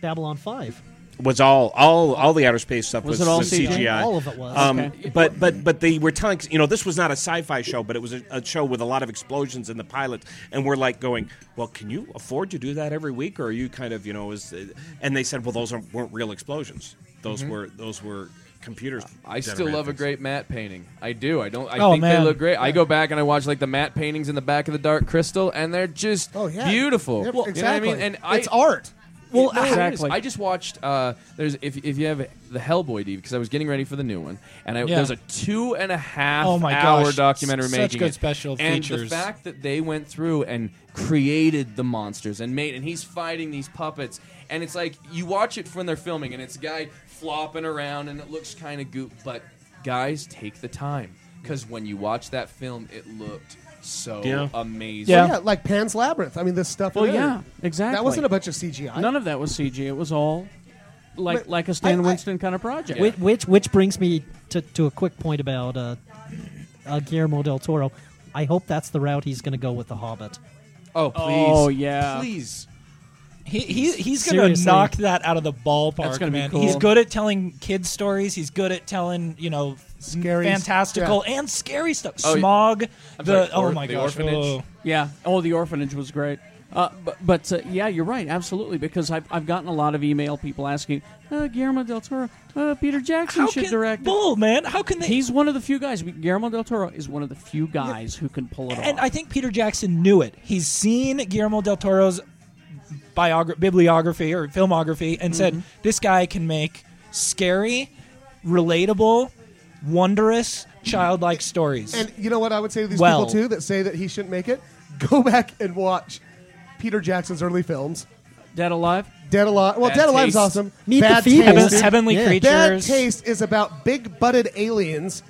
Speaker 5: Babylon Five.
Speaker 9: was all all all the outer space stuff
Speaker 2: Was
Speaker 9: was,
Speaker 2: it all
Speaker 9: was
Speaker 2: CGI?
Speaker 9: CGI?
Speaker 5: All of it was.
Speaker 9: Um,
Speaker 2: Okay.
Speaker 9: But but but they were telling you know this was not a sci-fi show, but it was a, a show with a lot of explosions in the pilot, and we're like going, well, can you afford to do that every week, or are you kind of you know is? uh," And they said, well, those aren't, weren't real explosions; those were those were computers.
Speaker 6: I still
Speaker 9: generated
Speaker 6: love a
Speaker 9: things."
Speaker 6: great matte painting. I do. I don't. I
Speaker 4: Oh,
Speaker 6: think
Speaker 4: man.
Speaker 6: they look great. I go back and I watch like the matte paintings in the back of the Dark Crystal, and they're just
Speaker 3: Oh yeah,
Speaker 6: beautiful.
Speaker 3: Yeah,
Speaker 6: You know what
Speaker 3: exactly.
Speaker 6: I mean, and I,
Speaker 3: it's art.
Speaker 6: Well,
Speaker 2: No, it exactly. is.
Speaker 6: I just watched. Uh, there's if, if you have the Hellboy DVD because I was getting ready for the new one, and I,
Speaker 4: Yeah.
Speaker 6: there's a two and a half
Speaker 4: Oh my
Speaker 6: hour
Speaker 4: gosh,
Speaker 6: documentary
Speaker 4: such
Speaker 6: making
Speaker 4: good
Speaker 6: it.
Speaker 4: special
Speaker 6: and
Speaker 4: features.
Speaker 6: The fact that they went through and created the monsters and made, and he's fighting these puppets, and it's like you watch it when they're filming, and it's a guy flopping around, and it looks kind of goop. But guys, take the time because when you watch that film, it looked so
Speaker 9: Yeah.
Speaker 6: amazing.
Speaker 3: Yeah. like Pan's Labyrinth. I mean, this stuff. in
Speaker 2: Well,
Speaker 3: there.
Speaker 2: yeah, exactly.
Speaker 3: That wasn't a bunch of CGI.
Speaker 2: None of that was CG. It was all like
Speaker 3: But
Speaker 2: like a Stan
Speaker 3: I- I-
Speaker 2: Winston kind of project.
Speaker 5: Which, which which brings me to, to a quick point about uh, uh, Guillermo del Toro. I hope that's the route he's going to go with The Hobbit.
Speaker 6: Oh please!
Speaker 2: Oh, yeah.
Speaker 6: please.
Speaker 4: He, he, he's going to
Speaker 5: Seriously.
Speaker 4: knock that out of the ballpark,
Speaker 2: That's gonna be
Speaker 4: man.
Speaker 2: cool.
Speaker 4: He's good at telling kids stories. He's good at telling, you know,
Speaker 3: Scary-
Speaker 4: fantastical and scary stuff.
Speaker 6: Oh, yeah.
Speaker 4: Smog,
Speaker 6: I'm
Speaker 4: the
Speaker 6: sorry,
Speaker 4: oh
Speaker 6: or-
Speaker 4: my
Speaker 6: the
Speaker 4: gosh,
Speaker 6: orphanage.
Speaker 4: whoa.
Speaker 2: Yeah. Oh, the orphanage was great. Uh, but but uh, yeah, you're right. Absolutely, because I've, I've gotten a lot of email people asking uh, Guillermo del Toro, uh, Peter Jackson
Speaker 4: How
Speaker 2: should
Speaker 4: can
Speaker 2: direct. it."
Speaker 4: bull man? How can they?
Speaker 2: He's one of the few guys. Guillermo del Toro is one of the few guys who can pull it
Speaker 4: and
Speaker 2: off.
Speaker 4: I think Peter Jackson knew it. He's seen Guillermo del Toro's biogra- bibliography or filmography and said,
Speaker 5: Mm-hmm.
Speaker 4: "This guy can make scary, relatable, wondrous, childlike stories."
Speaker 3: And you know what I would say to these
Speaker 4: Well-
Speaker 3: people too that say that he shouldn't make it? Go back and watch Peter Jackson's early films.
Speaker 2: Dead Alive.
Speaker 3: Dead Alive. Well,
Speaker 6: Bad
Speaker 3: Dead Alive is
Speaker 6: Taste.
Speaker 3: awesome.
Speaker 5: Meet
Speaker 3: Bad
Speaker 5: the Feebles.
Speaker 4: Heaven-
Speaker 3: Taste.
Speaker 4: heavenly
Speaker 5: Yeah.
Speaker 3: Bad
Speaker 4: creatures.
Speaker 3: Taste is about big butted aliens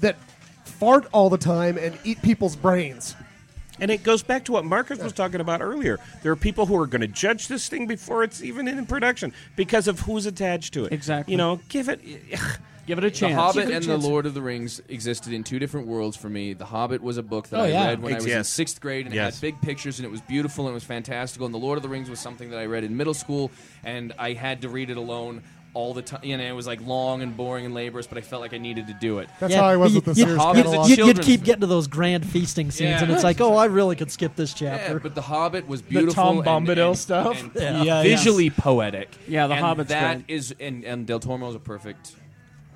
Speaker 3: that fart all the time and eat people's brains.
Speaker 9: And it goes back to what Marcus was talking about earlier. There are people who are going to judge this thing before it's even in production because of who's attached to it.
Speaker 2: Exactly.
Speaker 9: You know, give it.
Speaker 2: Give it a chance.
Speaker 6: The Hobbit
Speaker 3: Give it a
Speaker 6: and the
Speaker 3: chance.
Speaker 6: Lord of the Rings existed in two different worlds for me. The Hobbit was a book that
Speaker 4: Oh,
Speaker 6: I
Speaker 4: yeah.
Speaker 6: read when I was in
Speaker 9: Yes.
Speaker 6: sixth grade, and it
Speaker 9: Yes.
Speaker 6: had big pictures, and it was beautiful, and it was fantastical. And the Lord of the Rings was something that I read in middle school, and I had to read it alone all the time. And it was like long and boring and laborious, but I felt like I needed to do it.
Speaker 3: That's how I was
Speaker 5: you-
Speaker 3: with the
Speaker 5: you'd-
Speaker 3: Sears
Speaker 6: Hobbit is a
Speaker 3: catalog.
Speaker 5: You'd, you'd
Speaker 6: children's
Speaker 5: keep
Speaker 6: film.
Speaker 5: getting to those grand feasting scenes,
Speaker 6: Yeah.
Speaker 5: and it's like, oh, I really could skip this
Speaker 6: Yeah,
Speaker 5: chapter.
Speaker 6: but the Hobbit was beautiful.
Speaker 4: Tom
Speaker 6: and-
Speaker 4: Bombadil
Speaker 6: and-
Speaker 4: stuff.
Speaker 6: and
Speaker 4: Yeah. Yeah,
Speaker 6: visually poetic.
Speaker 2: Yeah, The
Speaker 6: and
Speaker 2: Hobbit's
Speaker 6: that
Speaker 2: great.
Speaker 6: is- and, and Del Toro is a perfect,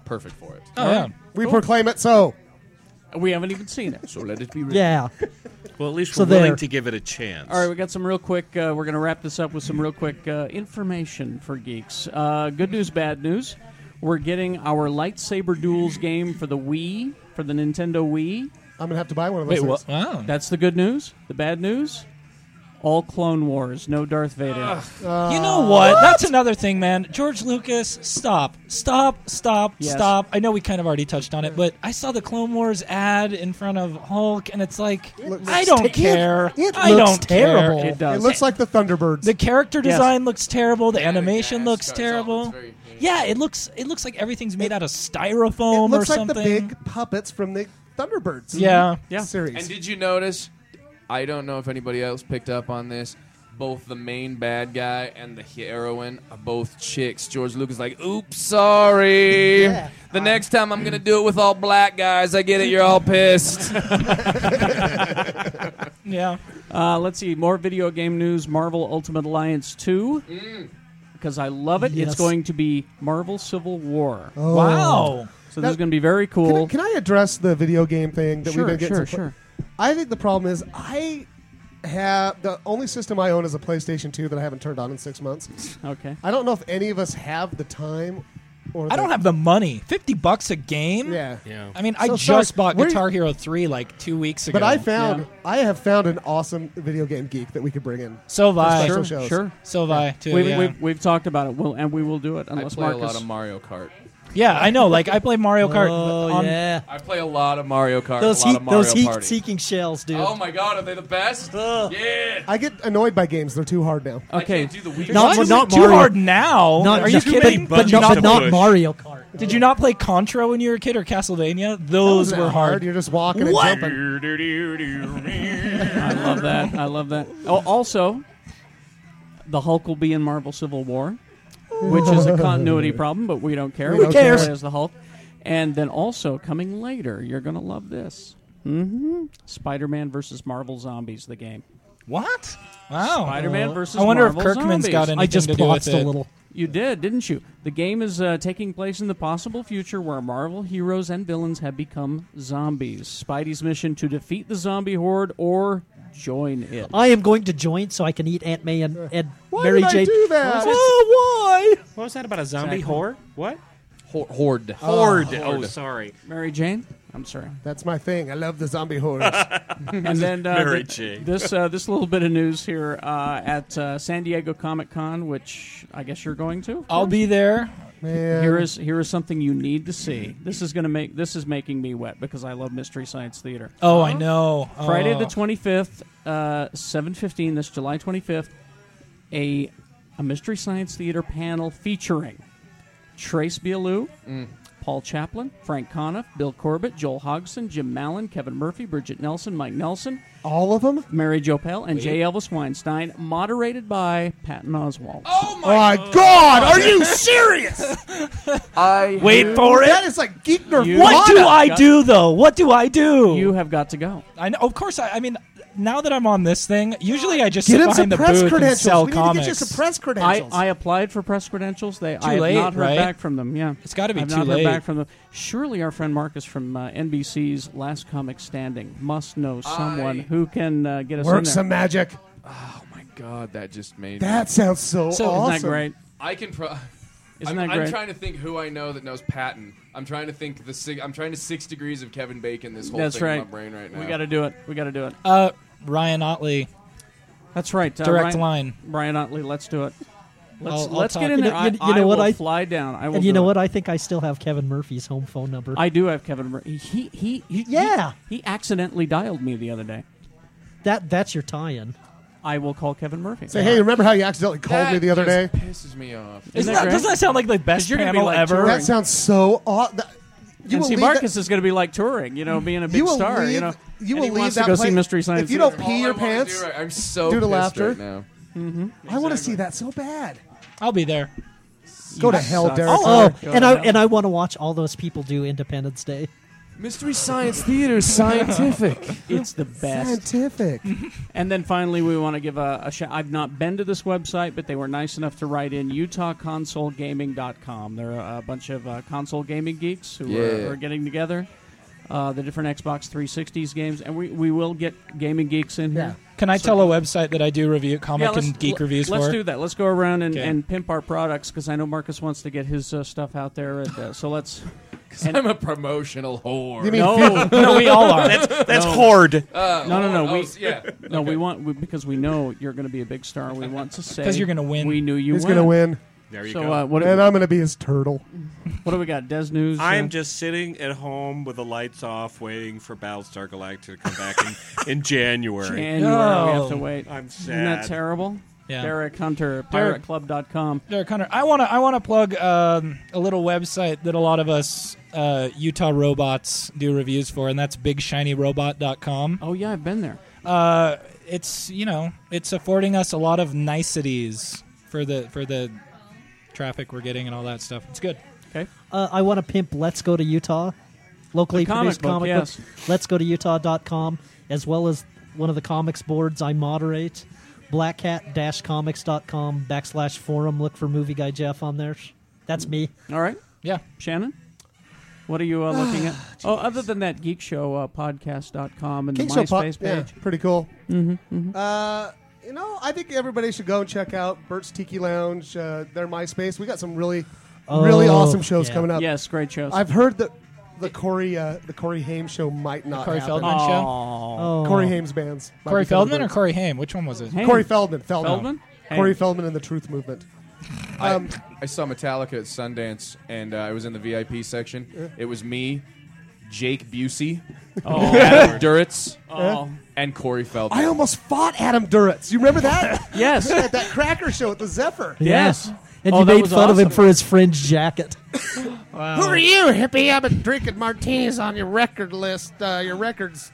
Speaker 6: perfect for it.
Speaker 4: oh yeah.
Speaker 3: We proclaim it so.
Speaker 2: We haven't even seen it.
Speaker 6: So let it be. written.
Speaker 5: yeah.
Speaker 9: Well, at least
Speaker 5: So
Speaker 9: we're willing
Speaker 5: there.
Speaker 9: to give it a chance.
Speaker 2: All right, we got some real quick. Uh, we're going to wrap this up with some real quick uh, information for geeks. Uh, good news, bad news. We're getting our lightsaber duels game for the Wii, for the Nintendo Wii.
Speaker 3: I'm gonna have to buy one of those. things.
Speaker 4: Wow.
Speaker 2: That's the good news. The bad news, all Clone Wars, no Darth Vader.
Speaker 4: You know what? That's another thing, man. George Lucas, stop, stop, stop,
Speaker 2: Yes.
Speaker 4: stop. I know we kind of already touched on it, but I saw the Clone Wars ad in front of Hulk, and it's like,
Speaker 3: looks
Speaker 4: I don't
Speaker 3: terrible.
Speaker 4: care.
Speaker 3: It
Speaker 4: I
Speaker 5: looks
Speaker 4: don't
Speaker 5: terrible.
Speaker 4: Care.
Speaker 2: It does.
Speaker 3: It looks like the Thunderbirds.
Speaker 4: The character
Speaker 2: Yes.
Speaker 4: design looks terrible. The
Speaker 6: Yeah, the
Speaker 4: animation
Speaker 6: gas
Speaker 4: looks
Speaker 6: cuts off.
Speaker 4: terrible.
Speaker 6: It's very-
Speaker 4: yeah, it looks it looks like everything's made out of
Speaker 3: it
Speaker 4: styrofoam
Speaker 3: looks like
Speaker 4: or something.
Speaker 3: the big puppets from the Thunderbirds.
Speaker 4: Yeah.
Speaker 2: Yeah.
Speaker 3: series.
Speaker 6: And did you notice? I don't know if anybody else picked up on this. Both the main bad guy and the heroine are both chicks. George Lucas is like, oops, sorry.
Speaker 5: Yeah.
Speaker 6: the next time I'm gonna do it with all black guys. I get it. You're all pissed.
Speaker 4: yeah.
Speaker 2: Uh, let's see more video game news. Marvel Ultimate Alliance two,
Speaker 3: Mm.
Speaker 2: because I love it.
Speaker 5: Yes.
Speaker 2: It's going to be Marvel Civil War.
Speaker 4: Wow.
Speaker 2: So this is
Speaker 3: That-
Speaker 2: going to be very
Speaker 3: Oh. Can
Speaker 2: cool.
Speaker 3: I, can I address the video game thing that
Speaker 2: Sure,
Speaker 3: we've been getting?
Speaker 2: sure,
Speaker 3: so-
Speaker 2: sure.
Speaker 3: I think the problem is I have the only system I own is a PlayStation 2 that I haven't turned on in six months.
Speaker 2: okay.
Speaker 3: I don't know if any of us have the time. Or
Speaker 4: I don't have the money. Fifty bucks a game.
Speaker 3: Yeah.
Speaker 9: Yeah.
Speaker 4: I mean, I
Speaker 3: So
Speaker 4: just
Speaker 3: sorry,
Speaker 4: bought
Speaker 3: where-
Speaker 4: Guitar Hero three like two weeks ago.
Speaker 3: But I found
Speaker 2: Yeah.
Speaker 3: I have found an awesome video game geek that we could bring in.
Speaker 4: so have I.
Speaker 3: special
Speaker 2: Sure,
Speaker 3: shows.
Speaker 2: sure.
Speaker 4: So have I too.
Speaker 2: We've,
Speaker 4: yeah.
Speaker 2: we've, we've talked about it, we'll, and we will do it
Speaker 6: I
Speaker 2: unless
Speaker 6: play
Speaker 2: Marcus.
Speaker 6: a lot of Mario Kart.
Speaker 4: Yeah, I know. Like I play Mario Kart.
Speaker 5: oh,
Speaker 4: on-
Speaker 5: yeah.
Speaker 6: I play a lot of Mario Kart.
Speaker 5: Those
Speaker 6: a lot
Speaker 5: heat,
Speaker 6: of Mario
Speaker 5: those heat
Speaker 6: Party.
Speaker 5: seeking shells, dude.
Speaker 6: Oh my God, are they the best? yeah.
Speaker 3: I get annoyed by games; they're too hard now.
Speaker 2: Okay.
Speaker 6: I can't do the Wii.
Speaker 5: Not-
Speaker 4: Why is
Speaker 5: not
Speaker 4: it too
Speaker 5: Mario.
Speaker 4: hard now?
Speaker 5: Not-
Speaker 4: Are you
Speaker 5: but-
Speaker 4: kidding?
Speaker 5: But,
Speaker 9: Bungies
Speaker 5: not, but
Speaker 9: to
Speaker 5: not
Speaker 9: push.
Speaker 5: Mario Kart.
Speaker 4: Did you not play Contra when you were a kid or Castlevania? Oh, Those
Speaker 3: That
Speaker 4: were hard.
Speaker 3: You're just walking
Speaker 4: What?
Speaker 3: and jumping.
Speaker 2: I love that. I love that. Oh, also, the Hulk will be in Marvel Civil War, which is a continuity problem, but we don't care.
Speaker 3: Who
Speaker 2: We
Speaker 3: cares?
Speaker 2: play As the Hulk, and then also coming later, you're gonna love this. hmm Spider-Man versus Marvel Zombies, the game.
Speaker 4: What? Wow.
Speaker 2: Spider-Man versus
Speaker 4: Uh, I wonder
Speaker 2: Marvel
Speaker 4: if Kirkman's
Speaker 2: Zombies.
Speaker 4: got anything
Speaker 5: I just
Speaker 4: to do with
Speaker 5: plotched a
Speaker 4: it.
Speaker 5: little.
Speaker 2: You did, didn't you? The game is uh, taking place in the possible future where Marvel heroes and villains have become zombies. Spidey's mission to defeat the zombie horde or join it.
Speaker 9: Uh,
Speaker 5: I am going to join so I can eat Aunt May and, and
Speaker 2: Why
Speaker 5: Mary
Speaker 2: did I
Speaker 5: Jane.
Speaker 2: do that?
Speaker 5: Oh, why?
Speaker 9: What was that about a zombie
Speaker 2: Exactly.
Speaker 9: whore? What?
Speaker 6: Hor- horde.
Speaker 9: Horde. Oh, sorry.
Speaker 2: Mary Jane? I'm sorry.
Speaker 3: That's my thing. I love the zombie horrors.
Speaker 2: and then uh,
Speaker 9: Mary
Speaker 2: th-
Speaker 9: Jane.
Speaker 2: this uh, this little bit of news here uh, at uh, San Diego Comic Con, which I guess you're going to.
Speaker 9: Oh.
Speaker 4: I'll be there.
Speaker 3: Man.
Speaker 2: Here is here is something you need to see. This is going to make this is making me wet because I love Mystery Science Theater.
Speaker 4: Oh, I know.
Speaker 2: Friday the
Speaker 4: Oh.
Speaker 2: twenty fifth, uh, seven fifteen. This July twenty fifth, a a Mystery Science Theater panel featuring Trace Bialou, Paul Chaplin, Frank Conniff, Bill Corbett, Joel Hodgson, Jim Mallon, Kevin Murphy, Bridget Nelson, Mike Nelson,
Speaker 3: All of them?
Speaker 2: Mary Jo Pell, and J. Elvis Weinstein, moderated by Patton Oswalt.
Speaker 3: Oh my God! Are you serious?
Speaker 6: I
Speaker 4: Wait for it.
Speaker 3: that is like geek nirvana.
Speaker 4: What do I do though? What do I do?
Speaker 2: You have got to go.
Speaker 4: I know. Of course. I, I mean, now that I'm on this thing, usually I just
Speaker 3: Get
Speaker 4: sit
Speaker 3: him some
Speaker 4: behind the
Speaker 3: press
Speaker 4: booth and
Speaker 3: credentials.
Speaker 4: sell
Speaker 3: we need
Speaker 4: comics.
Speaker 3: to get you some press
Speaker 2: I,
Speaker 3: credentials.
Speaker 2: I applied for press credentials. They I
Speaker 4: Too
Speaker 2: have
Speaker 4: late,
Speaker 2: not heard
Speaker 4: right?
Speaker 2: back from them. Yeah,
Speaker 4: It's gotta be
Speaker 2: I've
Speaker 4: too
Speaker 2: not
Speaker 4: late.
Speaker 2: Heard back from them. Surely our friend Marcus from uh, NBC's Last Comic Standing must know someone
Speaker 6: I-
Speaker 2: who can uh, get us in
Speaker 3: Work
Speaker 2: there.
Speaker 3: some magic.
Speaker 6: Oh my god, that just made me-
Speaker 3: That sounds so,
Speaker 2: so
Speaker 3: awesome.
Speaker 2: isn't that great?
Speaker 6: I can pro.
Speaker 2: Isn't
Speaker 6: I'm,
Speaker 2: that great?
Speaker 6: I'm trying to think who I know that knows Patton. I'm trying to think the six. I'm trying to six degrees of Kevin Bacon. This whole
Speaker 2: That's
Speaker 6: thing
Speaker 2: right.
Speaker 6: in my brain right now.
Speaker 2: We got to do it. We got to do it.
Speaker 4: uh, Ryan Otley,
Speaker 2: That's right. Uh,
Speaker 4: direct
Speaker 2: Ryan,
Speaker 4: line.
Speaker 2: Brian Otley, let's do it. Let's,
Speaker 4: I'll- I'll
Speaker 2: let's
Speaker 4: talk.
Speaker 2: get in
Speaker 5: You
Speaker 2: there.
Speaker 5: know- you-
Speaker 2: I,
Speaker 5: you know
Speaker 2: I
Speaker 5: what?
Speaker 2: will
Speaker 5: I-
Speaker 2: fly down. I will
Speaker 5: And you
Speaker 2: do
Speaker 5: know
Speaker 2: it.
Speaker 5: what? I think I still have Kevin Murphy's home phone number.
Speaker 2: I do have Kevin. Mur- He he he. he
Speaker 5: Yeah.
Speaker 2: He, he accidentally dialed me the other day.
Speaker 5: that that's your tie-in.
Speaker 2: I will call Kevin Murphy.
Speaker 3: Say, hey, remember how you accidentally called
Speaker 6: That
Speaker 3: me the other day?
Speaker 6: just Pisses me off.
Speaker 2: Isn't that
Speaker 4: Isn't that,
Speaker 2: great?
Speaker 4: doesn't that sound like the best
Speaker 2: 'Cause you're gonna be
Speaker 4: panel
Speaker 2: like
Speaker 4: ever?
Speaker 2: touring.
Speaker 3: That sounds so awesome. You
Speaker 2: and
Speaker 3: will
Speaker 2: see,
Speaker 3: leave
Speaker 2: Marcus
Speaker 3: that-
Speaker 2: is going to be like touring, you know, being a big
Speaker 3: you will
Speaker 2: star.
Speaker 3: leave,
Speaker 2: you know, And
Speaker 3: you will
Speaker 2: he
Speaker 3: leave
Speaker 2: wants
Speaker 3: that
Speaker 2: to go
Speaker 3: place-
Speaker 2: see Mystery Science.
Speaker 3: If you
Speaker 2: Theater.
Speaker 3: don't pee
Speaker 6: All I
Speaker 3: your
Speaker 6: wanna do
Speaker 3: pants,
Speaker 6: right- I'm so
Speaker 3: due to
Speaker 6: pissed
Speaker 3: laughter.
Speaker 6: right now.
Speaker 3: I want to see that so bad.
Speaker 4: I'll be there.
Speaker 3: Go to
Speaker 2: suck.
Speaker 3: hell, Derek.
Speaker 5: Oh,
Speaker 2: Go
Speaker 5: and
Speaker 2: to
Speaker 5: I
Speaker 2: hell.
Speaker 5: and I want to watch all those people do Independence Day.
Speaker 6: Mystery Science Theater, scientific.
Speaker 2: it's the best.
Speaker 3: Scientific.
Speaker 2: And then finally, we want to give a, a shout. I've not been to this website, but they were nice enough to write in UtahConsoleGaming.com. They're a, a bunch of uh, console gaming geeks who are,
Speaker 6: Yeah.
Speaker 2: who are getting together. Uh, the different Xbox 360s games, and we, we will get gaming geeks in here.
Speaker 4: Can I tell a website that I do review comic
Speaker 2: let's-
Speaker 4: and geek
Speaker 2: l-
Speaker 4: reviews
Speaker 2: Let's
Speaker 4: for?
Speaker 2: do that. Let's go around and,
Speaker 4: Okay.
Speaker 2: and pimp our products because I know Marcus wants to get his uh, stuff out there. And, uh, so let's. and-
Speaker 6: I'm a promotional whore.
Speaker 3: You mean
Speaker 2: no,
Speaker 4: no, we all are.
Speaker 9: That's horde.
Speaker 2: no, no, no.
Speaker 6: Oh,
Speaker 2: We,
Speaker 6: s- yeah.
Speaker 2: No, we want we, because we know you're going to be a big star. We want to say
Speaker 4: 'Cause you're gonna win.
Speaker 2: We knew you.
Speaker 3: he's going to win,
Speaker 9: there you
Speaker 2: So
Speaker 9: go.
Speaker 2: uh, what?
Speaker 3: and I'm going to be his turtle.
Speaker 2: what do we got? Des News.
Speaker 9: I'm
Speaker 2: uh,
Speaker 9: just sitting at home with the lights off, waiting for Battlestar Galactica to come back in, in January.
Speaker 2: January.
Speaker 4: No.
Speaker 2: We have to wait.
Speaker 9: I'm
Speaker 2: Isn't that
Speaker 9: sad.
Speaker 2: terrible?
Speaker 4: Yeah.
Speaker 2: Derek Hunter,
Speaker 4: Derek-
Speaker 2: PirateClub.com.
Speaker 4: Derek Hunter, I want to I want to plug um, a little website that a lot of us uh, Utah robots do reviews for, and that's BigShinyRobot.com.
Speaker 2: Oh yeah, I've been there.
Speaker 4: Uh, it's you know it's affording us a lot of niceties for the for the traffic we're getting and all that stuff. It's good.
Speaker 2: Okay.
Speaker 5: Uh, I want to pimp Let's Go to Utah, locally
Speaker 2: The comic
Speaker 5: produced
Speaker 2: book,
Speaker 5: comic
Speaker 2: yes.
Speaker 5: book. Let's Go to Utah.com, as well as one of the comics boards I moderate, Black Cat comics.com backslash forum. Look for Movie Guy Jeff on there. That's me.
Speaker 2: All right,
Speaker 4: Yeah.
Speaker 2: Shannon. What are
Speaker 3: Ah,
Speaker 2: you uh, looking at? Oh, other than that, Geek Show uh, podcast.com and
Speaker 3: King
Speaker 2: the
Speaker 3: Show Pop-
Speaker 2: MySpace
Speaker 3: yeah,
Speaker 2: page. Mm-hmm,
Speaker 3: pretty cool. Uh, you know, I think everybody should go and check out Bert's Tiki Lounge, uh, their MySpace. We got some really, really
Speaker 5: Oh,
Speaker 3: awesome shows
Speaker 5: yeah.
Speaker 3: coming up.
Speaker 2: Yes, great shows.
Speaker 3: Uh, I've heard that the Corey, uh, the Corey Haim show might not
Speaker 4: Corey
Speaker 3: happen.
Speaker 4: Feldman show.
Speaker 2: Aw.
Speaker 5: Oh,
Speaker 3: Corey Haim's bands. might
Speaker 4: Corey
Speaker 3: be coming
Speaker 4: Feldman or
Speaker 3: to
Speaker 4: Corey Haim? Which one was it?
Speaker 2: Hey,
Speaker 3: Bert's. Corey Feldman. Feldman.
Speaker 2: Feldman. Hey.
Speaker 3: Corey Feldman and the Truth Movement. Um,
Speaker 6: I saw Metallica at Sundance, and uh, I was in the VIP section. It was me, Jake Busey, Adam Duritz,
Speaker 2: Oh.
Speaker 6: and Corey Feldman.
Speaker 3: I almost fought Adam Duritz. You remember that?
Speaker 2: Yes.
Speaker 3: At that cracker show at the Zephyr.
Speaker 2: Yes.
Speaker 5: And
Speaker 2: Oh,
Speaker 5: you
Speaker 2: that
Speaker 5: made
Speaker 2: was
Speaker 5: fun of him
Speaker 2: awesome.
Speaker 5: for his fringe jacket.
Speaker 8: Who are you, hippie? I've been drinking martinis on your record list, uh, your records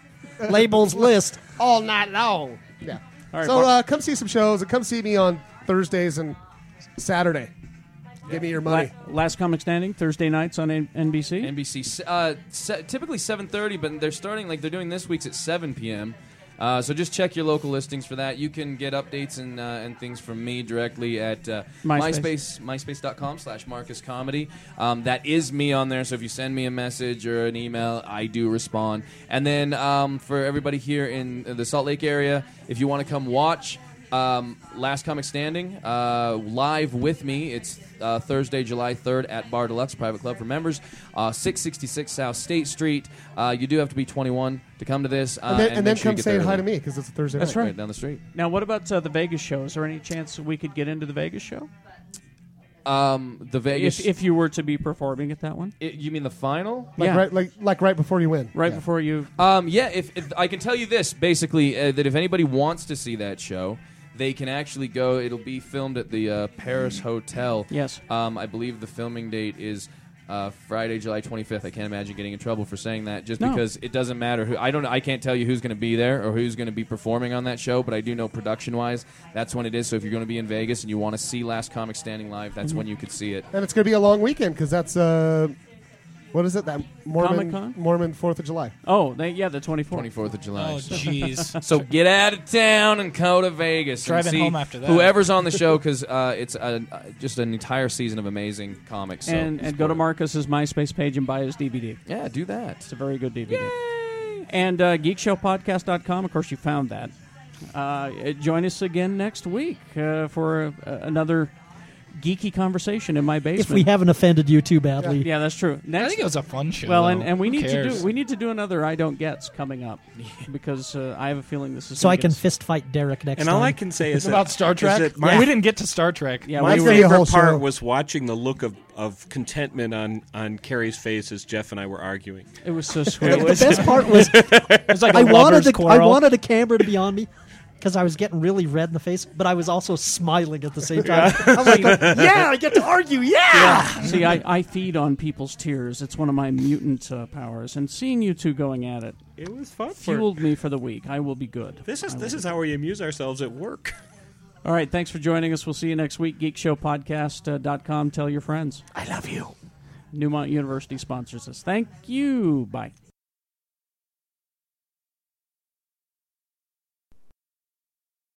Speaker 5: Labels list.
Speaker 8: all night long.
Speaker 3: Yeah.
Speaker 2: All right,
Speaker 3: so
Speaker 2: Mark.
Speaker 3: uh, come see some shows and come see me on Thursdays and Saturday. Give me your
Speaker 2: La-
Speaker 3: money.
Speaker 2: Last Comic Standing Thursday nights on N- NBC.
Speaker 6: NBC. Uh, se- typically 7:30, but they're starting like they're doing this week's at 7 p.m. Uh, so just check your local listings for that. You can get updates and uh, and things from me directly at uh,
Speaker 2: MySpace.
Speaker 6: MySpace MySpace.com slash Marcus Comedy. Um, that is me on there. So if you send me a message or an email, I do respond. And then um, for everybody here in the Salt Lake area, if you want to come watch um, Last Comic Standing uh, live with me. It's uh, Thursday, July 3rd at Bar Deluxe Private Club for members, uh, 666 South State Street. Uh, you do have to be 21 to come to this. Uh,
Speaker 3: and then, and
Speaker 6: make
Speaker 3: then
Speaker 6: sure you
Speaker 3: come
Speaker 6: get
Speaker 3: say
Speaker 6: there
Speaker 3: hi to
Speaker 6: early.
Speaker 3: me because it's a Thursday
Speaker 6: That's
Speaker 3: night.
Speaker 6: right. down the street.
Speaker 2: Now, what about uh, the Vegas show? Is there any chance we could get into the Vegas show?
Speaker 6: Um, the Vegas.
Speaker 2: If, if you were to be performing at that one?
Speaker 6: I- you mean the final?
Speaker 3: Like
Speaker 2: yeah.
Speaker 3: right, like like right before you win.
Speaker 2: Right before you.
Speaker 6: Um, yeah, if, if I can tell you this, basically, uh, that if anybody wants to see that show, they can actually go. It'll be filmed at the uh, Paris Hotel.
Speaker 2: Yes.
Speaker 6: Um, I believe the filming date is. Uh, Friday, July 25th. I can't imagine getting in trouble for saying that, just
Speaker 2: No.
Speaker 6: because it doesn't matter who. I don't. I can't tell you who's going to be there or who's going to be performing on that show, but I do know production-wise, that's when it is. So if you're going to be in Vegas and you want to see Last Comic Standing live, that's
Speaker 2: Mm-hmm.
Speaker 3: Mhm.
Speaker 6: when you could see it.
Speaker 3: And it's going to be a long weekend because that's uh, what is it? That Mormon
Speaker 2: Comic-Con?
Speaker 3: Mormon Fourth of July.
Speaker 2: Oh, they, yeah, the 24th.
Speaker 6: 24th of July.
Speaker 4: Oh, jeez.
Speaker 6: so get out of town and go to Vegas. and
Speaker 4: Driving
Speaker 6: see
Speaker 4: home after that.
Speaker 6: Whoever's on the show, because uh, it's a, uh, just an entire season of amazing comics. So
Speaker 2: and and go to Marcus's MySpace page and buy his DVD.
Speaker 6: Yeah, do that. It's
Speaker 2: a very good DVD. And uh, geekshowpodcast.com, of course, you found that. Uh, uh, join us again next week uh, for uh, another geeky conversation in my basement.
Speaker 5: If we haven't offended you too badly.
Speaker 2: Yeah, that's true. Next,
Speaker 4: think it was a fun show,
Speaker 2: Well, and,
Speaker 4: though.
Speaker 2: and we
Speaker 4: Who
Speaker 2: need to
Speaker 4: cares?
Speaker 2: do we need to do another I don't gets coming up because uh, I have a feeling this is
Speaker 5: So
Speaker 2: gonna
Speaker 5: I
Speaker 2: get
Speaker 5: can
Speaker 2: s-
Speaker 5: fist fight Derek next
Speaker 9: And
Speaker 5: time.
Speaker 9: all I can say is that-
Speaker 4: about Star
Speaker 9: is
Speaker 4: Trek.
Speaker 9: that my-
Speaker 4: We didn't get to Star Trek.
Speaker 2: Yeah,
Speaker 9: my
Speaker 2: we were-
Speaker 9: favorite
Speaker 3: whole
Speaker 9: part
Speaker 3: show.
Speaker 9: was watching the look of, of contentment on, on Carrie's face as Jeff and I were arguing.
Speaker 2: It was so
Speaker 5: The-
Speaker 2: sweet.
Speaker 5: the best part was
Speaker 4: It's like a
Speaker 5: I wanted
Speaker 4: lover's
Speaker 5: the I
Speaker 4: quarrel.
Speaker 5: wanted a camera to be on me because I was getting really red in the face, but I was also smiling at the same time. I was like, "Yeah, I get to argue, yeah."
Speaker 2: See, I, I feed on people's tears. It's one of my mutant uh, powers. And seeing you two going at it
Speaker 9: It was fun.
Speaker 2: fueled me for the week. I will be good.
Speaker 9: This is
Speaker 2: I
Speaker 9: this
Speaker 2: will.
Speaker 9: is how we amuse ourselves at work.
Speaker 2: All right, thanks for joining us. We'll see you next week. uh, GeekShowPodcast.com. Tell your friends. I love you. Newmont University sponsors us. Thank you. Bye.